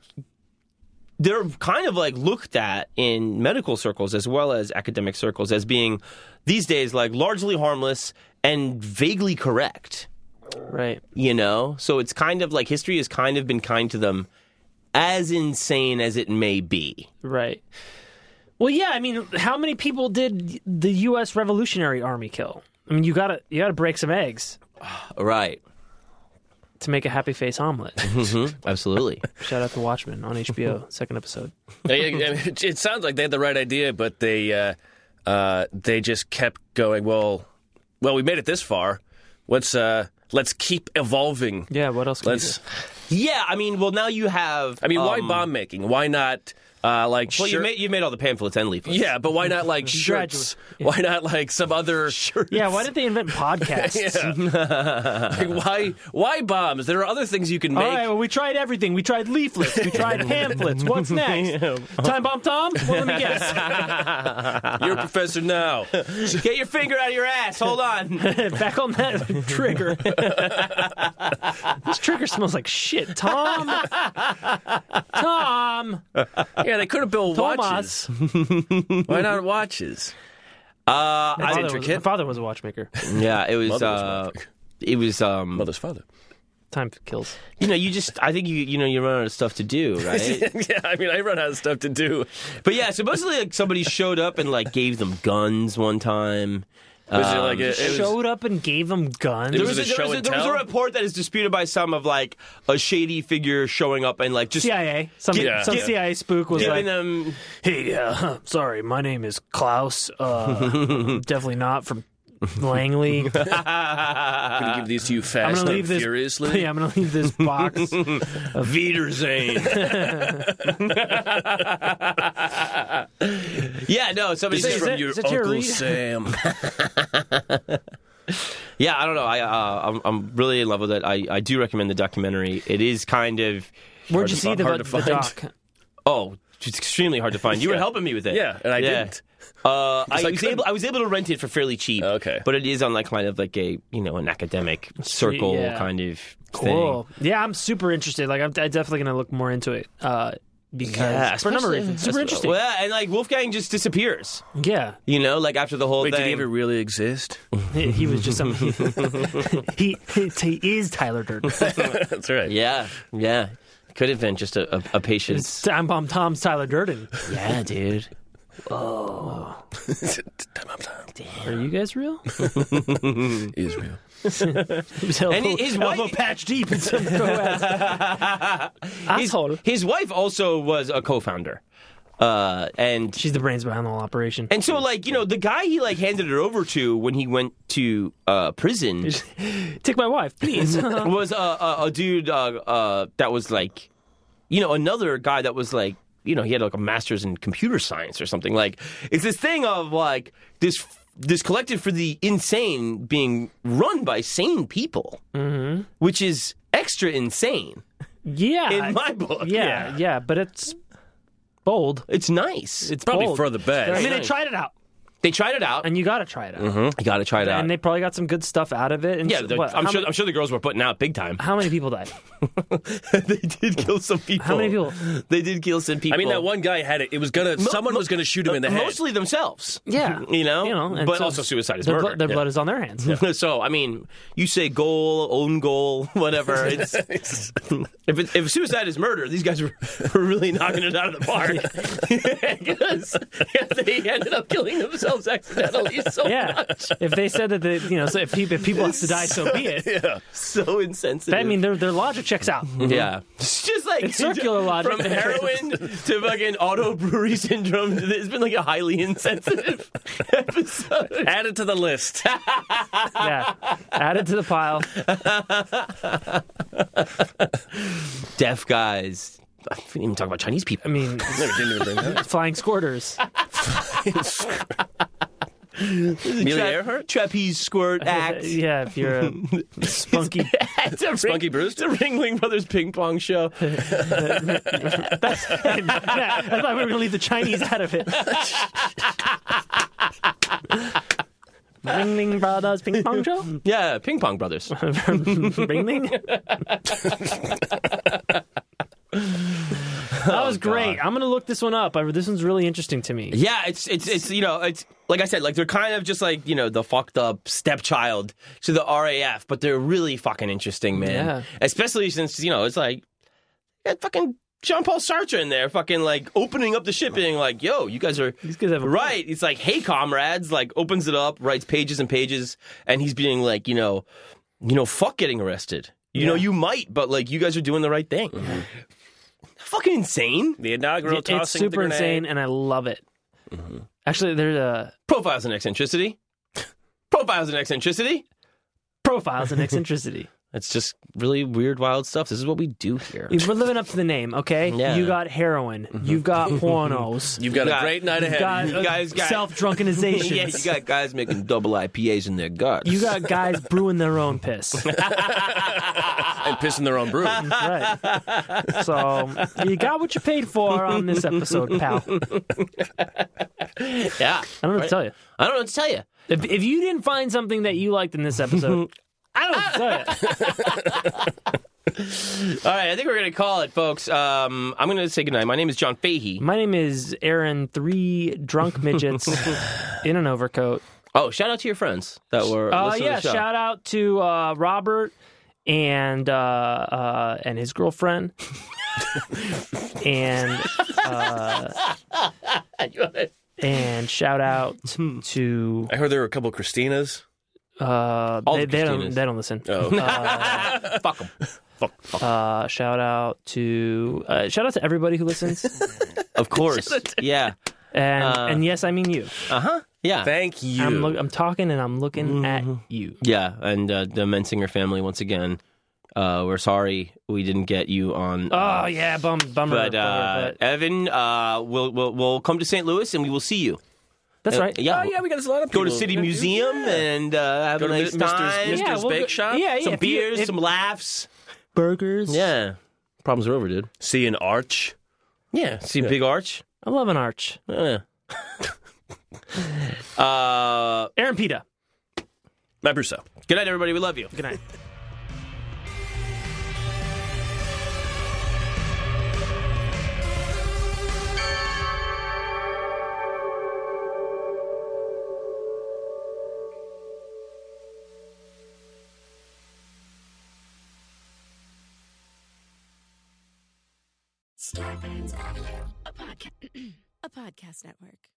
[SPEAKER 2] They're kind of like looked at in medical circles as well as academic circles as being these days like largely harmless and vaguely correct,
[SPEAKER 3] Right.
[SPEAKER 2] you know? So it's kind of like history has kind of been kind to them as insane as it may be.
[SPEAKER 3] Right. Well, yeah. I mean, how many people did the U.S. Revolutionary Army kill? I mean, you gotta you gotta break some eggs
[SPEAKER 2] Right.
[SPEAKER 3] to make a happy face omelet.
[SPEAKER 2] Absolutely.
[SPEAKER 3] Shout out to Watchmen on HBO, second episode.
[SPEAKER 5] They- I mean, it, it sounds like they had the right idea, but they uh, uh, they just kept going. Well, well, we made it this far. Let's uh, let's keep evolving.
[SPEAKER 3] Yeah. What else? Can
[SPEAKER 5] Let's.
[SPEAKER 2] Yeah, I mean, well, now you have.
[SPEAKER 5] I mean, why
[SPEAKER 2] um,
[SPEAKER 5] bomb making? Why not uh, like
[SPEAKER 2] Well, you
[SPEAKER 5] shir-
[SPEAKER 2] made you made all the pamphlets and leaflets.
[SPEAKER 5] Yeah, but why not like
[SPEAKER 3] Graduate.
[SPEAKER 5] shirts? Why not like some other shirts?
[SPEAKER 3] yeah. Why did they invent podcasts?
[SPEAKER 5] Like, why why bombs? There are other things you can make.
[SPEAKER 3] All right, well, we tried everything. We tried leaflets. We tried pamphlets. What's next? Time bomb Tom? Well, let me guess.
[SPEAKER 5] You're a professor now.
[SPEAKER 2] Get your finger out of your ass. Hold on.
[SPEAKER 3] Back on that trigger. this trigger smells like shit. Tom. Tom.
[SPEAKER 5] Yeah, they could have built watches.
[SPEAKER 3] Thomas.
[SPEAKER 5] Why not watches?
[SPEAKER 2] Uh,
[SPEAKER 3] My father, was,
[SPEAKER 5] intricate.
[SPEAKER 3] my father was a watchmaker.
[SPEAKER 2] yeah, it was.
[SPEAKER 5] Mother was
[SPEAKER 2] Uh,
[SPEAKER 5] watching.
[SPEAKER 2] it was. Um,
[SPEAKER 5] Mother's father.
[SPEAKER 3] Time kills.
[SPEAKER 2] you know, you just. I think you. You know, you run out of stuff to do, right?
[SPEAKER 5] yeah, I mean, I run out of stuff to do.
[SPEAKER 2] but yeah, supposedly like somebody showed up and like gave them guns one time.
[SPEAKER 5] Was
[SPEAKER 3] Um,
[SPEAKER 5] it like a, it was-
[SPEAKER 3] Showed up and gave them guns.
[SPEAKER 5] It
[SPEAKER 2] There was,
[SPEAKER 5] was a
[SPEAKER 2] a, there,
[SPEAKER 5] show
[SPEAKER 2] was a,
[SPEAKER 5] and
[SPEAKER 2] there was a
[SPEAKER 5] tell?
[SPEAKER 2] report that is disputed by some of like a shady figure showing up and like just
[SPEAKER 3] CIA. Some,
[SPEAKER 5] Yeah.
[SPEAKER 3] some
[SPEAKER 5] Yeah.
[SPEAKER 3] CIA spook was
[SPEAKER 2] giving
[SPEAKER 3] like,
[SPEAKER 2] them
[SPEAKER 3] hey, uh, sorry, my name is Klaus. Uh, I'm definitely not from Langley.
[SPEAKER 5] I'm gonna give these to you fast
[SPEAKER 3] I'm gonna
[SPEAKER 5] and
[SPEAKER 3] leave this.
[SPEAKER 5] furiously.
[SPEAKER 3] Yeah, I'm gonna leave this box.
[SPEAKER 2] Wiedersehen. yeah, no, somebody
[SPEAKER 5] This is
[SPEAKER 3] Is
[SPEAKER 5] from
[SPEAKER 3] it-
[SPEAKER 5] your
[SPEAKER 3] is it
[SPEAKER 5] uncle
[SPEAKER 3] your re-
[SPEAKER 5] Sam.
[SPEAKER 2] Yeah, I don't know. I uh, I'm, I'm really in love with it. I, I do recommend the documentary. It is kind of
[SPEAKER 3] Where'd you
[SPEAKER 5] to
[SPEAKER 3] see
[SPEAKER 5] find-
[SPEAKER 3] the,
[SPEAKER 5] hard to
[SPEAKER 3] the
[SPEAKER 5] find.
[SPEAKER 3] doc?
[SPEAKER 2] oh, it's extremely hard to find. You were
[SPEAKER 5] Yeah.
[SPEAKER 2] helping me with it.
[SPEAKER 5] Yeah, and I didn't.
[SPEAKER 2] Uh, I was
[SPEAKER 5] I couldn't.
[SPEAKER 2] able I was able to rent it for fairly cheap.
[SPEAKER 5] Okay.
[SPEAKER 2] but it is on like kind of like a you know an academic circle
[SPEAKER 3] yeah.
[SPEAKER 2] kind of thing.
[SPEAKER 3] Cool. Yeah, I'm super interested. Like, I'm, I'm definitely gonna look more into it uh, because for a number of
[SPEAKER 2] especially-
[SPEAKER 3] reasons, super interesting.
[SPEAKER 2] Well, and like Wolfgang just disappears.
[SPEAKER 3] Yeah,
[SPEAKER 2] You know, like after the whole
[SPEAKER 5] Wait,
[SPEAKER 2] thing.
[SPEAKER 5] did he ever really exist?
[SPEAKER 3] he, he was just some. He, he, he is Tyler Durden.
[SPEAKER 5] That's right.
[SPEAKER 2] yeah, yeah. Could have been just a, a, a
[SPEAKER 3] It's
[SPEAKER 2] patient.
[SPEAKER 3] Time Bomb Tom's Tyler Durden.
[SPEAKER 2] yeah, dude.
[SPEAKER 3] Are you guys real?
[SPEAKER 5] Israel.
[SPEAKER 3] He was elbow,
[SPEAKER 2] he- his
[SPEAKER 3] elbow
[SPEAKER 2] wife-
[SPEAKER 3] patch deep in some co-ass.
[SPEAKER 2] His,
[SPEAKER 3] asshole.
[SPEAKER 2] his wife also was a co-founder, uh, and
[SPEAKER 3] She's the brains behind the whole operation.
[SPEAKER 2] And so, like, you know, the guy he like handed it over to when he went to uh, prison
[SPEAKER 3] Take my wife, please.
[SPEAKER 2] was a, a, a dude uh, uh, that was like, you know, another guy that was like, you know, he had like a master's in computer science or something. Like, it's this thing of like this this collective for the insane being run by sane people, mm-hmm. which is extra insane
[SPEAKER 3] yeah,
[SPEAKER 2] in my book.
[SPEAKER 3] yeah, yeah, but it's bold.
[SPEAKER 2] it's nice.
[SPEAKER 3] It's
[SPEAKER 5] Probably
[SPEAKER 3] bold.
[SPEAKER 5] for the best.
[SPEAKER 3] I mean, they
[SPEAKER 2] nice.
[SPEAKER 3] tried it out,
[SPEAKER 2] they tried it out.
[SPEAKER 3] and you got to try it out.
[SPEAKER 2] You got to try it out.
[SPEAKER 3] and they probably got some good stuff out of it. And
[SPEAKER 2] Uh, yeah,
[SPEAKER 3] so-
[SPEAKER 2] the-
[SPEAKER 3] what,
[SPEAKER 2] I'm
[SPEAKER 3] how
[SPEAKER 2] sure.
[SPEAKER 3] ma-
[SPEAKER 2] I'm sure the girls were putting out big time.
[SPEAKER 3] how many people died?
[SPEAKER 2] they did kill some people.
[SPEAKER 3] How many people?
[SPEAKER 2] They did kill some people.
[SPEAKER 5] I mean, that one guy had it. It was gonna. someone
[SPEAKER 2] mo-
[SPEAKER 5] was gonna shoot him in the head.
[SPEAKER 2] Uh, Mostly themselves.
[SPEAKER 3] Yeah,
[SPEAKER 2] You know?
[SPEAKER 3] you know, and
[SPEAKER 2] but
[SPEAKER 3] so
[SPEAKER 2] also suicide is
[SPEAKER 3] their
[SPEAKER 2] murder.
[SPEAKER 3] Blood, their blood is on their hands.
[SPEAKER 2] so, I mean, you say goal, own goal, whatever. It's, if, it, if suicide is murder, these guys were, were really knocking it out of the park. because, because they ended up killing themselves.
[SPEAKER 4] themselves accidentally so
[SPEAKER 3] Yeah.
[SPEAKER 4] much.
[SPEAKER 3] if they said that, they, you know, so if, he, if people wants to die, so be it.
[SPEAKER 2] so insensitive.
[SPEAKER 3] I mean, their, their logic checks out.
[SPEAKER 2] yeah, it's just like
[SPEAKER 3] It's circular logic.
[SPEAKER 2] From heroin to fucking auto brewery syndrome, to this, it's been like a highly insensitive episode.
[SPEAKER 5] Add it to the list.
[SPEAKER 3] Yeah. Add it to the pile.
[SPEAKER 2] Deaf guys. I didn't even talk about Chinese
[SPEAKER 3] I
[SPEAKER 2] people.
[SPEAKER 3] mean, flying squirters.
[SPEAKER 5] Amelia Earhart?
[SPEAKER 2] Trapeze squirt act.
[SPEAKER 3] Yeah, if you're a spunky.
[SPEAKER 2] It's a
[SPEAKER 5] Spunky
[SPEAKER 2] ring-
[SPEAKER 5] Bruce?
[SPEAKER 2] It's a Ringling Brothers ping pong show.
[SPEAKER 3] Yeah, I thought we were going to leave the Chinese out of it. Ring Ling Brothers Ping Pong Show?
[SPEAKER 2] Yeah, Ping Pong Brothers.
[SPEAKER 3] Ring Ling? that was great. I'm going to look this one up. I, this one's really interesting to me.
[SPEAKER 2] Oh, Yeah, it's it's it's you know it's like I said, like they're kind of just like you know the fucked up stepchild to the RAF, but they're really fucking interesting, man.
[SPEAKER 3] Yeah.
[SPEAKER 2] Especially since you know it's like got fucking Jean Paul Sartre in there, fucking like opening up the shit, being like, "Yo, you guys are
[SPEAKER 3] These guys have a
[SPEAKER 2] right." It's like, "Hey, comrades!" Like opens it up, writes pages and pages, and he's being like, you know, you know, fuck getting arrested. You know, you might, but like you guys are doing the right thing.
[SPEAKER 3] Mm-hmm.
[SPEAKER 2] Fucking insane.
[SPEAKER 5] The inaugural
[SPEAKER 3] It-
[SPEAKER 5] tossing
[SPEAKER 3] It's
[SPEAKER 5] of the
[SPEAKER 3] super
[SPEAKER 5] grenade.
[SPEAKER 3] insane, and I love it.
[SPEAKER 2] Mm-hmm.
[SPEAKER 3] Actually, uh, there's a
[SPEAKER 2] Profiles and eccentricity. Profiles and eccentricity.
[SPEAKER 3] profiles and eccentricity.
[SPEAKER 2] It's just really weird, wild stuff. This is what we do here.
[SPEAKER 3] We're living up to the name, okay?
[SPEAKER 2] Yeah. Mm-hmm.
[SPEAKER 3] You got heroin. You've got pornos.
[SPEAKER 5] You've got
[SPEAKER 2] Yeah.
[SPEAKER 5] a great night
[SPEAKER 3] You've
[SPEAKER 5] ahead.
[SPEAKER 3] got, uh,
[SPEAKER 2] You guys got-
[SPEAKER 3] self drunkenizations.
[SPEAKER 2] yeah, you got guys making double IPAs in their guts.
[SPEAKER 3] You got guys brewing their own piss.
[SPEAKER 5] and pissing their own brew.
[SPEAKER 3] Right. So you got what you paid for on this episode, pal. I
[SPEAKER 2] yeah.
[SPEAKER 3] don't know what to tell you.
[SPEAKER 2] I don't know what to tell you.
[SPEAKER 3] If, if you didn't find something that you liked in this episode, I don't know what to tell you.
[SPEAKER 2] All right, I think we're gonna call it, folks. Um, I'm gonna say goodnight. My name is John Fahey.
[SPEAKER 3] My name is Aaron, three drunk midgets in an overcoat.
[SPEAKER 2] Oh, shout out to your friends that were.
[SPEAKER 3] Uh,
[SPEAKER 2] listening to
[SPEAKER 3] yeah,
[SPEAKER 2] the show.
[SPEAKER 3] shout out to uh, Robert and uh, uh, and his girlfriend. and uh, and shout out to
[SPEAKER 5] I heard there were a couple Christinas.
[SPEAKER 3] uh,
[SPEAKER 2] All
[SPEAKER 3] they,
[SPEAKER 2] the
[SPEAKER 3] they don't
[SPEAKER 2] Christinas.
[SPEAKER 3] they don't listen.
[SPEAKER 5] Oh,
[SPEAKER 2] Fuck 'em.
[SPEAKER 3] Uh, shout out to uh, shout out to everybody who listens,
[SPEAKER 2] Of course. yeah.
[SPEAKER 3] and and yes, I mean you.
[SPEAKER 2] Uh huh. Yeah.
[SPEAKER 5] thank you.
[SPEAKER 3] I'm look, I'm talking and I'm looking
[SPEAKER 2] Mm-hmm.
[SPEAKER 3] at you.
[SPEAKER 2] yeah, and uh, the Mensinger family once again. Uh, we're sorry we didn't get you on.
[SPEAKER 3] Oh yeah, bum bummer.
[SPEAKER 2] but uh,
[SPEAKER 3] bummer, but-
[SPEAKER 2] Evan, uh, we'll, we'll we'll come to St. Louis and we will see you.
[SPEAKER 3] that's
[SPEAKER 2] uh,
[SPEAKER 3] right.
[SPEAKER 2] yeah.
[SPEAKER 5] oh yeah, we got a lot of
[SPEAKER 2] Go
[SPEAKER 5] people.
[SPEAKER 2] to City Museum and uh, have
[SPEAKER 5] Go
[SPEAKER 2] a
[SPEAKER 5] to
[SPEAKER 2] nice
[SPEAKER 5] Mr.
[SPEAKER 2] time.
[SPEAKER 5] Mr.
[SPEAKER 3] Yeah, we'll
[SPEAKER 5] Bake
[SPEAKER 3] go-
[SPEAKER 5] Shop.
[SPEAKER 3] yeah, yeah.
[SPEAKER 2] Some
[SPEAKER 3] if you-
[SPEAKER 2] beers,
[SPEAKER 3] if-
[SPEAKER 2] some laughs.
[SPEAKER 3] burgers.
[SPEAKER 2] Yeah, problems are over, dude.
[SPEAKER 5] See an arch.
[SPEAKER 2] Yeah, see Big Arch.
[SPEAKER 3] I love an arch.
[SPEAKER 2] Yeah. uh,
[SPEAKER 3] Aaron Pita.
[SPEAKER 5] My Brousseau.
[SPEAKER 2] good night, everybody. We love you.
[SPEAKER 3] Good night.
[SPEAKER 6] Star Audio, a, podca- a podcast network.